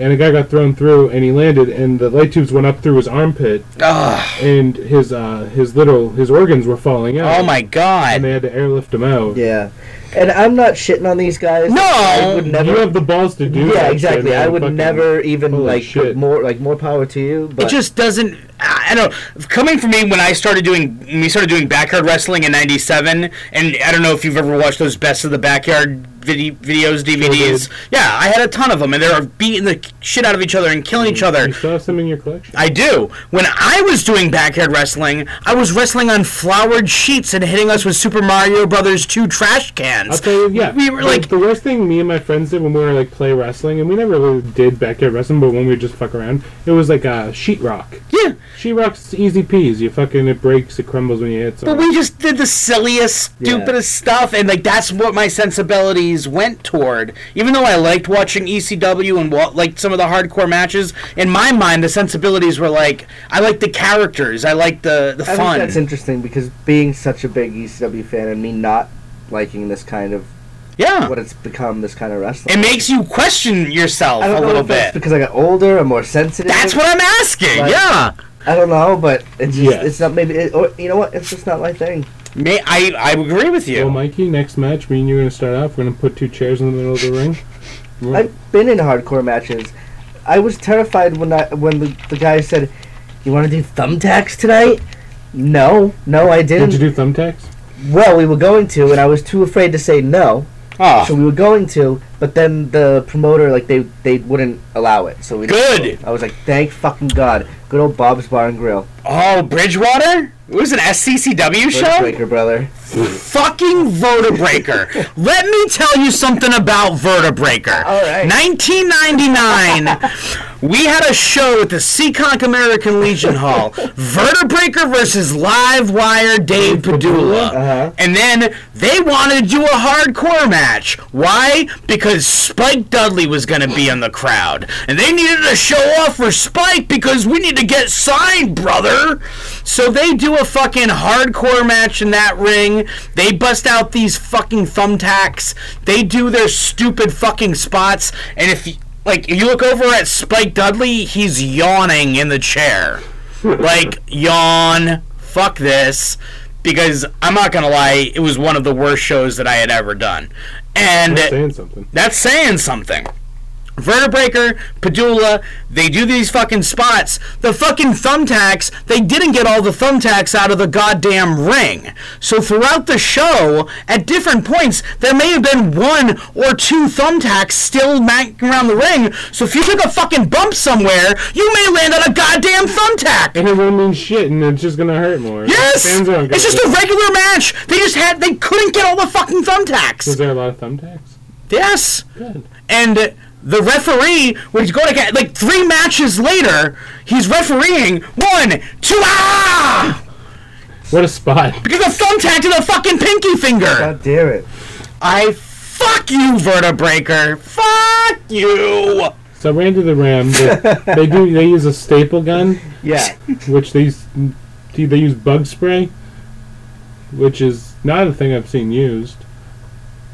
Speaker 4: and a guy got thrown through, and he landed, and the light tubes went up through his armpit,
Speaker 6: Ugh.
Speaker 4: and his uh, his little his organs were falling out.
Speaker 6: Oh my
Speaker 4: And
Speaker 6: god.
Speaker 4: they had to airlift him out.
Speaker 5: Yeah. And I'm not shitting on these guys.
Speaker 6: No!
Speaker 5: I would
Speaker 4: You
Speaker 5: never.
Speaker 4: have the balls to do that.
Speaker 5: Yeah,
Speaker 4: shit,
Speaker 5: exactly.
Speaker 4: man.
Speaker 5: I would
Speaker 4: Fucking-
Speaker 5: never even
Speaker 4: holy
Speaker 5: like
Speaker 4: shit.
Speaker 5: put more like more power to you. But
Speaker 6: It just doesn't. I I don't know. Coming from me when I started doing, when we started doing backyard wrestling in '97, and I don't know if you've ever watched those best of the backyard vide- videos, DVDs.
Speaker 4: Mm-hmm.
Speaker 6: Yeah, I had a ton of them, and they're beating the shit out of each other and killing each other.
Speaker 4: Mm-hmm. You still have some in your collection.
Speaker 6: I do. When I was doing backyard wrestling, I was wrestling on floured sheets and hitting us with Super Mario Brothers 2 trash
Speaker 4: I'll
Speaker 6: cans.
Speaker 4: tell you, yeah.
Speaker 6: We were
Speaker 4: the-
Speaker 6: like,
Speaker 4: the worst thing me and my friends did when we were like play wrestling, and we never really did backyard wrestling, but when we would just fuck around, it was like uh, sheetrock.
Speaker 6: yeah.
Speaker 4: Sheetrock's easy peas. You fucking it breaks, it crumbles when you hit
Speaker 6: But
Speaker 4: something.
Speaker 6: we just did the silliest, stupidest stuff, and like that's what my sensibilities went toward. Even though I liked watching ECW and wa- like some of the hardcore matches, in my mind the sensibilities were like I like the characters, I like the the
Speaker 5: I
Speaker 6: fun.
Speaker 5: think that's interesting because being such a big ECW fan and me not liking this kind of
Speaker 6: yeah,
Speaker 5: what it's become, this kind of wrestling.
Speaker 6: it makes you question yourself
Speaker 5: I
Speaker 6: a
Speaker 5: don't know
Speaker 6: little
Speaker 5: if that's
Speaker 6: bit.
Speaker 5: because I got older, I'm more sensitive.
Speaker 6: That's what I'm asking.
Speaker 5: Like-
Speaker 6: yeah.
Speaker 5: I don't know, but it's just
Speaker 4: Yes.
Speaker 5: it's not maybe it, or you know what? It's just not my thing.
Speaker 6: May, I, I agree with you.
Speaker 5: Oh
Speaker 4: Well, Mikey, next match, me and you're gonna start off. We're gonna put two chairs in the middle of the ring. We're-
Speaker 5: I've been in hardcore matches. I was terrified when I when the, the guy said, "You want to do thumbtacks tonight?" No, no, I
Speaker 4: Did
Speaker 5: didn't.
Speaker 4: you do thumbtacks?
Speaker 5: well, we were going to, and I was too afraid to say no,
Speaker 6: Ah,
Speaker 5: so we were going to. But then the promoter, like they they wouldn't allow it, so we didn't
Speaker 6: Good.
Speaker 5: go. I was like, "Thank fucking god!" Good old Bob's Bar and Grill,
Speaker 6: oh, Bridgewater? It was an SCCW
Speaker 5: Verdict
Speaker 6: show?
Speaker 5: breaker, brother.
Speaker 6: Fucking Vertebreaker. Let me tell you something about Vertebreaker.
Speaker 5: All right.
Speaker 6: 1999, we had a show at the Seaconk American Legion Hall. Vertebreaker versus Live Wire Dave Padula. Uh-huh. And then they wanted to do a hardcore match. Why? Because Spike Dudley was going to be in the crowd. And they needed to show off for Spike because we need to get signed, brother. So they do a fucking hardcore match in that ring. They bust out these fucking thumbtacks. They do their stupid fucking spots. And if you, like if you look over at Spike Dudley, he's yawning in the chair. like yawn. Fuck this. Because I'm not gonna lie, it was one of the worst shows that I had ever done. And
Speaker 4: Saying something.
Speaker 6: that's saying something. Vertebreaker, Padula, they do these fucking spots. The fucking thumbtacks, they didn't get all the thumbtacks out of the goddamn ring. So throughout the show, at different points, there may have been one or two thumbtacks still making around the ring. So if you took a fucking bump somewhere, you may land on a goddamn thumbtack.
Speaker 4: And it won't mean shit, and it's just gonna hurt more.
Speaker 6: Yes!
Speaker 4: Fans aren't gonna
Speaker 6: It's just
Speaker 4: do
Speaker 6: a
Speaker 4: it.
Speaker 6: regular match. They just had, they couldn't get all the fucking
Speaker 4: Was
Speaker 6: thumbtacks.
Speaker 4: there a lot of thumbtacks?
Speaker 6: Yes.
Speaker 4: Good.
Speaker 6: and the referee was going to get like three matches later he's refereeing one two ah
Speaker 4: What a spot.
Speaker 6: because a thumbtack to the fucking pinky finger
Speaker 5: God damn it!
Speaker 6: i fuck you vertebreaker fuck you
Speaker 4: So Randy the Ram, they, they do they use a staple gun,
Speaker 5: Yeah,
Speaker 4: which they use, they use bug spray, which is not a thing I've seen used.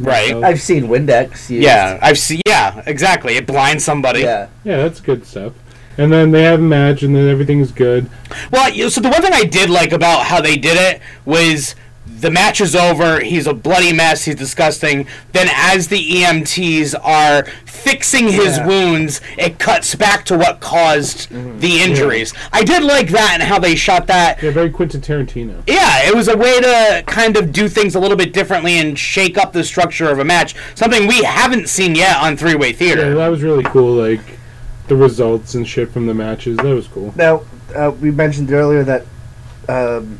Speaker 6: Right.
Speaker 4: So,
Speaker 5: I've seen Windex. Used.
Speaker 6: i've seen yeah exactly it blinds somebody
Speaker 5: yeah.
Speaker 4: yeah, that's good stuff. And then they have a match, and then everything's good.
Speaker 6: Well, you- so the one thing I did like about how they did it was the match is over. He's a bloody mess. He's disgusting. Then, as the EMTs are fixing his wounds, it cuts back to what caused the injuries. I did like that and how they shot that.
Speaker 4: Yeah, very Quentin Tarantino.
Speaker 6: Yeah, it was a way to kind of do things a little bit differently and shake up the structure of a match. Something we haven't seen yet on Three Way
Speaker 4: Yeah,
Speaker 6: Theater.
Speaker 4: that was really cool. Like the results and shit from the matches. That was cool.
Speaker 5: Now, uh, we mentioned earlier that um,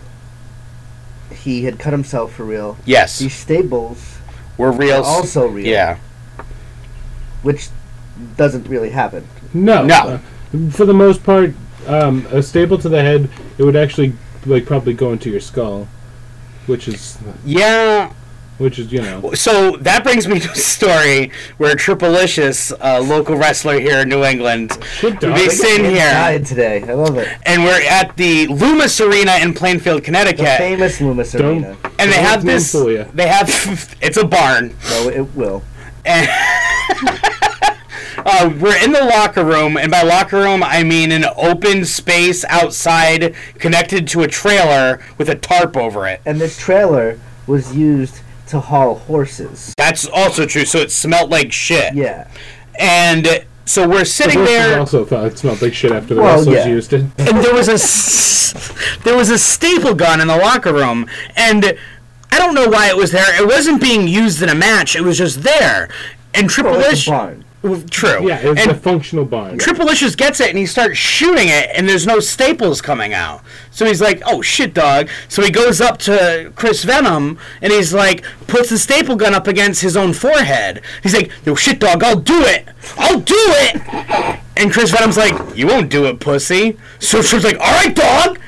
Speaker 5: he had cut himself for real.
Speaker 6: Yes,
Speaker 5: These stables
Speaker 6: we're real.
Speaker 5: are also real,
Speaker 6: Yeah.
Speaker 5: which doesn't really happen.
Speaker 4: No,
Speaker 6: No.
Speaker 4: uh, for the most part, um, a staple to the head, it would actually like probably go into your skull, which is
Speaker 6: Yeah.
Speaker 4: which is you know
Speaker 6: So that brings me to a story where Triplicious, a local wrestler here in New England,
Speaker 4: Good dog.
Speaker 6: we sit in here
Speaker 5: Died today. I love it.
Speaker 6: and we're at the Loomis Arena in Plainfield,
Speaker 5: The
Speaker 6: Connecticut,
Speaker 5: famous Loomis
Speaker 4: Don't-
Speaker 5: Arena.
Speaker 6: and they
Speaker 4: Don't
Speaker 6: have this.
Speaker 4: fool ya.
Speaker 6: They have it's a barn.
Speaker 5: No, it will.
Speaker 6: Uh, we're in the locker room, and by locker room I mean an open space outside connected to a trailer with a tarp over it.
Speaker 5: And this trailer was used to haul horses.
Speaker 6: That's also true. So it smelled like shit.
Speaker 5: Yeah.
Speaker 6: And so we're sitting
Speaker 4: Horses
Speaker 6: there.
Speaker 4: also thought it smelled like shit after the
Speaker 5: Well,
Speaker 4: wrestlers
Speaker 5: yeah.
Speaker 4: used it.
Speaker 6: and there was a s- there was a staple gun in the locker room and I don't know why it was there. It wasn't being used in a match. It was just there. And Triple
Speaker 5: Well, it's
Speaker 6: H
Speaker 5: a barn.
Speaker 6: Well, true.
Speaker 4: Yeah, it was
Speaker 6: and
Speaker 4: a functional barn.
Speaker 6: Triple H just gets it and he starts shooting it and there's no staples coming out. So he's like, "Oh shit, dog." So he goes up to Chris Venom and he's like puts the staple gun up against his own forehead. He's like, "No shit, dog. I'll do it. I'll do it." And Chris Venom's like, "You won't do it, pussy." So Trip's like, "All right, dog."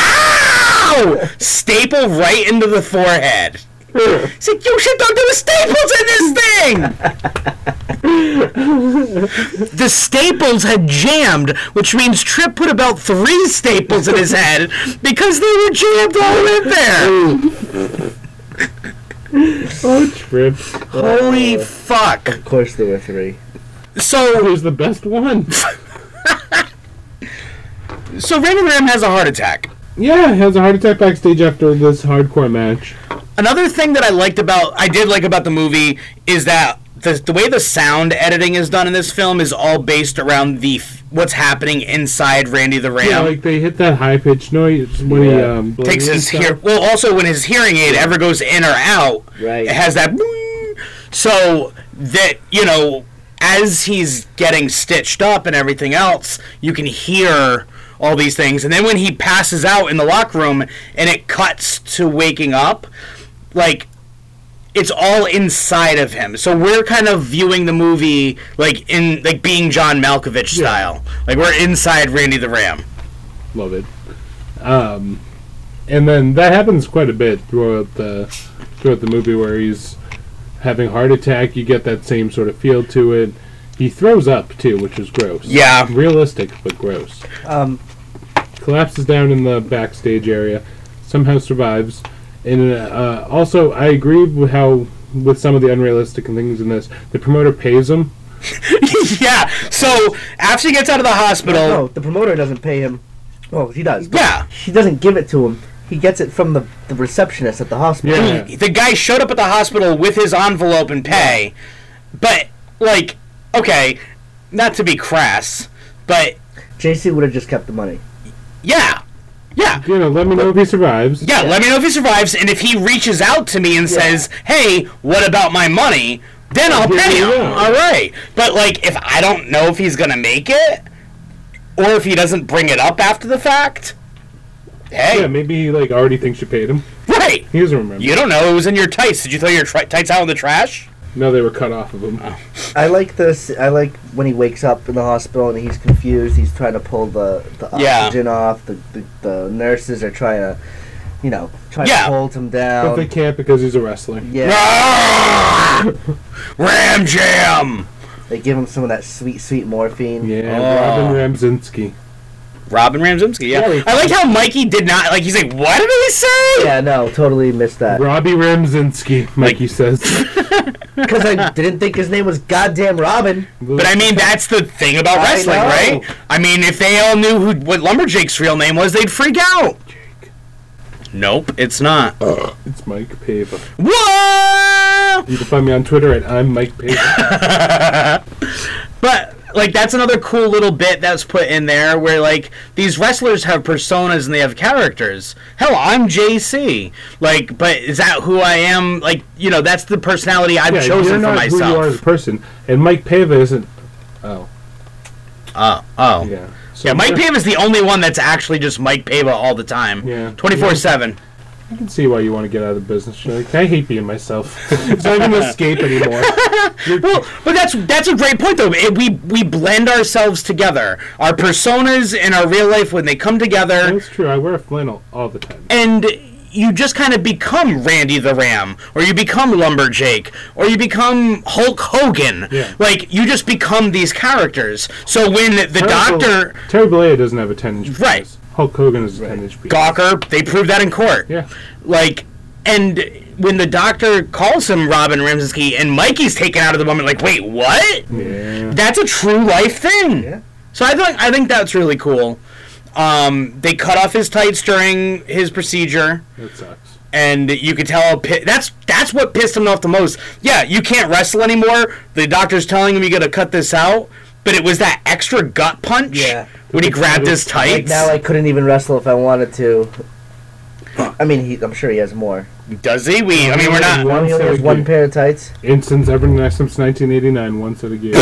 Speaker 6: Ow! Staple right into the forehead. He's like, yo, shit, dog, there were staples in this thing! the staples had jammed, which means Tripp put about three staples in his head because they were jammed all in there.
Speaker 4: Oh, Trip.
Speaker 6: Holy fuck.
Speaker 5: Of course there were three.
Speaker 6: So,
Speaker 4: Who's the best one?
Speaker 6: so Randy Ram has a heart attack.
Speaker 4: Yeah, has a heart attack backstage after this hardcore match.
Speaker 6: Another thing that I liked about, I did like about the movie is that the, the way the sound editing is done in this film is all based around the f- what's happening inside Randy the Ram.
Speaker 4: Yeah, like they hit that high pitched noise when he
Speaker 5: Yeah.
Speaker 4: um, blows
Speaker 6: takes
Speaker 4: and
Speaker 6: his
Speaker 4: stuff.
Speaker 6: hear. Well, also when his hearing aid ever goes in or out,
Speaker 5: Right.
Speaker 6: it has that. boing. So that you know, as he's getting stitched up and everything else, you can hear all these things. And then when he passes out in the locker room, and it cuts to waking up, like. It's all inside of him, so we're kind of viewing the movie like in like being John Malkovich style. Like we're inside Randy the Ram.
Speaker 4: Love it. Um, and then that happens quite a bit throughout the throughout the movie where he's having heart attack. You get that same sort of feel to it. He throws up too, which is gross.
Speaker 6: Yeah.
Speaker 4: realistic but gross.
Speaker 5: Um,
Speaker 4: collapses down in the backstage area, somehow survives. And uh, also, I agree with how with some of the unrealistic things in this, the promoter pays him.
Speaker 6: yeah. So after he gets out of the hospital,
Speaker 5: no, the promoter doesn't pay him. Well, he does. But
Speaker 6: yeah,
Speaker 5: He doesn't give it to him. He gets it from the, the receptionist at the hospital.
Speaker 4: Yeah.
Speaker 6: the guy showed up at the hospital with his envelope and pay, but like, okay, not to be crass, but
Speaker 5: JC would have just kept the money.
Speaker 6: yeah, yeah.
Speaker 4: You know, let me know if he survives.
Speaker 6: Yeah, let me know if he survives, and if he reaches out to me and says, "Hey, what about my money?" Then I'll
Speaker 4: Yeah,
Speaker 6: pay him.
Speaker 4: yeah.
Speaker 6: All right, but like, if I don't know if he's gonna make it, or if he doesn't bring it up after the fact, hey,
Speaker 4: Yeah, maybe he like already thinks you paid him.
Speaker 6: right?
Speaker 4: He doesn't remember.
Speaker 6: You don't know. It was in your tights. Did you throw your tri- tights out in the trash?
Speaker 4: No, they were cut off of him.
Speaker 5: I like this. I like when he wakes up in the hospital and he's confused. He's trying to pull the, the
Speaker 6: Yeah.
Speaker 5: oxygen off. The, the, the nurses are trying to, you know, trying
Speaker 6: Yeah.
Speaker 5: to hold him
Speaker 4: But they
Speaker 5: down.
Speaker 4: can't because he's a wrestler.
Speaker 5: Yeah.
Speaker 6: Ah! Ram Jam!
Speaker 5: They give him some of that sweet, sweet morphine.
Speaker 4: Yeah,
Speaker 6: Oh.
Speaker 4: Robin Ramzinski.
Speaker 6: Robin Ramzimski, yeah.
Speaker 5: Yeah, we-
Speaker 6: I like how Mikey did not, like, he's like, what did he say?
Speaker 5: Yeah, no, totally missed that.
Speaker 4: Robbie Ramzinski, Mikey says.
Speaker 5: Because I didn't think his name was goddamn Robin.
Speaker 6: But I mean, that's the thing about
Speaker 5: I
Speaker 6: wrestling,
Speaker 5: know.
Speaker 6: right? I mean, if they all knew who what Lumberjake's real name was, they'd freak out. Nope, it's not.
Speaker 4: it's Mike Pava.
Speaker 6: Whoa!
Speaker 4: You can find me on Twitter at I'm Mike Pava.
Speaker 6: But like that's another cool little bit that's put in there where like these wrestlers have personas and they have characters. Hell, I'm JC. Like, but is that who I am? Like, you know, that's the personality I've
Speaker 4: yeah,
Speaker 6: chosen
Speaker 4: you're
Speaker 6: for
Speaker 4: not who you are as a
Speaker 6: myself.
Speaker 4: person, and Mike Pava isn't. Oh,
Speaker 6: Oh, oh. Yeah.
Speaker 4: yeah. So
Speaker 6: Mike
Speaker 4: I
Speaker 6: Pava is the only one that's actually just Mike Pava all the time.
Speaker 4: Yeah.
Speaker 6: Twenty four seven.
Speaker 4: can see why you want to get out of the business. You're like, I hate being myself. it's not even an escape anymore.
Speaker 6: Well, but that's that's a great point though. It, we we blend ourselves together, our personas and our real life when they come together.
Speaker 4: That's true. I wear a flannel all the time.
Speaker 6: and you just kind of become Randy the Ram, or you become Lumberjake, or you become Hulk Hogan.
Speaker 4: Yeah.
Speaker 6: Like you just become these characters. So when the
Speaker 4: Terrible-
Speaker 6: doctor
Speaker 4: Terry Bollea doesn't have a 10 inch penis.
Speaker 6: Right.
Speaker 4: Hulk Hogan is a 10 inch penis.
Speaker 6: Gawker, they proved that in court.
Speaker 4: Yeah.
Speaker 6: Like, and when the doctor calls him Robin Ramsky, and Mikey's taken out of the moment, like, wait, what?
Speaker 4: Yeah.
Speaker 6: That's a true life thing.
Speaker 5: Yeah.
Speaker 6: So I think I think that's really cool. Um, they cut off his tights during his procedure,
Speaker 4: That sucks.
Speaker 6: and you could tell pi- that's that's what pissed him off the most. Yeah, you can't wrestle anymore. The doctor's telling him you got to cut this out, but it was that extra gut punch
Speaker 5: Yeah.
Speaker 6: when he grabbed his
Speaker 5: Like
Speaker 6: tights.
Speaker 5: now I couldn't even wrestle if I wanted to. I mean, he, I'm sure he has more.
Speaker 6: Does he? We I mean we're not.
Speaker 5: He only has one pair of tights.
Speaker 4: And since ever since 1989, one set of gear.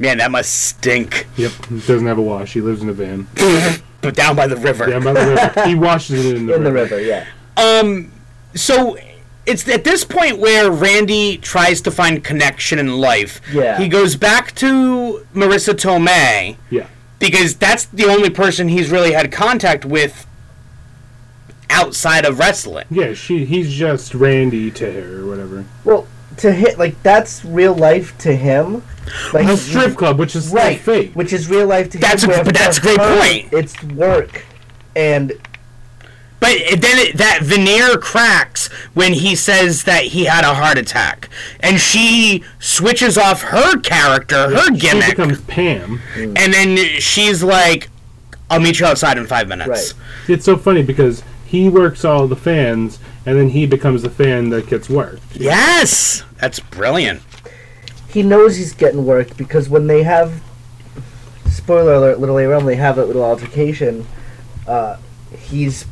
Speaker 6: Man, that must stink.
Speaker 4: yep. He doesn't have a wash. He lives in a van.
Speaker 6: But down by the river.
Speaker 4: Down by the river. He washes it in the
Speaker 5: In the
Speaker 4: river.
Speaker 5: river, yeah.
Speaker 6: Um, So it's at this point where Randy tries to find connection in life.
Speaker 5: Yeah.
Speaker 6: He goes back to Marissa Tomei
Speaker 4: Yeah.
Speaker 6: because that's the only person he's really had contact with outside of wrestling.
Speaker 4: Yeah, she, he's just Randy to her or whatever.
Speaker 5: Well, to hit like that's real life to him. Like
Speaker 4: A strip club, which is
Speaker 5: right,
Speaker 4: still fake.
Speaker 5: which is real life to
Speaker 6: That's a-
Speaker 5: him. where
Speaker 6: but that's a
Speaker 5: for
Speaker 6: great
Speaker 5: her,
Speaker 6: point.
Speaker 5: It's work, and
Speaker 6: But then it, that veneer cracks when he says that he had a heart attack. And she switches off her character, her
Speaker 4: she
Speaker 6: gimmick.
Speaker 4: becomes Pam.
Speaker 6: and then she's like, I'll meet you outside in five minutes.
Speaker 5: Right.
Speaker 4: It's so funny because he works all the fans, and then he becomes the fan that gets worked.
Speaker 6: Yes, that's brilliant.
Speaker 5: he knows he's getting worked because when they have spoiler alert little later on they have that little altercation uh, he's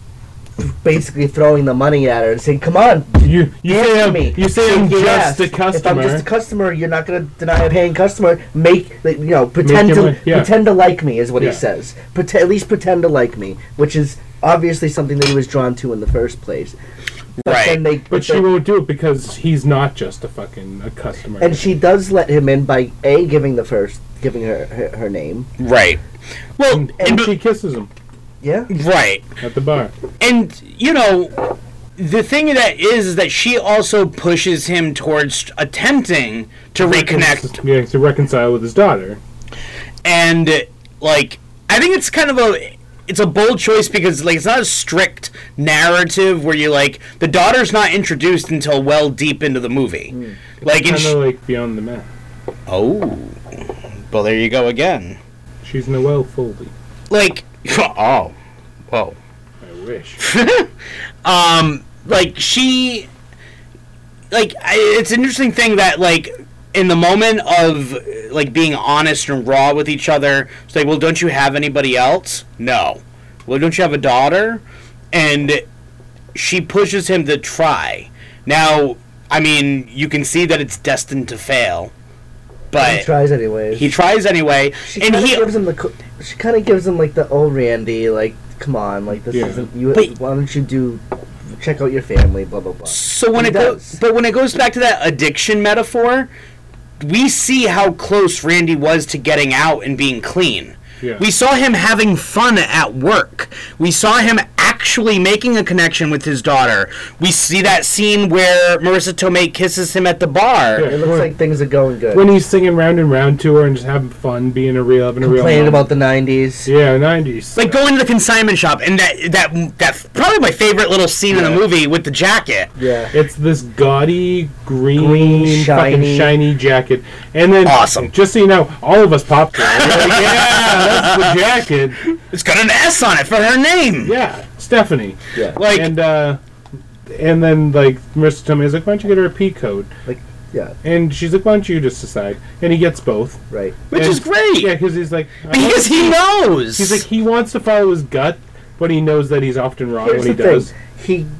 Speaker 5: basically throwing the money at her and saying come on
Speaker 4: You you say
Speaker 5: answer
Speaker 4: I'm,
Speaker 5: me
Speaker 4: you say
Speaker 5: Shake
Speaker 4: I'm
Speaker 5: your ass.
Speaker 4: just a customer.
Speaker 5: if i'm just a customer you're not going to deny a paying customer make like, you know pretend
Speaker 4: him
Speaker 5: to
Speaker 4: like- yeah.
Speaker 5: pretend to like me is what
Speaker 4: Yeah.
Speaker 5: he says Prete- at least pretend to like me which is obviously something that he was drawn to in the first place but
Speaker 6: Right.
Speaker 5: then they
Speaker 4: but she
Speaker 5: they-
Speaker 4: won't do it because he's not just a fucking a customer.
Speaker 5: and she does let him in by a giving the first giving her her, her name
Speaker 6: Right. Well, and,
Speaker 4: and she kisses him
Speaker 5: yeah
Speaker 6: right.
Speaker 4: at the bar.
Speaker 6: And you know, the thing that is is that she also pushes him towards attempting to reconnect
Speaker 4: Yeah, to reconcile with his daughter.
Speaker 6: and like I think it's kind of a it's a bold choice because like it's not a strict narrative where you like the daughter's not introduced until well deep into the movie. Like and
Speaker 4: Kind
Speaker 6: sh-
Speaker 4: of like beyond the map.
Speaker 6: oh. Well, there you go again.
Speaker 4: She's Noelle Foley.
Speaker 6: Like oh. Whoa.
Speaker 4: I wish.
Speaker 6: like she like I, it's an interesting thing that like in the moment of like being honest and raw with each other it's like well don't you have anybody else no well don't you have a daughter and she pushes him to try now i mean you can see that it's destined to fail
Speaker 5: He
Speaker 6: but
Speaker 5: tries anyways.
Speaker 6: he tries anyway
Speaker 5: she
Speaker 6: and
Speaker 5: kind of
Speaker 6: he
Speaker 5: gives him the. co- She kind of gives him like the old Randy, like come on, like this
Speaker 4: Yeah.
Speaker 5: isn't you.
Speaker 6: But-
Speaker 5: why don't you do, check out your family, blah blah blah.
Speaker 6: So when
Speaker 5: He
Speaker 6: it goes,
Speaker 5: does.
Speaker 6: but when it goes back to that addiction metaphor, we see how close Randy was to getting out and being clean.
Speaker 4: Yeah.
Speaker 6: We saw him having fun at work. We saw him actually making a connection with his daughter. We see that scene where Marissa Tomei kisses him at the bar.
Speaker 4: Yeah.
Speaker 5: It looks
Speaker 4: When-
Speaker 5: like things are going good.
Speaker 4: when he's singing round and round to her and just having fun, being a real, having a real.
Speaker 5: Complaining
Speaker 4: mom.
Speaker 5: about the '90s.
Speaker 4: Yeah, nineties.
Speaker 6: Like going to the consignment shop, and that that that probably my favorite little scene in the movie with the jacket.
Speaker 5: Yeah.
Speaker 4: It's this gaudy green,
Speaker 5: Green,
Speaker 4: fucking
Speaker 5: shiny.
Speaker 4: shiny jacket, and then
Speaker 6: Awesome.
Speaker 4: Just so you know, all of us popped. it. We're like, yeah, that's the jacket.
Speaker 6: It's got an S on it for her name.
Speaker 4: Yeah, Stephanie.
Speaker 5: Yeah.
Speaker 6: Like
Speaker 4: and uh, and then like Mr. Tommy's like, why don't you get her a pea coat?
Speaker 5: Like yeah.
Speaker 4: And she's like, why don't you just decide? And he gets both,
Speaker 5: Right.
Speaker 6: which
Speaker 4: And-
Speaker 6: is great
Speaker 4: Yeah, because he's like, I want-
Speaker 6: because he knows.
Speaker 4: he's like he wants to follow his gut, but he knows that he's often wrong
Speaker 5: Here's
Speaker 4: when he
Speaker 5: the
Speaker 4: does.
Speaker 5: thing.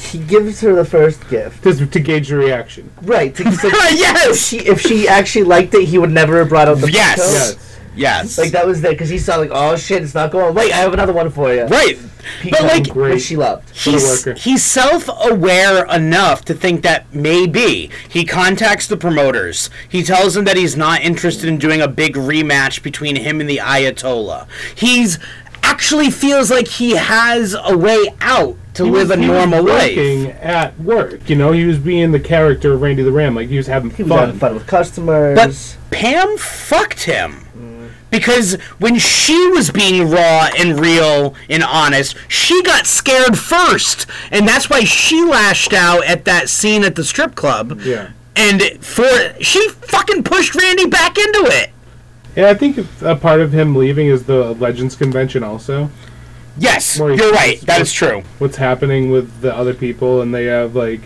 Speaker 5: He he gives her the first gift.
Speaker 4: Just to gauge the reaction.
Speaker 5: Right. to- so
Speaker 6: yes.
Speaker 5: she, if she actually liked it, he would never have brought out the
Speaker 6: Yes.
Speaker 5: photo.
Speaker 4: Yes.
Speaker 6: Yes.
Speaker 5: Like that was there because he saw like oh shit it's not going wait I have another one for you
Speaker 6: right. But like
Speaker 4: Great.
Speaker 5: which she loved
Speaker 6: he's
Speaker 4: worker.
Speaker 6: he's self-aware enough to think that maybe he contacts the promoters. He tells them that he's not interested in doing a big rematch between him and the Ayatollah. He's actually feels like he has a way out. to
Speaker 4: he
Speaker 6: live
Speaker 4: was-
Speaker 6: a
Speaker 4: he was
Speaker 6: normal
Speaker 4: working
Speaker 6: life.
Speaker 4: at work. You know, he was being the character of Randy the Ram. Like he was having
Speaker 5: He was
Speaker 4: fun.
Speaker 5: having fun with customers.
Speaker 6: But Pam fucked him. Because when she was being raw and real and honest, she got scared first. And that's why she lashed out at that scene at the strip club.
Speaker 4: Yeah.
Speaker 6: And for she fucking pushed Randy back into it.
Speaker 4: And I think a part of him leaving is the Legends convention also.
Speaker 6: Yes,
Speaker 4: Maurice,
Speaker 6: you're right.
Speaker 4: what's-
Speaker 6: That is true.
Speaker 4: What's happening with the other people, and they have like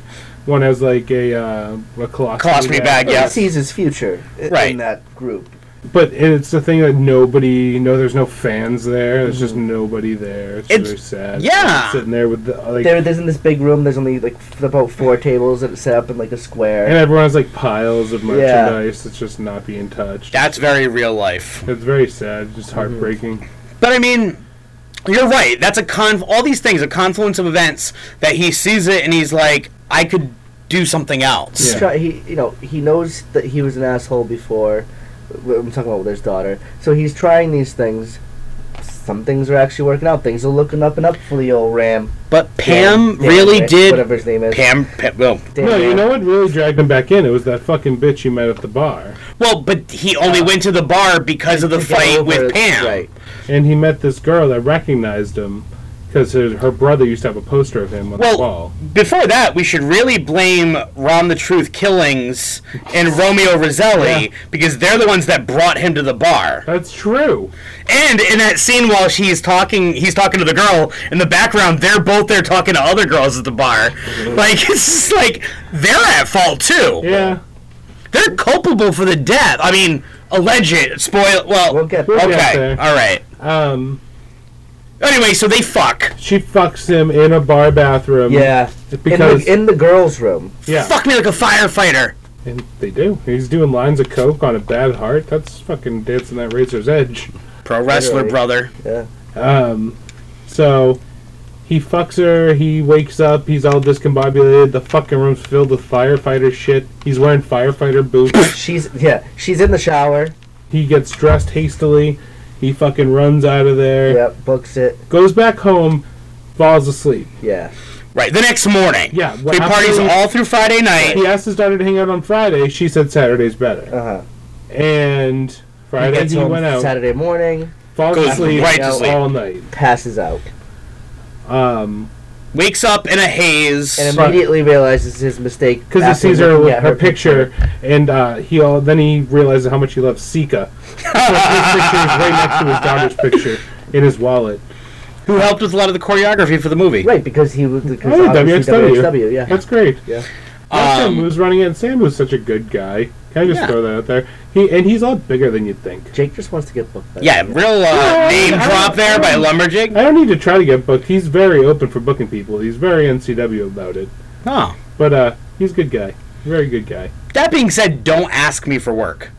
Speaker 4: one has like a uh, a colostomy,
Speaker 6: Colostomy bag,
Speaker 5: he
Speaker 6: yeah.
Speaker 5: sees his future i-
Speaker 6: Right.
Speaker 5: in that group.
Speaker 4: But it's the thing that nobody, no, there's no fans there. There's just nobody there. It's,
Speaker 6: Mm-hmm. It's-
Speaker 4: really sad.
Speaker 6: yeah.
Speaker 4: sitting there with the like,
Speaker 5: There, there's in this big room. There's only like f- about four tables that are set up in like a
Speaker 4: and
Speaker 5: square.
Speaker 4: everyone has like piles of merchandise that's just not being touched.
Speaker 6: That's very real life.
Speaker 4: It's very sad,
Speaker 6: Mm-hmm.
Speaker 4: just heartbreaking.
Speaker 6: But I mean, you're right. That's a con. All these things, a confluence of events that he sees it and he's like, I could do something else.
Speaker 4: Yeah.
Speaker 5: Try- He, you know, he knows that he was an asshole before. W- I'm talking about with his daughter. So he's trying these things. Some things are actually working out. Things are looking up and up for the old Ram.
Speaker 6: But Pam
Speaker 5: Dan- Dan
Speaker 6: really
Speaker 5: Ram,
Speaker 6: did.
Speaker 5: whatever his name is.
Speaker 6: Pam, Pam, well,
Speaker 5: Dan
Speaker 4: No, you
Speaker 5: Ram.
Speaker 4: know what really dragged him back in? It was that fucking bitch you met at the bar.
Speaker 6: well, but he only went to the bar because of the
Speaker 5: To get
Speaker 6: fight
Speaker 5: over
Speaker 6: with
Speaker 5: it,
Speaker 6: Pam.
Speaker 5: Right.
Speaker 4: And he met this girl that recognized him because her, her brother used to have a poster of him on the
Speaker 6: Well,
Speaker 4: wall.
Speaker 6: before that, we should really blame Ron the Truth Killings and Romeo Roselli because they're the ones that brought him to the bar.
Speaker 4: That's true.
Speaker 6: And in that scene, while she's talking, he's talking to the girl in the background. They're both there talking to other girls at the bar.
Speaker 5: Mm-hmm.
Speaker 6: Like it's just like they're at fault too.
Speaker 4: Yeah.
Speaker 6: They're culpable for the death. I mean, alleged spoil. Well,
Speaker 5: We'll get
Speaker 4: We'll
Speaker 5: there.
Speaker 4: get
Speaker 6: okay,
Speaker 4: there.
Speaker 6: all right.
Speaker 4: Um,
Speaker 6: Anyway, so they fuck.
Speaker 4: she fucks him in a bar bathroom.
Speaker 5: Yeah.
Speaker 4: Because-
Speaker 5: in, the, in the girls' room.
Speaker 4: Yeah.
Speaker 6: Fuck me like a firefighter.
Speaker 4: And they do. He's doing lines of coke on a bad heart. That's fucking dancing that razor's edge.
Speaker 6: Pro wrestler,
Speaker 5: Literally.
Speaker 6: brother.
Speaker 4: Um, so he fucks her. He wakes up. He's all discombobulated. The fucking room's filled with firefighter shit. He's wearing firefighter boots.
Speaker 5: She's yeah. She's in the shower.
Speaker 4: he gets dressed hastily. He fucking runs out of there.
Speaker 5: Yep. Books it.
Speaker 4: Goes back home. Falls asleep.
Speaker 5: Yeah.
Speaker 6: Right. The next morning.
Speaker 4: Yeah,
Speaker 6: So
Speaker 4: what
Speaker 6: he parties
Speaker 4: happened-
Speaker 6: all through Friday night. Uh-huh.
Speaker 4: He asked his daughter to hang out on Friday. She said Saturday's better.
Speaker 5: Uh huh.
Speaker 4: And Friday
Speaker 5: Gets
Speaker 4: he,
Speaker 5: home
Speaker 4: went out.
Speaker 5: Saturday morning.
Speaker 4: Falls
Speaker 6: Goes
Speaker 4: asleep,
Speaker 6: right to sleep.
Speaker 4: all night.
Speaker 5: Passes out.
Speaker 4: Um,
Speaker 6: Wakes up in a haze.
Speaker 5: and
Speaker 4: Right.
Speaker 5: immediately realizes his mistake
Speaker 4: because he
Speaker 5: after
Speaker 4: sees her
Speaker 5: looking
Speaker 4: with
Speaker 5: at
Speaker 4: her, picture, and uh, he all, then he realizes how much he loves Sika. So his picture is right next to his daughter's picture in his wallet.
Speaker 6: who helped with a lot of the choreography for the movie.
Speaker 5: Right, because he was because
Speaker 4: Oh,
Speaker 5: obviously
Speaker 4: WXW.
Speaker 5: WXW, yeah.
Speaker 4: That's great. Yeah, Sam
Speaker 6: Um,
Speaker 4: was running it. Sam was such a good guy. Can I just
Speaker 6: Yeah.
Speaker 4: throw that out there? He and he's a lot bigger than you'd think.
Speaker 5: Jake just wants to get booked. by
Speaker 6: yeah,
Speaker 5: him.
Speaker 6: real uh,
Speaker 4: Yeah,
Speaker 6: name
Speaker 4: I-
Speaker 6: drop there by Lumberjig.
Speaker 4: I don't need to try to get booked. He's very open for booking people. He's very NCW about it.
Speaker 6: Oh.
Speaker 4: But uh, he's a good guy. Very good guy.
Speaker 6: That being said, don't ask me for work.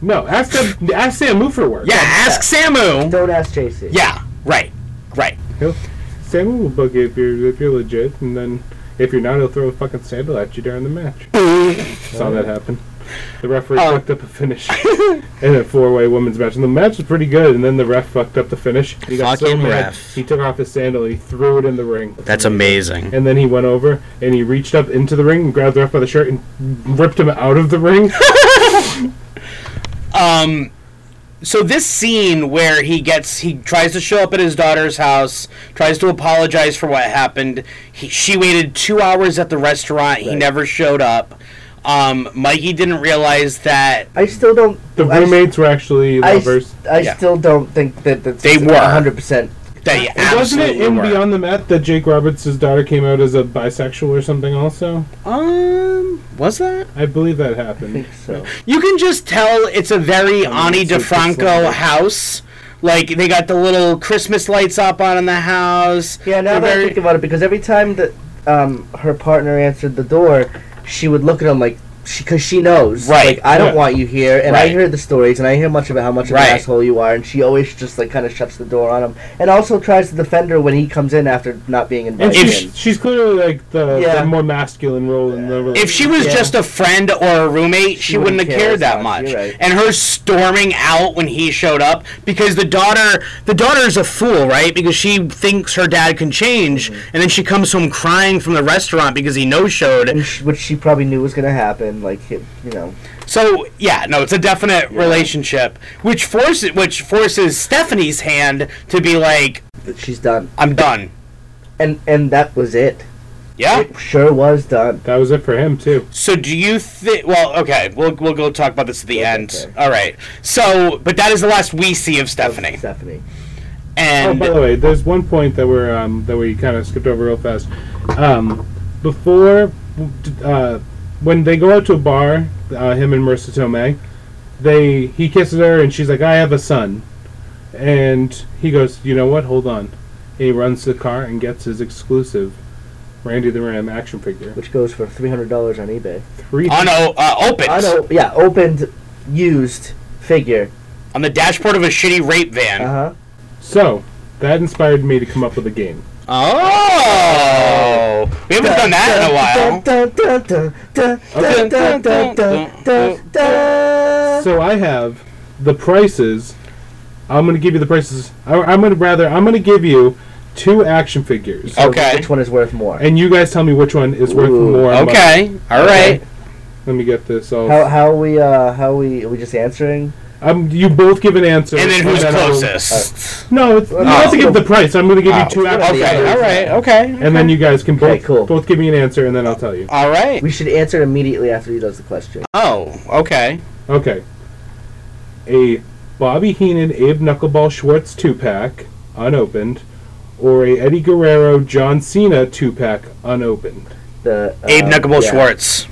Speaker 4: No, ask him, ask Sam Wu for work.
Speaker 6: Yeah, ask Samu.
Speaker 5: Don't ask JC.
Speaker 6: Yeah, right, right.
Speaker 4: He'll, Sam will book you if you're if you're legit, and then if you're not, he'll throw a fucking sandal at you during the match. Saw that happen. The referee
Speaker 6: Oh.
Speaker 4: fucked up a finish in a four-way women's match, and the match was pretty good. And then the ref fucked up the finish. He got so
Speaker 6: Fucking
Speaker 4: mad,
Speaker 6: ref.
Speaker 4: he took off his sandal, he threw it in the ring,
Speaker 6: That's amazing.
Speaker 4: and then he went over and he reached up into the ring and grabbed the ref by the shirt and ripped him out of the ring.
Speaker 6: Um, so this scene where he gets, he tries to show up at his daughter's house, tries to apologize for what happened. He, she waited two hours at the restaurant. He never showed up. Um, Mikey didn't realize that
Speaker 5: I still don't.
Speaker 4: the
Speaker 5: I,
Speaker 4: roommates were actually
Speaker 5: I,
Speaker 4: lovers.
Speaker 5: I
Speaker 6: Yeah.
Speaker 5: still don't think that that's
Speaker 6: They were.
Speaker 5: 100. percent
Speaker 6: that he
Speaker 4: And Wasn't
Speaker 6: absolutely
Speaker 4: it in
Speaker 6: were.
Speaker 4: Beyond the Mat that Jake Roberts' daughter came out as a bisexual or something? Also,
Speaker 6: Um, was that?
Speaker 4: I believe that happened.
Speaker 5: So
Speaker 6: You can just tell it's a very Ani
Speaker 4: it's like
Speaker 6: DeFranco
Speaker 4: Islamic.
Speaker 6: house. Like they got the little Christmas lights up on in the house.
Speaker 5: yeah, now
Speaker 6: They're
Speaker 5: that I
Speaker 6: very-
Speaker 5: think about it, because every time that um, her partner answered the door, she would look at him like because she, knows.
Speaker 6: Right.
Speaker 5: Like I don't
Speaker 4: Yeah.
Speaker 5: want you here, and I
Speaker 6: Right.
Speaker 5: hear the stories, and I hear much about how much of
Speaker 6: Right.
Speaker 5: an asshole you are, and she always just like kind of shuts the door on him, and also tries to defend her when he comes in after not being
Speaker 4: And
Speaker 6: If
Speaker 5: invited. in.
Speaker 4: she's, she's clearly like the,
Speaker 5: Yeah.
Speaker 4: the more masculine role in the relationship.
Speaker 6: If she was
Speaker 5: Yeah.
Speaker 6: just a friend or a roommate, she, wouldn't have
Speaker 5: wouldn't care
Speaker 6: cared
Speaker 5: as
Speaker 6: that
Speaker 5: much,
Speaker 6: much.
Speaker 5: you're right.
Speaker 6: And her storming out when he showed up because the daughter, the daughter's a fool, right? Because she thinks her dad can change,
Speaker 5: Mm-hmm.
Speaker 6: and then she comes home crying from the restaurant because he no showed.
Speaker 5: And sh- which she probably knew was going to happen. Like it- you know,
Speaker 6: So yeah, no, it's a definite relationship, which forces which forces Stephanie's hand to be like,
Speaker 5: that she's done,
Speaker 6: I'm done.
Speaker 5: and and that was it.
Speaker 6: Yeah.
Speaker 5: It sure was done.
Speaker 4: that was it for him too.
Speaker 6: So do you think? Well, okay, we'll we'll go talk about this at the end.
Speaker 5: okay.
Speaker 6: All right. So, but that is the last we see of Stephanie.
Speaker 5: Stephanie.
Speaker 4: Oh,
Speaker 6: And
Speaker 4: by the way, there's one point that we're um, that we kind of skipped over real fast. Um, before, uh, when they go out to a bar, uh, him and Marissa Tomei, they he kisses her and she's like, "I have a son," and he goes, "You know what? Hold on." He runs to the car and gets his exclusive Randy the Ram action figure.
Speaker 5: which goes for three hundred dollars on eBay.
Speaker 4: Three.
Speaker 6: on o- uh, opens
Speaker 5: I know, yeah, opened, used figure.
Speaker 6: on the dashboard of a shitty rape van.
Speaker 5: Uh huh.
Speaker 4: So that inspired me to come up with a game.
Speaker 6: Oh, we haven't done that in a while.
Speaker 5: while.
Speaker 4: So I have the prices. I'm gonna give you the prices. I, I'm gonna rather. I'm gonna give you two action figures,
Speaker 6: Okay.
Speaker 5: Which one is worth more?
Speaker 4: and you guys tell me which one is worth
Speaker 5: Ooh,
Speaker 4: more. money.
Speaker 6: Okay, all right.
Speaker 4: Let me get this all.
Speaker 5: How how are we uh how are we are we just answering?
Speaker 4: um, you both give an answer.
Speaker 6: And then who's
Speaker 4: I'll-
Speaker 6: closest?
Speaker 4: No, it's, you have to give the price. I'm gonna give you two
Speaker 5: Uh,
Speaker 6: Oh,
Speaker 4: action
Speaker 6: okay,
Speaker 4: figures,
Speaker 6: all right, okay,
Speaker 4: and then you guys can both
Speaker 5: Okay, cool.
Speaker 4: both give me an answer, and then I'll tell you.
Speaker 6: all right.
Speaker 5: We should answer immediately after he does the question.
Speaker 6: Oh, okay.
Speaker 4: Okay. A Bobby Heenan Abe Knuckleball Schwartz two pack unopened, or a Eddie Guerrero John Cena two pack unopened.
Speaker 5: The uh,
Speaker 6: Abe Knuckleball
Speaker 5: yeah.
Speaker 6: Schwartz.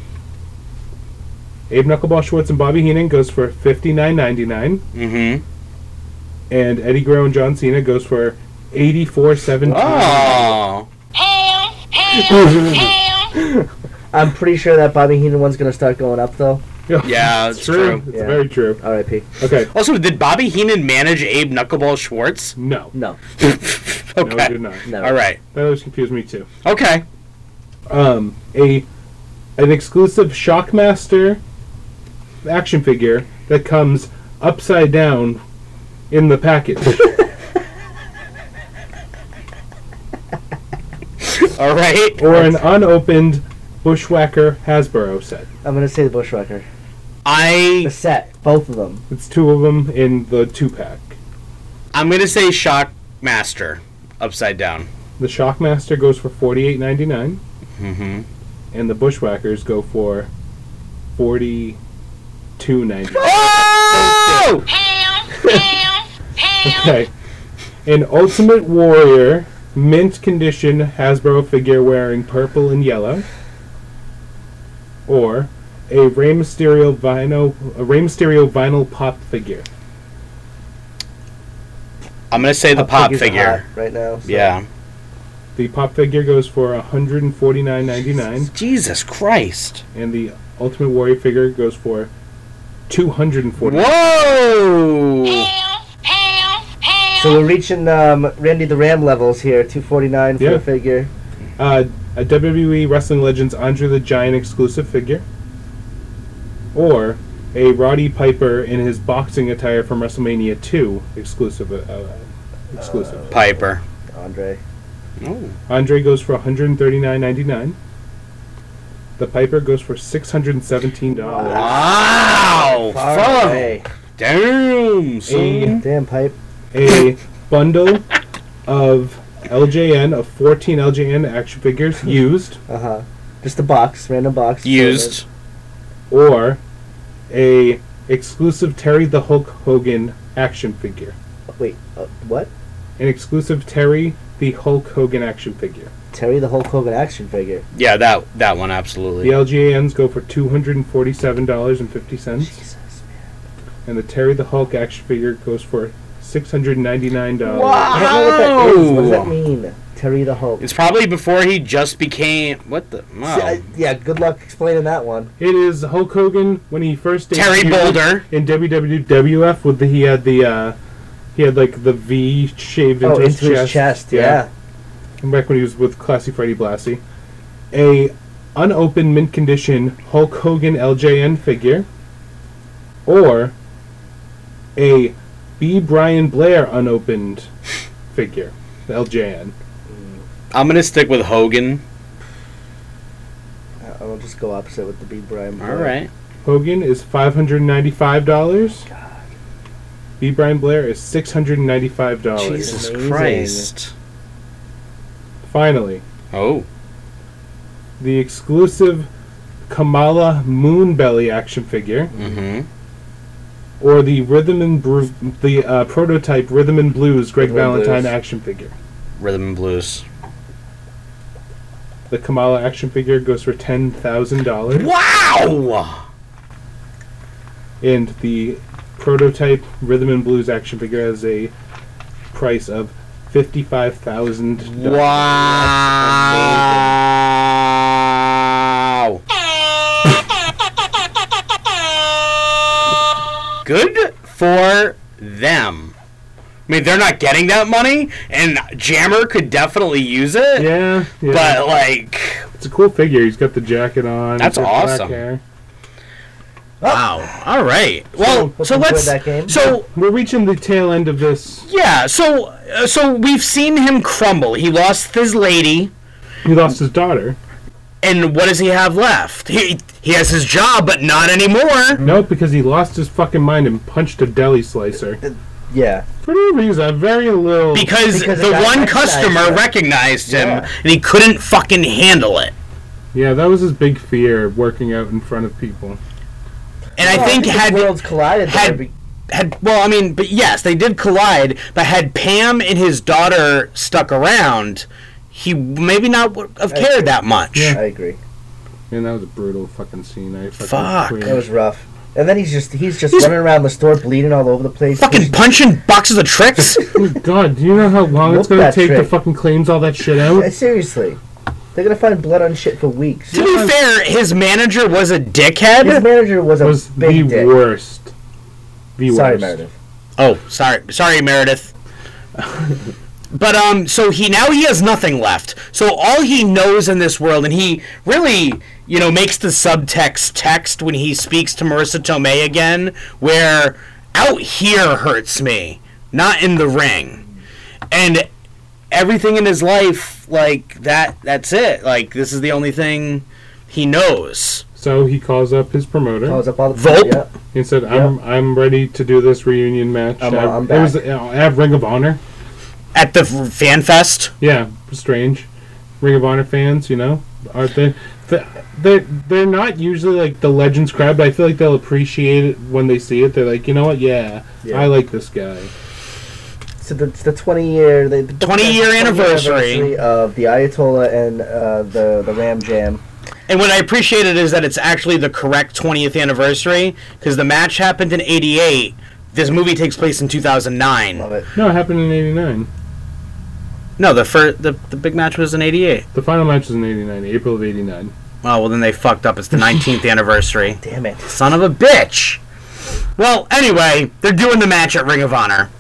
Speaker 4: Abe Knuckleball Schwartz and Bobby Heenan goes for fifty nine ninety nine,
Speaker 6: Mm-hmm.
Speaker 4: and Eddie Guerrero and John Cena goes for eighty four seventeen.
Speaker 5: Mm-hmm.
Speaker 6: Oh,
Speaker 5: I'm pretty sure that Bobby Heenan one's gonna start going up though.
Speaker 6: yeah, it's true.
Speaker 4: It's
Speaker 5: Yeah.
Speaker 4: very true.
Speaker 5: R.I.P.
Speaker 4: Okay,
Speaker 6: Also, did Bobby Heenan manage Abe Knuckleball Schwartz?
Speaker 4: no,
Speaker 5: No,
Speaker 4: no, I
Speaker 6: okay.
Speaker 4: did not.
Speaker 5: no.
Speaker 6: all right.
Speaker 4: That always confused me too.
Speaker 6: Okay.
Speaker 4: Um, a an exclusive Shockmaster action figure that comes upside down in the package.
Speaker 6: All right.
Speaker 4: or an unopened Bushwhacker Hasbro set.
Speaker 5: I'm gonna say the Bushwhacker. The
Speaker 6: I
Speaker 5: set, both of them.
Speaker 4: It's two of them in the two pack.
Speaker 6: I'm gonna say Shock Master upside down.
Speaker 4: The Shockmaster goes for forty eight ninety nine,
Speaker 6: Mm-hmm.
Speaker 4: and the Bushwhackers go for forty two ninety.
Speaker 6: Oh!
Speaker 4: Okay, an Ultimate Warrior mint condition Hasbro figure wearing purple and yellow, or a Rey Mysterio vinyl a Rey Mysterio vinyl pop figure.
Speaker 6: I'm gonna say the pop
Speaker 5: Figures are
Speaker 6: figure.
Speaker 5: hot right now. so-
Speaker 6: Yeah.
Speaker 4: The pop figure goes for one hundred and forty nine ninety nine.
Speaker 6: Jesus Christ.
Speaker 4: and the Ultimate Warrior figure goes for two hundred and forty.
Speaker 7: Oh!
Speaker 6: Whoa!
Speaker 5: So we're reaching um, Randy the Ram levels here. Two forty nine for
Speaker 4: Yeah.
Speaker 5: a figure.
Speaker 4: Uh, a WWE Wrestling Legends Andre the Giant exclusive figure, or a Roddy Piper in his boxing attire from WrestleMania Two exclusive. Uh, uh, exclusive.
Speaker 6: Piper.
Speaker 5: Andre.
Speaker 6: Oh.
Speaker 4: Andre goes for one hundred and thirty nine ninety nine. The Piper goes for six hundred and seventeen dollars.
Speaker 6: Wow!
Speaker 5: Far
Speaker 6: Fuck!
Speaker 5: away.
Speaker 6: Damn,
Speaker 4: A,
Speaker 6: son.
Speaker 5: Damn pipe.
Speaker 4: a bundle of LJN of fourteen LJN action figures used.
Speaker 5: Uh huh. Just a box, random box.
Speaker 6: Used.
Speaker 4: or a exclusive Terry the Hulk Hogan action figure.
Speaker 5: Wait, uh, what?
Speaker 4: An exclusive Terry the Hulk Hogan action figure.
Speaker 5: Terry the Hulk Hogan action figure.
Speaker 6: Yeah, that that one
Speaker 4: The
Speaker 6: absolutely.
Speaker 4: LGANs go for two hundred and forty-seven dollars and fifty cents,
Speaker 5: Jesus.
Speaker 4: and the Terry the Hulk action figure goes for six hundred ninety-nine dollars.
Speaker 5: I don't know what that is. What does that
Speaker 6: Wow!
Speaker 5: mean? Tarita Holmes.
Speaker 7: It's probably before he just became what the wow.
Speaker 5: See, I- yeah, good luck explaining that one.
Speaker 4: It is Hulk Hogan when he first
Speaker 7: Terry
Speaker 4: debuted
Speaker 7: Boulder.
Speaker 4: in WWF with the he had the uh, he had like the V shaved into,
Speaker 5: oh,
Speaker 4: his,
Speaker 5: into
Speaker 4: chest.
Speaker 5: his chest. Yeah.
Speaker 4: And back when he was with Classy Freddy Blassie, a unopened mint condition Hulk Hogan LJN figure, or a B Brian Blair unopened figure, the LJN.
Speaker 7: I'm gonna stick with Hogan.
Speaker 5: Uh, I'll just go opposite with the B. Brian.
Speaker 7: All right.
Speaker 4: Hogan is five hundred ninety-five dollars. B Brian Blair is six hundred ninety-five dollars.
Speaker 7: Jesus
Speaker 5: Oh, amazing.
Speaker 7: Christ.
Speaker 4: Finally,
Speaker 7: Oh.
Speaker 4: the exclusive Kamala Moonbelly action figure,
Speaker 7: Mm-hmm.
Speaker 4: or the Rhythm and Bru- the uh, prototype Rhythm and Blues Greg
Speaker 5: Rhythm and
Speaker 4: Valentine
Speaker 5: Blues.
Speaker 4: action figure.
Speaker 7: Rhythm and blues.
Speaker 4: The Kamala action figure goes for ten thousand dollars,
Speaker 7: Wow.
Speaker 4: and the prototype Rhythm and Blues action figure has a price of fifty-five thousand.
Speaker 7: Wow. Good for them. I mean, they're not getting that money, and Jammer could definitely use it.
Speaker 4: Yeah, yeah.
Speaker 7: But like,
Speaker 4: It's a cool figure. He's got the jacket on.
Speaker 7: That's
Speaker 4: he's got black
Speaker 7: awesome.
Speaker 4: hair.
Speaker 6: Wow. All right. Well,
Speaker 5: looking
Speaker 6: so let's.
Speaker 5: toward that game.
Speaker 6: So
Speaker 4: We're reaching the tail end of this.
Speaker 6: yeah. So uh, so we've seen him crumble. He lost his lady,
Speaker 4: He lost his daughter.
Speaker 6: and what does he have left? He he has his job, but not anymore.
Speaker 4: No, because he lost his fucking mind and punched a deli slicer.
Speaker 5: Yeah.
Speaker 4: For no reason, very little.
Speaker 6: Because,
Speaker 5: Because it
Speaker 6: the
Speaker 5: got
Speaker 6: one
Speaker 5: recognized,
Speaker 6: customer
Speaker 5: right?
Speaker 6: recognized him,
Speaker 5: Yeah.
Speaker 6: and he couldn't fucking handle it.
Speaker 4: yeah, that was his big fear, working out in front of people.
Speaker 6: And I
Speaker 5: Oh,
Speaker 6: think
Speaker 5: the
Speaker 6: had
Speaker 5: worlds collided. there
Speaker 6: had-
Speaker 5: be-
Speaker 6: had well, I mean, but yes, they did collide. But had Pam and his daughter stuck around, he maybe not would have cared that much.
Speaker 5: I agree.
Speaker 4: Man, that was a brutal fucking scene. I fucking
Speaker 6: Fuck.
Speaker 4: cringed.
Speaker 5: That was rough. And then he's just he's just
Speaker 6: He's-
Speaker 5: running around the store bleeding all over the place.
Speaker 6: Fucking punching boxes of tricks.
Speaker 4: Oh, God, do you know how long it's
Speaker 5: Whoop
Speaker 4: gonna
Speaker 5: that
Speaker 4: take to
Speaker 5: trick.
Speaker 4: fucking claims all that shit out?
Speaker 5: Uh, Seriously, they're gonna find blood on shit for weeks.
Speaker 6: to be fair, his manager was a
Speaker 5: His
Speaker 6: dickhead.
Speaker 5: manager was a
Speaker 4: It was the
Speaker 5: big dick.
Speaker 4: worst. The
Speaker 5: Sorry,
Speaker 4: worst.
Speaker 5: Meredith.
Speaker 6: Oh, sorry, sorry, Meredith. But um, so he now he has nothing left. So all he knows in this world, and he really, you know, makes the subtext text when he speaks to Marissa Tomei again, where out here hurts me, not in the ring, and everything in his life like that. That's it. Like this is the only thing he knows.
Speaker 4: So he calls up his promoter
Speaker 5: I Oh, was up all the
Speaker 6: Volpe?
Speaker 5: Yeah.
Speaker 4: and said, "I'm I'm ready to do this reunion match.
Speaker 5: I'm-
Speaker 4: I-
Speaker 5: I'm
Speaker 4: It was uh, at Ring of Honor.
Speaker 6: At the f- fan fest,
Speaker 4: Yeah, strange. Ring of Honor fans, you know, are they? they- They're, they're not usually like the legends crowd, but I feel like they'll appreciate it when they see it. They're like, you know what? Yeah,
Speaker 5: Yeah.
Speaker 4: I like this guy.
Speaker 5: So the, it's the 20 year the, the
Speaker 6: 20 year anniversary.
Speaker 5: of the Ayatollah and uh, the the Ram Jam.
Speaker 6: And what I appreciate it is that it's actually the correct 20th anniversary because the match happened in 88. This movie takes place in 2009.
Speaker 5: Love it.
Speaker 4: No, it happened in '89.
Speaker 6: No, the fir- the the big match was in 88.
Speaker 4: The final match was in '89, April of '89.
Speaker 6: Oh, well then they fucked up. It's the 19th anniversary.
Speaker 5: Damn it.
Speaker 6: Son of a bitch. Well, anyway, they're doing the match at Ring of Honor.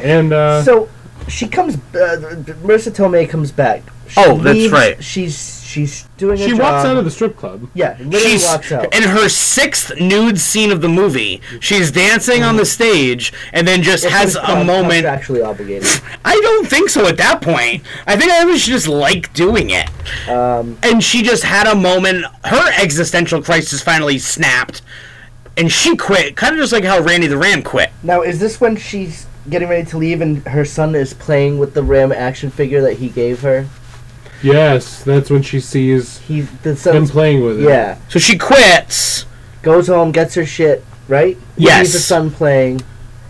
Speaker 4: And uh,
Speaker 5: So she comes. Uh, Marissa Tomei comes back. She
Speaker 6: Oh, that's
Speaker 5: leaves,
Speaker 6: right.
Speaker 5: She's she's doing.
Speaker 4: she
Speaker 5: her
Speaker 4: walks
Speaker 5: job.
Speaker 4: out of the strip club.
Speaker 5: Yeah, literally
Speaker 6: She's
Speaker 5: walks out.
Speaker 6: in her sixth nude scene of the movie. She's dancing on the stage and then just has Mm-hmm. a moment.
Speaker 5: Actually obligated.
Speaker 6: I don't think so at that point. I think I was just like doing it.
Speaker 5: Um,
Speaker 6: and she just had a moment. Her existential crisis finally snapped, and she quit, kind of just like how Randy the Ram quit.
Speaker 5: now is this when she's getting ready to leave and her son is playing with the Ram action figure that he gave her?
Speaker 4: Yes, that's when she sees
Speaker 5: He the
Speaker 4: him
Speaker 5: son's
Speaker 4: playing with it.
Speaker 5: yeah
Speaker 6: So she quits.
Speaker 5: goes home gets her shit right.
Speaker 6: Yes.
Speaker 5: Leaves the son playing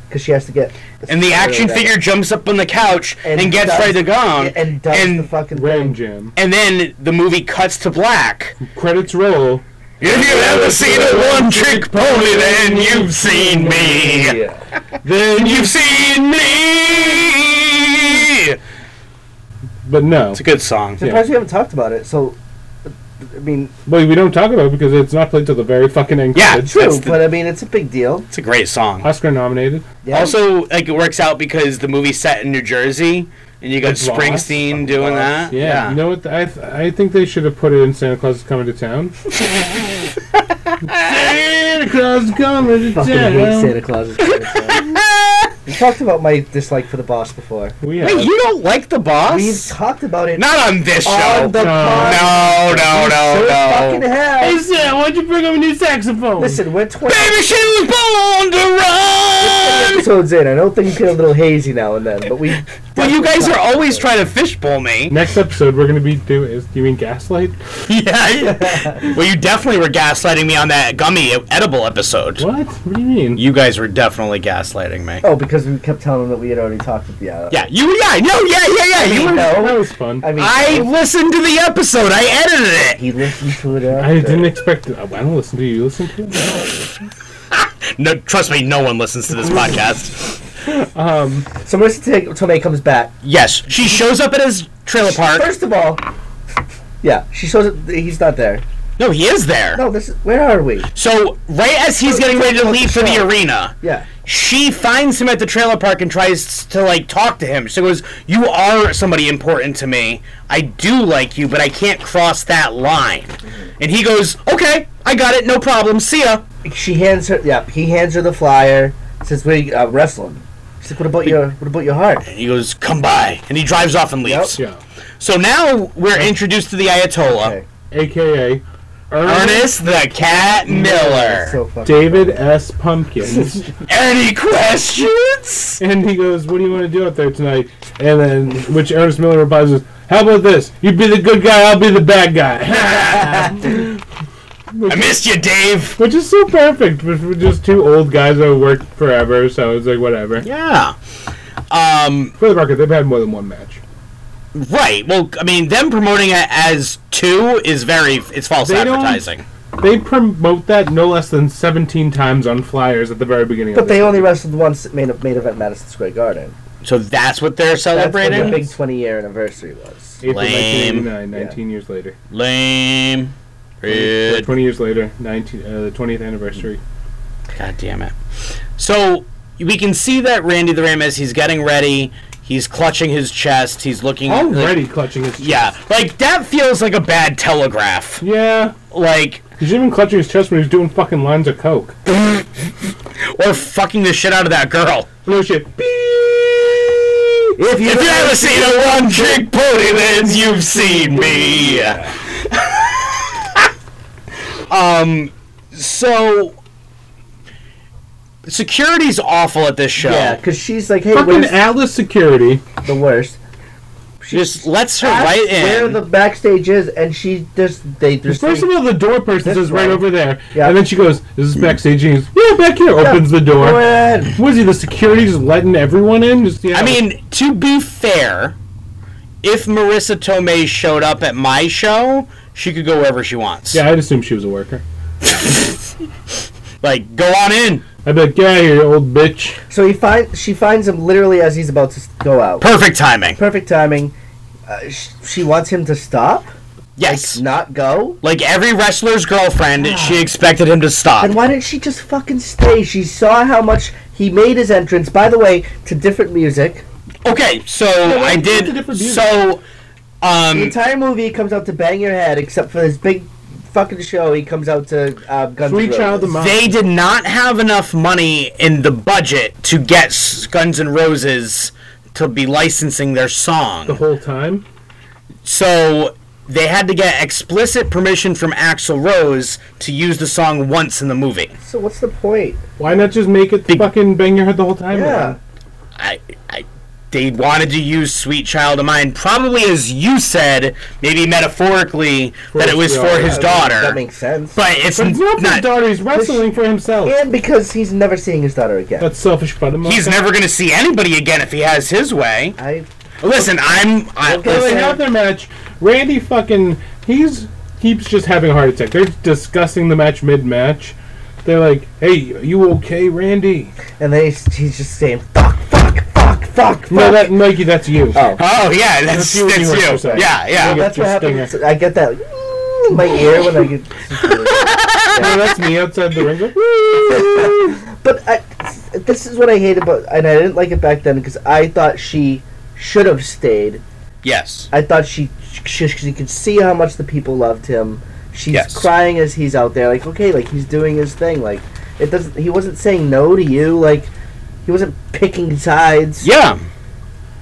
Speaker 5: because she has to get.
Speaker 6: And the action
Speaker 5: Really bad.
Speaker 6: figure jumps up on the couch and,
Speaker 5: And
Speaker 6: gets
Speaker 5: does-
Speaker 6: ready to go.
Speaker 5: and does the
Speaker 6: and,
Speaker 5: fucking
Speaker 4: Ram
Speaker 5: thing.
Speaker 4: Jam.
Speaker 6: and then the movie cuts to black.
Speaker 4: Credits roll.
Speaker 6: If you've ever seen a one trick pony, then you've seen me. Then you've seen me.
Speaker 4: But no,
Speaker 6: It's a good song.
Speaker 4: Yeah.
Speaker 5: Surprised we haven't talked about it. So, I mean,
Speaker 4: but we don't talk about it because it's not played till the very fucking end.
Speaker 6: Yeah,
Speaker 4: credits.
Speaker 5: true,
Speaker 6: That's the-
Speaker 5: but I mean, it's a big deal.
Speaker 6: It's a great song.
Speaker 4: Oscar nominated.
Speaker 5: Yeah.
Speaker 6: Also, like it works out because the movie's set in New Jersey, and you got
Speaker 4: With Ross.
Speaker 6: Springsteen doing that.
Speaker 4: Yeah, you know what? I th- I think they should have put it in Santa Claus is coming to town. Santa Claus is coming to
Speaker 5: fucking hate
Speaker 4: town.
Speaker 5: Santa Claus. is great, so. we talked about my dislike for the boss before.
Speaker 4: We have.
Speaker 6: Wait, you don't like the boss?
Speaker 5: We've talked about it
Speaker 6: Not on this show.
Speaker 5: on the
Speaker 4: No.
Speaker 5: podcast.
Speaker 6: no, no, no,
Speaker 5: Fucking
Speaker 6: no.
Speaker 5: hell!
Speaker 4: Hey, Sam, why'd you bring up a new saxophone?
Speaker 5: Listen, we're 20
Speaker 6: Baby, she was born to run.
Speaker 5: episodes in. I know things get a little hazy now and then, but we.
Speaker 6: Well, you guys are always trying to fishbowl me.
Speaker 4: Next episode, we're gonna be do is you mean Gaslight?
Speaker 6: yeah. well, you definitely were gaslighting me on that gummy edible episode.
Speaker 4: What? What do you mean?
Speaker 6: You guys were definitely gaslighting me.
Speaker 5: Oh, because we kept telling them that we had already talked with the. Uh,
Speaker 6: Yeah, you. Yeah, no, yeah, yeah, yeah. You were.
Speaker 4: that
Speaker 5: No,
Speaker 4: was fun.
Speaker 5: I mean,
Speaker 6: I listened to the episode. I edited
Speaker 5: he listened to it. uh,
Speaker 4: I
Speaker 5: after.
Speaker 4: didn't expect it. I don't listen to you. You listen to it?
Speaker 6: it. No, trust me, no one listens to this podcast.
Speaker 5: So we're just take until May comes back.
Speaker 6: Yes, she shows up at his trailer park.
Speaker 5: First of all, yeah, she shows up. He's not there.
Speaker 6: No, he is there.
Speaker 5: No, this. Is, where are we?
Speaker 6: So right as he's getting ready to leave for the arena,
Speaker 5: Yeah.
Speaker 6: she finds him at the trailer park and tries to like talk to him. She goes, "You are somebody important to me. I do like you, but I can't cross that line."
Speaker 5: Mm-hmm.
Speaker 6: And he goes, "Okay, I got it. No problem. See ya."
Speaker 5: She hands her. Yeah, he hands her the flyer. Says, "Where you uh, wrestling?" She's like, "What about your What about your heart?"
Speaker 6: And he goes, "Come by." And he drives off and leaves.
Speaker 4: Yeah.
Speaker 6: So now we're introduced to the Ayatollah.
Speaker 5: Okay.
Speaker 4: AKA
Speaker 6: Ernest the Cat Miller.
Speaker 5: So fucking.
Speaker 4: David S. Pumpkins.
Speaker 6: Any questions?
Speaker 4: and he goes, What do you want to do out there tonight? And then, which Ernest Miller replies with, How about this? You be the good guy, I'll be the bad guy.
Speaker 6: I missed you, Dave.
Speaker 4: which is so perfect. But we're just two old guys that have worked forever, so it's like, whatever.
Speaker 6: Yeah. Um.
Speaker 4: For the record, they've had more than one match.
Speaker 6: Right. Well, I mean, them promoting it as two is very. It's false
Speaker 4: They don't-
Speaker 6: advertising.
Speaker 4: They promote that no less than 17 times on flyers at the very beginning
Speaker 5: But
Speaker 4: of the
Speaker 5: they only wrestled once at main, main event Madison Square Garden.
Speaker 6: So that's what they're
Speaker 5: That's when the
Speaker 6: celebrating.
Speaker 5: big 20 year anniversary was.
Speaker 4: April
Speaker 6: Lame.
Speaker 4: 1989, 19 years later.
Speaker 6: Lame. Rude.
Speaker 4: 20 years later, 19, uh, the 20th anniversary.
Speaker 6: God damn it. So we can see that Randy the Ram as he's getting ready. He's clutching his chest. He's looking.
Speaker 4: Already clutching his chest.
Speaker 6: Yeah, like that feels like a bad telegraph.
Speaker 4: Yeah.
Speaker 6: Like,
Speaker 4: He's even clutching his chest when he's doing fucking lines of coke.
Speaker 6: or fucking the shit out of that girl.
Speaker 4: No shit.
Speaker 5: If you,
Speaker 6: If you ever seen a one trick pony, then you've seen me. um, so. Security's awful at this show.
Speaker 5: yeah, because she's like, hey,
Speaker 4: Fucking
Speaker 5: where's
Speaker 4: Atlas Security.
Speaker 5: the worst?
Speaker 6: She just lets her right
Speaker 5: Where
Speaker 6: in.
Speaker 5: the backstage is, and she just they just
Speaker 4: First of all, the door person is right
Speaker 5: way.
Speaker 4: over there.
Speaker 5: Yeah.
Speaker 4: And then she goes, This is
Speaker 6: Hmm.
Speaker 4: backstage. And he's, Yeah, back here. Opens the
Speaker 5: go
Speaker 4: door.
Speaker 5: ahead.
Speaker 4: Was he the security just letting everyone in? Just, yeah.
Speaker 6: I mean, to be fair, if Marissa Tomei showed up at my show, she could go wherever she wants.
Speaker 4: Yeah, I'd assume she was a worker.
Speaker 6: Like, go on in.
Speaker 4: I'd be like, Get out of here, you old bitch.
Speaker 5: So he finds she finds him literally as he's about to s- go out.
Speaker 6: Perfect timing.
Speaker 5: Perfect timing. Uh, sh- she wants him to stop,
Speaker 6: Yes.
Speaker 5: not go.
Speaker 6: Like every wrestler's girlfriend, she expected him to stop.
Speaker 5: And why didn't she just fucking stay? She saw how much he made his entrance. By the way, to different music.
Speaker 6: Okay, so I
Speaker 4: you
Speaker 6: did.
Speaker 4: put the different music?
Speaker 6: So,
Speaker 5: The
Speaker 6: um,
Speaker 5: entire movie comes out to bang your head, except for this big fucking show. He comes out to uh, Guns N'
Speaker 4: Sweet child
Speaker 5: Roses.
Speaker 4: of mine.
Speaker 6: they did not have enough money in the budget to get S- Guns N' Roses to be licensing their
Speaker 4: the
Speaker 6: song.
Speaker 4: whole time.
Speaker 6: So they had to get explicit permission from Axl Rose to use the song once in the movie.
Speaker 5: So what's the point?
Speaker 4: Why not just make it
Speaker 6: Be-
Speaker 4: fucking bang your head the whole time?
Speaker 5: Yeah.
Speaker 6: I, I, they wanted to use "Sweet Child of Mine," probably as you said, maybe metaphorically, that it was
Speaker 4: his
Speaker 6: for
Speaker 4: daughter.
Speaker 6: his
Speaker 5: That
Speaker 6: daughter.
Speaker 5: makes sense.
Speaker 6: But it's
Speaker 4: But it's not for his
Speaker 6: not.
Speaker 4: daughter. He's wrestling for himself.
Speaker 5: and because he's never seeing his daughter again.
Speaker 4: That's selfish buttermilk.
Speaker 6: He's never going to see anybody again if he has his way.
Speaker 5: I
Speaker 6: Listen, I'm. I,
Speaker 4: So they
Speaker 6: listen,
Speaker 4: have their match. Randy fucking he's keeps just having a heart attack. They're discussing the match mid match. They're like, "Hey, you okay, Randy?"
Speaker 5: and then he's, he's just saying fuck, fuck, fuck, fuck, fuck.
Speaker 4: No, that Mikey, that's you.
Speaker 5: oh,
Speaker 6: Oh yeah, that's
Speaker 4: That's you when you were
Speaker 6: that's you.
Speaker 4: exercising.
Speaker 6: Yeah, yeah.
Speaker 5: that's what
Speaker 4: your
Speaker 5: happens. I get that "Mm" in my ear when I get.
Speaker 4: Oh, that's me outside the ring.
Speaker 5: but I, this is what I hate about, and I didn't like it back then because I thought she should have stayed.
Speaker 6: Yes.
Speaker 5: I thought she, she she could see how much the people loved him. She's
Speaker 6: Yes.
Speaker 5: crying as he's out there, like okay, like he's doing his thing. Like it doesn't. He wasn't saying no to you. Like he wasn't picking sides.
Speaker 6: Yeah.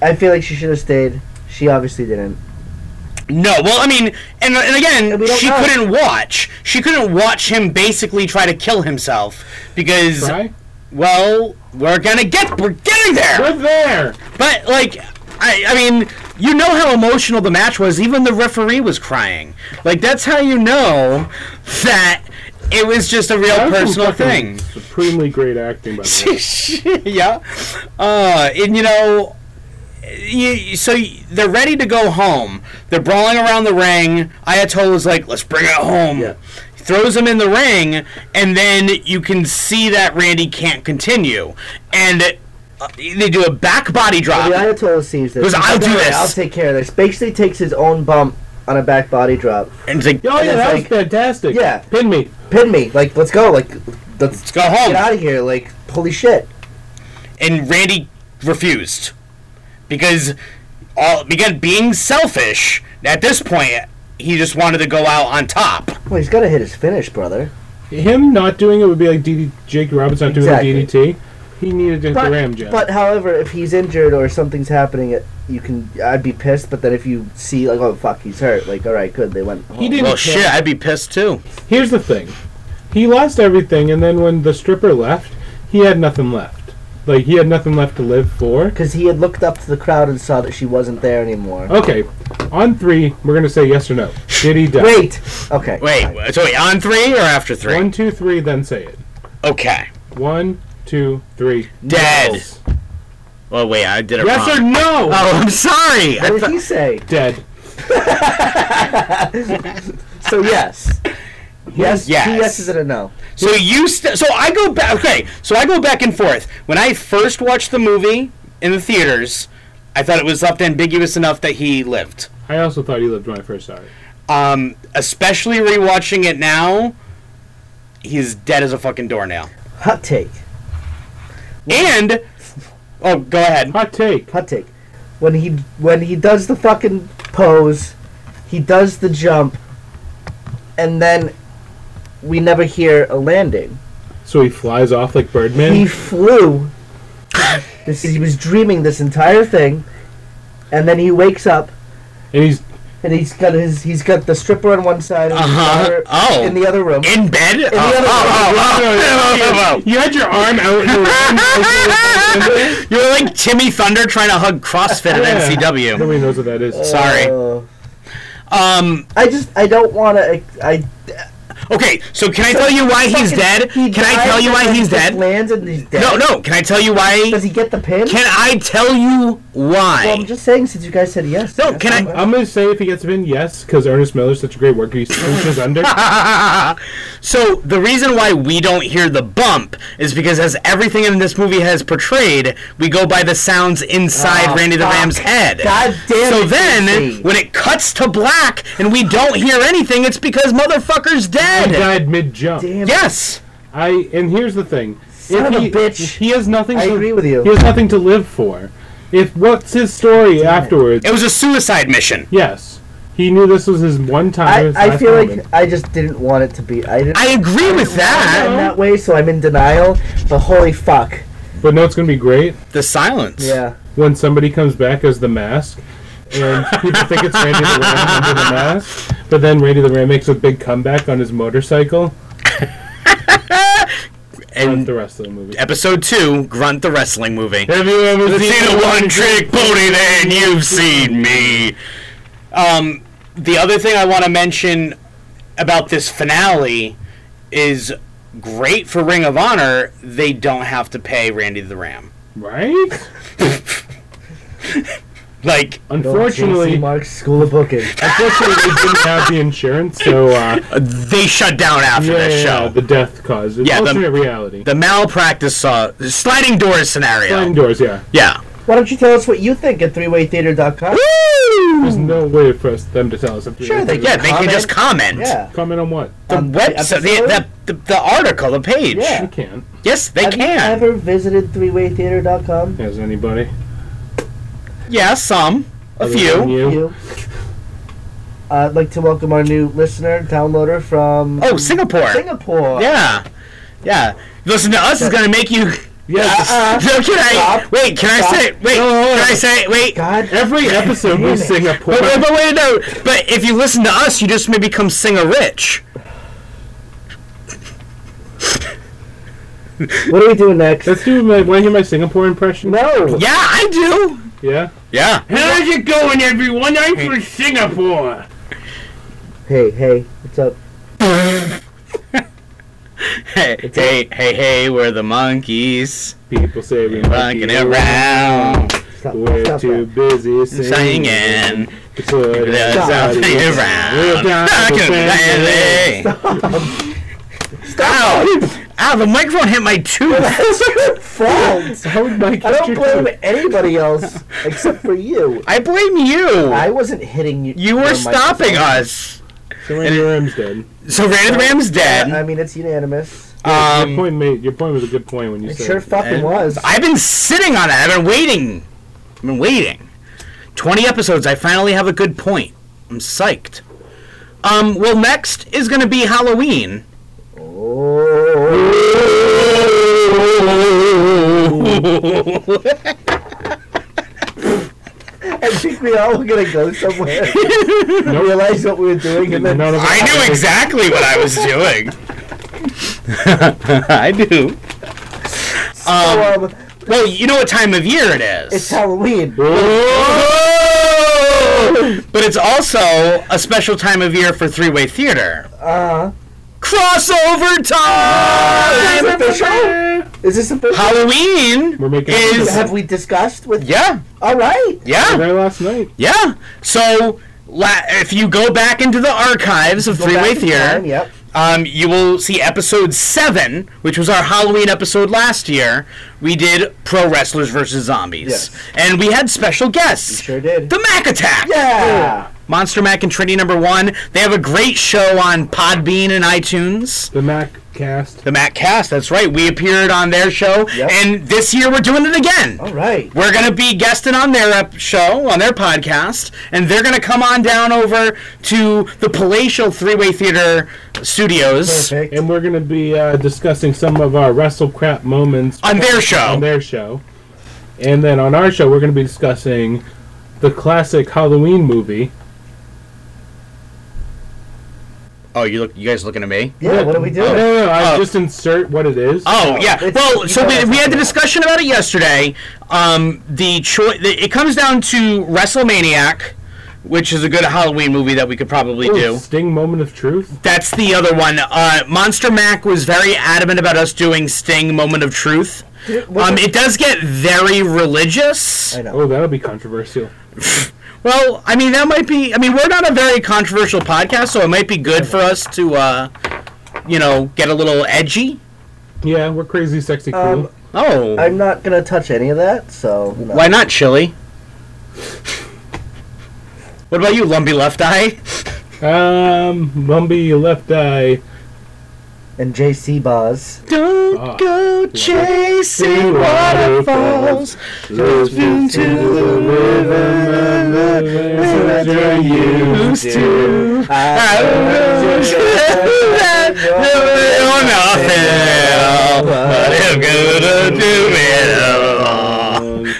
Speaker 5: I feel like she should have stayed. She obviously didn't.
Speaker 6: No, well, I mean, and, and again,
Speaker 5: And we don't
Speaker 6: she
Speaker 5: know.
Speaker 6: couldn't watch. She couldn't watch him basically try to kill himself because,
Speaker 4: Right?
Speaker 6: well, we're gonna get, we're getting there.
Speaker 4: We're there.
Speaker 6: But like, I, I mean, you know how emotional the match was. Even the referee was crying. Like that's how you know that it was just a real
Speaker 4: That was some
Speaker 6: personal
Speaker 4: fucking
Speaker 6: thing.
Speaker 4: Supremely great acting by the way.
Speaker 6: yeah. Uh, and you know, you, so y- they're ready to go home. They're brawling around the ring. Ayatollah's like, "Let's bring it home."
Speaker 4: Yeah.
Speaker 6: Throws him in the ring, and then you can see that Randy can't continue, and uh, they do a back body drop.
Speaker 5: The Ayatollah sees this.
Speaker 6: Goes,
Speaker 5: He's
Speaker 6: Uh, "I'll
Speaker 5: like,
Speaker 6: do
Speaker 5: "Alright,
Speaker 6: this."
Speaker 5: I'll take care of this. Basically, takes his own bump on a back body drop.
Speaker 6: And it's like,
Speaker 4: Oh yeah,
Speaker 5: it's
Speaker 4: that was
Speaker 5: like-
Speaker 4: fantastic.
Speaker 5: Yeah.
Speaker 4: Pin me.
Speaker 5: Pin me. Like let's go. Like let's
Speaker 6: "Let's go home."
Speaker 5: get out of here. Like holy shit.
Speaker 6: and Randy refused because all began being selfish. At this point, he just wanted to go out on top.
Speaker 5: Well, he's gotta hit his finish, brother.
Speaker 4: Him not doing it would be like DD Jake Roberts not doing
Speaker 5: Exactly.
Speaker 4: the DDT. He needed to hit the ram jam.
Speaker 5: but however, if he's injured or something's happening, it- you can. I'd be pissed. But then if you see like, oh fuck, he's hurt. Like all right, good. They went.
Speaker 4: he
Speaker 5: Home.
Speaker 4: didn't
Speaker 6: Well,
Speaker 4: care.
Speaker 6: shit, I'd be pissed too.
Speaker 4: Here's the thing. He lost everything and then when the stripper left, he had nothing left. Like he had nothing left to live for.
Speaker 5: Because he had looked up to the crowd and saw that she wasn't there anymore.
Speaker 4: Okay. On three, we're gonna say yes or no. Did he die?
Speaker 5: Wait. Okay.
Speaker 6: Wait, so wait, on three or after three?
Speaker 4: One, two, three, then say it.
Speaker 6: Okay.
Speaker 4: One, two, three.
Speaker 6: Dead.
Speaker 4: Yes.
Speaker 6: Well, wait, I did it
Speaker 4: Yes
Speaker 6: wrong.
Speaker 4: or no?
Speaker 6: Oh, I'm sorry. I
Speaker 5: What
Speaker 6: thought-
Speaker 5: did he say?
Speaker 4: Dead.
Speaker 5: So yes. Yes.
Speaker 6: Yes.
Speaker 5: Two yeses and a no.
Speaker 6: so you, st- so I go back. Okay, so I go back and forth. When I first watched the movie in the theaters, I thought it was left ambiguous enough that he lived.
Speaker 4: I also thought he lived when I first saw it.
Speaker 6: Um, especially rewatching it now, he's dead as a fucking doornail.
Speaker 5: Hot take.
Speaker 6: And oh, go ahead.
Speaker 4: Hot take.
Speaker 5: hot take. When he when he does the fucking pose, he does the jump, and then we never hear a landing.
Speaker 4: So he flies off like Birdman.
Speaker 5: He flew. this is, he was dreaming this entire thing, and then he wakes up
Speaker 4: and he's
Speaker 5: and he's got his he's got the stripper on one side and his
Speaker 6: Uh-huh.
Speaker 5: daughter
Speaker 6: Oh.
Speaker 5: in the other room.
Speaker 6: In bed. Oh,
Speaker 5: other-
Speaker 6: oh, oh, oh, oh, oh,
Speaker 4: you had your arm out in the wind.
Speaker 6: oh. You're like Timmy Thunder trying to hug CrossFit
Speaker 4: Yeah.
Speaker 6: at NCW.
Speaker 4: Nobody knows what that is.
Speaker 6: Sorry.
Speaker 5: Uh,
Speaker 6: Um.
Speaker 5: I just I don't want to. I
Speaker 6: Okay. So can I tell you why he's
Speaker 5: fucking-
Speaker 6: dead?
Speaker 5: he
Speaker 6: Can I
Speaker 5: dies
Speaker 6: tell you
Speaker 5: and
Speaker 6: why
Speaker 5: then
Speaker 6: he's
Speaker 5: he just
Speaker 6: dead?
Speaker 5: Lands and he's dead.
Speaker 6: No, no. Can I tell you why?
Speaker 5: Does he get the pin?
Speaker 6: Can I tell you
Speaker 5: well, I'm
Speaker 6: why?
Speaker 5: just saying since you guys said yes.
Speaker 6: No,
Speaker 5: yes,
Speaker 6: can I-
Speaker 5: I'm-
Speaker 4: I'm gonna say if he gets a pin, yes, because Ernest Miller's such a great worker. He squishes under.
Speaker 6: So the reason why we don't hear the bump is because as everything in this movie has portrayed, we go by the sounds inside
Speaker 5: Oh,
Speaker 6: Randy the
Speaker 5: fuck.
Speaker 6: Ram's head.
Speaker 5: God damn
Speaker 6: So
Speaker 5: it,
Speaker 6: then,
Speaker 5: DC.
Speaker 6: when it cuts to black and we don't hear anything, it's because motherfucker's
Speaker 4: He
Speaker 6: dead.
Speaker 4: died mid jump.
Speaker 5: Damn.
Speaker 6: Yes.
Speaker 4: I and here's the thing.
Speaker 5: Son of a
Speaker 4: he,
Speaker 5: bitch.
Speaker 4: He has nothing.
Speaker 5: I
Speaker 4: to,
Speaker 5: agree with you.
Speaker 4: He has nothing to live for. If what's his story afterwards?
Speaker 6: It was a suicide mission.
Speaker 4: yes, he knew this was his one time.
Speaker 5: I, I feel like I just didn't want it to be. I didn't
Speaker 6: I agree with
Speaker 5: in
Speaker 6: that.
Speaker 5: that way, so I'm in denial. But holy fuck!
Speaker 4: But no, it's gonna be great
Speaker 6: The silence.
Speaker 5: Yeah,
Speaker 4: when somebody comes back as the mask, and people think it's Randy the Ram under the mask. But then Randy the Ram makes a big comeback on his motorcycle. That's
Speaker 6: And
Speaker 4: the rest of the movie.
Speaker 6: episode two, Grunt the Wrestling movie.
Speaker 4: Have you ever
Speaker 6: If
Speaker 4: seen
Speaker 6: you're the one trick pony, then you've seen me. Um, the other thing I want to mention about this finale is great for Ring of Honor. They don't have to pay Randy the Ram.
Speaker 4: right?
Speaker 6: Like
Speaker 4: Unfortunately,
Speaker 5: Mark's School of Booking.
Speaker 4: unfortunately, they didn't have the insurance, so uh,
Speaker 6: they shut down after
Speaker 4: yeah,
Speaker 6: this
Speaker 4: yeah,
Speaker 6: show.
Speaker 4: the death cause, it's
Speaker 6: Yeah, the-
Speaker 4: alternate reality.
Speaker 6: The malpractice uh, sliding doors scenario.
Speaker 4: Sliding doors, yeah.
Speaker 6: Yeah.
Speaker 5: Why don't you tell us what you think at 3waytheater.com?
Speaker 4: There's no way for us, them to tell us. If
Speaker 5: Sure, they
Speaker 6: Yeah, Mm. they can just comment.
Speaker 5: Yeah.
Speaker 4: Comment on what?
Speaker 6: The
Speaker 5: On the
Speaker 6: website, the,
Speaker 5: episode?
Speaker 6: the, the, the article, the page.
Speaker 5: Yeah.
Speaker 4: You can.
Speaker 6: Yes, they
Speaker 5: Have
Speaker 6: can.
Speaker 5: you ever visited 3waytheater.com?
Speaker 4: Has anybody?
Speaker 6: yeah, some. A
Speaker 4: Other than
Speaker 6: few.
Speaker 5: You? Uh, I'd like to welcome our new listener, downloader from
Speaker 6: Oh, Singapore.
Speaker 5: Singapore.
Speaker 6: Yeah. Yeah. Listen to us is going to make you.
Speaker 4: Yes.
Speaker 6: Uh, no, can I?
Speaker 5: Stop.
Speaker 6: Wait, can I
Speaker 5: Stop.
Speaker 6: say. Wait, can I say. Wait.
Speaker 5: God.
Speaker 4: Every episode we sing a poor.
Speaker 6: But, but, but wait, no. But if you listen to us, you just may become singer rich.
Speaker 5: What are we doing next?
Speaker 4: Let's do my. Want to hear my Singapore impression?
Speaker 5: No.
Speaker 6: Yeah, I do.
Speaker 4: Yeah.
Speaker 6: Yeah.
Speaker 4: How's it going, everyone? I'm from Singapore.
Speaker 5: Hey, hey, what's up?
Speaker 6: Hey, hey, hey, hey, we're the monkeys.
Speaker 4: People say we
Speaker 6: Rocking around,
Speaker 5: Stop,
Speaker 4: We're
Speaker 5: stop
Speaker 4: too
Speaker 5: that.
Speaker 4: busy singing.
Speaker 6: singing.
Speaker 4: to put
Speaker 6: There's
Speaker 4: us out of
Speaker 6: something
Speaker 4: here. We're
Speaker 6: around.
Speaker 4: down
Speaker 6: Back
Speaker 4: to
Speaker 6: in
Speaker 4: family.
Speaker 6: the Ow! Ow, the microphone hit my tooth.
Speaker 5: It's your fault.
Speaker 4: How would Mike
Speaker 5: I
Speaker 4: get
Speaker 5: don't
Speaker 4: your
Speaker 5: blame
Speaker 4: tooth?
Speaker 5: anybody else except for you.
Speaker 6: I blame you.
Speaker 5: I wasn't hitting you.
Speaker 6: You
Speaker 5: your
Speaker 6: were
Speaker 5: microphone.
Speaker 6: stopping us.
Speaker 4: So when your arm's dead.
Speaker 6: So Randy the Ram's
Speaker 5: I
Speaker 6: dead.
Speaker 5: mean, it's unanimous.
Speaker 4: your
Speaker 6: Um,
Speaker 4: point made. Your point was a good point when you
Speaker 5: It
Speaker 4: said.
Speaker 5: sure fucking
Speaker 6: and-
Speaker 5: was.
Speaker 6: I've been sitting on it. I've been waiting. I've been waiting. 20 episodes. I finally have a good point. I'm psyched. Um, well, next is going to be Halloween.
Speaker 5: Oh, I think we all were gonna go somewhere. Realize what we were doing, and then
Speaker 4: None of us-
Speaker 6: I knew exactly what I was doing. I do.
Speaker 5: so, um,
Speaker 6: Well, you know what time of year it is.
Speaker 5: it's Halloween. Oh!
Speaker 6: but it's also a special time of year for Three Way Theater.
Speaker 5: Uh,
Speaker 6: Crossover
Speaker 5: is this
Speaker 6: time!
Speaker 5: official? Is this official?
Speaker 6: Halloween
Speaker 4: We're making.
Speaker 6: is-
Speaker 5: Have we discussed with?
Speaker 6: Yeah,
Speaker 5: All right.
Speaker 6: yeah,
Speaker 4: there last night.
Speaker 6: yeah. So la- if you go back into the archives of
Speaker 5: Go
Speaker 6: Three
Speaker 5: back
Speaker 6: Way
Speaker 5: in time,
Speaker 6: Theater,
Speaker 5: Yep.
Speaker 6: um, you will see episode seven, which was our Halloween episode last year. We did pro wrestlers versus zombies,
Speaker 5: Yes.
Speaker 6: and we had special guests.
Speaker 5: Sure did.
Speaker 6: The Mac Attack.
Speaker 5: yeah.
Speaker 6: Monster Mac and Trinity number one. They have a great show on Podbean and iTunes.
Speaker 4: The Mac cast.
Speaker 6: The Mac Cast, that's right. We appeared on their show,
Speaker 5: Yep.
Speaker 6: and this year we're doing it again.
Speaker 5: All right.
Speaker 6: We're gonna be guesting on their ep- show, on their podcast, and they're gonna come on down over to the Palatial Three Way Theater Studios
Speaker 5: Perfect.
Speaker 4: And we're going to be uh, discussing some of our wrestle crap moments
Speaker 6: on their show.
Speaker 4: on their show. And then on our show, we're going to be discussing the classic Halloween movie.
Speaker 6: oh, you look, you guys looking at me?
Speaker 5: Yeah. What are we
Speaker 4: No,
Speaker 5: doing?
Speaker 4: no, no. I
Speaker 6: Oh.
Speaker 4: just insert what it is.
Speaker 6: Oh yeah.
Speaker 5: it's-
Speaker 6: Well,
Speaker 5: you
Speaker 6: so
Speaker 5: know
Speaker 6: we,
Speaker 5: that's
Speaker 6: we
Speaker 5: not
Speaker 6: had the
Speaker 5: gonna
Speaker 6: discussion about it yesterday. Um, the choice it comes down to WrestleManiac, which is a good Halloween movie that we could probably do.
Speaker 4: Sting moment of truth.
Speaker 6: That's the other one. Uh, Monster Mac was very adamant about us doing Sting Moment of Truth. Um, it does get very religious.
Speaker 5: I know.
Speaker 4: Oh, that'll be controversial.
Speaker 6: Well, I mean that might be. I mean we're not a very controversial podcast, so it might be good for us to, uh, you know, get a little edgy.
Speaker 4: Yeah, we're crazy, sexy crew.
Speaker 5: Um,
Speaker 6: Oh,
Speaker 5: I'm not gonna touch any of that. So you know.
Speaker 6: why not chili? what about you, Lumpy Left Eye?
Speaker 4: Um, Bumby left eye.
Speaker 5: And JC Boz.
Speaker 6: Don't
Speaker 4: Ah.
Speaker 6: go chasing waterfalls.
Speaker 4: Listen
Speaker 6: to the
Speaker 4: river,
Speaker 6: Used to.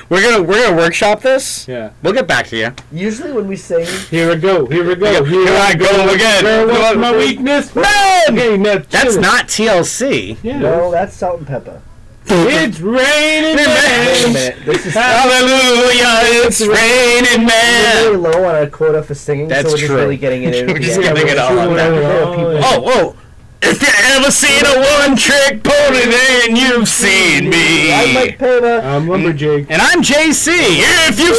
Speaker 6: We're gonna we're gonna workshop this.
Speaker 4: Yeah.
Speaker 6: We'll get back to you.
Speaker 5: Usually when we sing,
Speaker 4: Here we go. Here we go.
Speaker 6: Here I go again.
Speaker 4: Where was my weakness?
Speaker 6: Run!
Speaker 4: Okay, now
Speaker 6: That's
Speaker 4: chill.
Speaker 6: not TLC.
Speaker 4: Yeah.
Speaker 5: no, that's salt and pepper.
Speaker 4: It's
Speaker 5: Wait a
Speaker 4: raining. men.
Speaker 5: minute, this is
Speaker 6: Hallelujah! It's raining
Speaker 5: we're
Speaker 6: man.
Speaker 5: really low on our quota for singing,
Speaker 6: That's
Speaker 5: so we're just
Speaker 6: true.
Speaker 5: really getting it in.
Speaker 6: We're just
Speaker 5: Yeah,
Speaker 6: getting it all
Speaker 5: we're
Speaker 6: out
Speaker 5: not
Speaker 6: there.
Speaker 5: there, people.
Speaker 6: Oh, oh! If you ever seen a one-trick pony, then you've seen me.
Speaker 5: I'm Mike Pava.
Speaker 4: Um, lumberjig.
Speaker 6: And I'm JC. If you've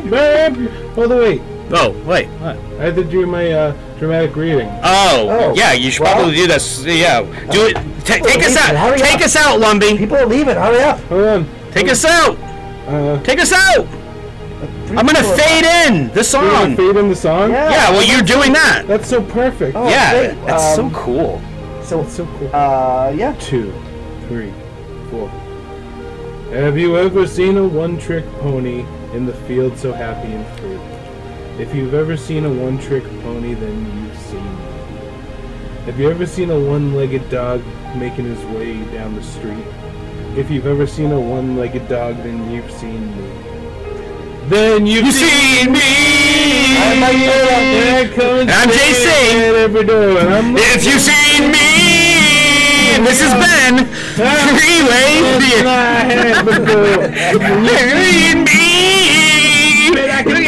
Speaker 6: seen me,
Speaker 4: Wait a minute. Hold on, wait.
Speaker 6: Oh, wait.
Speaker 4: What? I had to do my uh, dramatic reading.
Speaker 6: Oh,
Speaker 5: Oh,
Speaker 6: yeah, you should
Speaker 5: well.
Speaker 6: probably do this. Yeah, do it. Ta take us out.
Speaker 5: Hurry
Speaker 6: Take
Speaker 5: up.
Speaker 6: us out, Lumby.
Speaker 5: People are leaving. Hurry up.
Speaker 4: Hold on.
Speaker 6: Take us out.
Speaker 4: Uh,
Speaker 6: Take us out. I'm gonna
Speaker 5: people are-
Speaker 6: fade in the
Speaker 4: you wanna
Speaker 6: song.
Speaker 4: fade in the song?
Speaker 5: Yeah.
Speaker 6: Yeah, well, you're doing that.
Speaker 4: That's so perfect.
Speaker 5: Oh,
Speaker 6: Yeah,
Speaker 5: great.
Speaker 6: that's so
Speaker 5: Um,
Speaker 6: cool.
Speaker 5: So,
Speaker 4: That's so cool.
Speaker 5: uh, yeah.
Speaker 4: Two, three, four. Have you ever seen a one-trick pony in the field so happy and free? If you've ever seen a one-trick pony, then you've seen me. Have you ever seen a one-legged dog making his way down the street? If you've ever seen a one-legged dog, then you've seen me. Then you've seen
Speaker 6: me.
Speaker 4: And I come and
Speaker 6: And I'm
Speaker 4: stand
Speaker 6: JC.
Speaker 4: at every door, and I'm
Speaker 6: If you've seen me, and this has been Freeway
Speaker 4: It's
Speaker 6: Theater.
Speaker 4: not happened before.
Speaker 6: Seen me,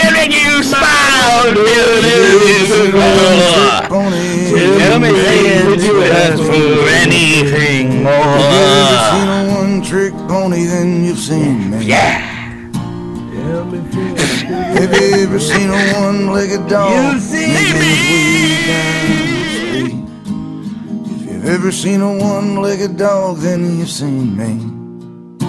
Speaker 6: giving you smile. Tell me, would you ask for anything more?
Speaker 8: one trick pony, then you've seen me.
Speaker 6: Yeah.
Speaker 8: Have you ever seen a one-legged dog? You've seen me. If you've ever seen a one-legged dog, then you've seen me.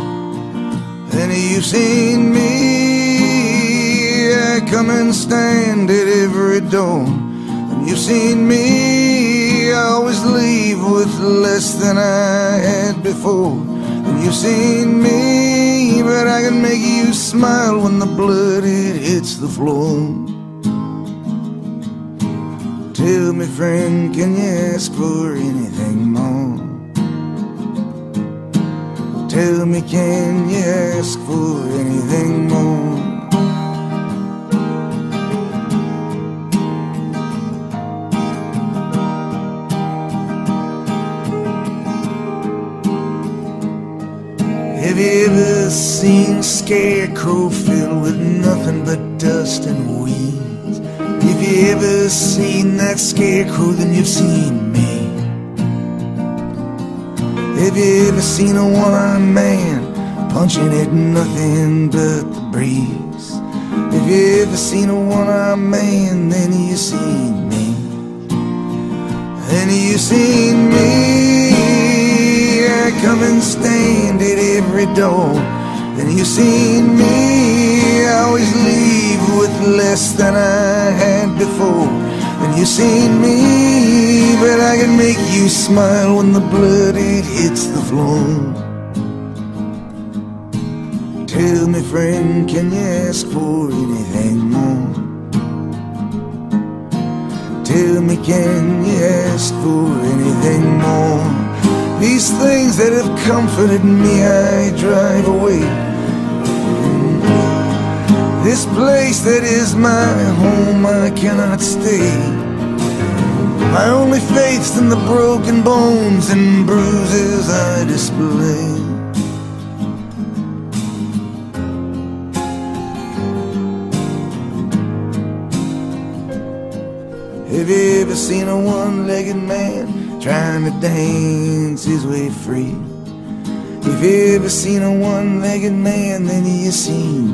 Speaker 8: Then you've seen me. I come and stand at every door. And you've seen me. I always leave with less than I had before. And you've seen me, but I can make you smile when the blood it hits the floor. Tell me, friend, can you ask for anything more? Tell me, can you ask for anything more? Have you ever seen a scarecrow filled with nothing but dust and weeds? If you ever seen that scarecrow, then you've seen me. Have you ever seen a one-armed man punching at nothing but the breeze? If you ever seen a one-armed man, then you've seen me. And you seen me, I come and stand at every door. Then you seen me, I always leave with less than I had before. Then you seen me, but I can make you smile when the blood it hits the floor. Tell me, friend, can you ask for anything more? Tell me, can you ask for anything more? These things that have comforted me, I drive away. This place that is my home, I cannot stay. My only faith's in the broken bones and bruises I display. Have you ever seen a one-legged man trying to dance his way free? If you ever seen a one-legged man, then you seen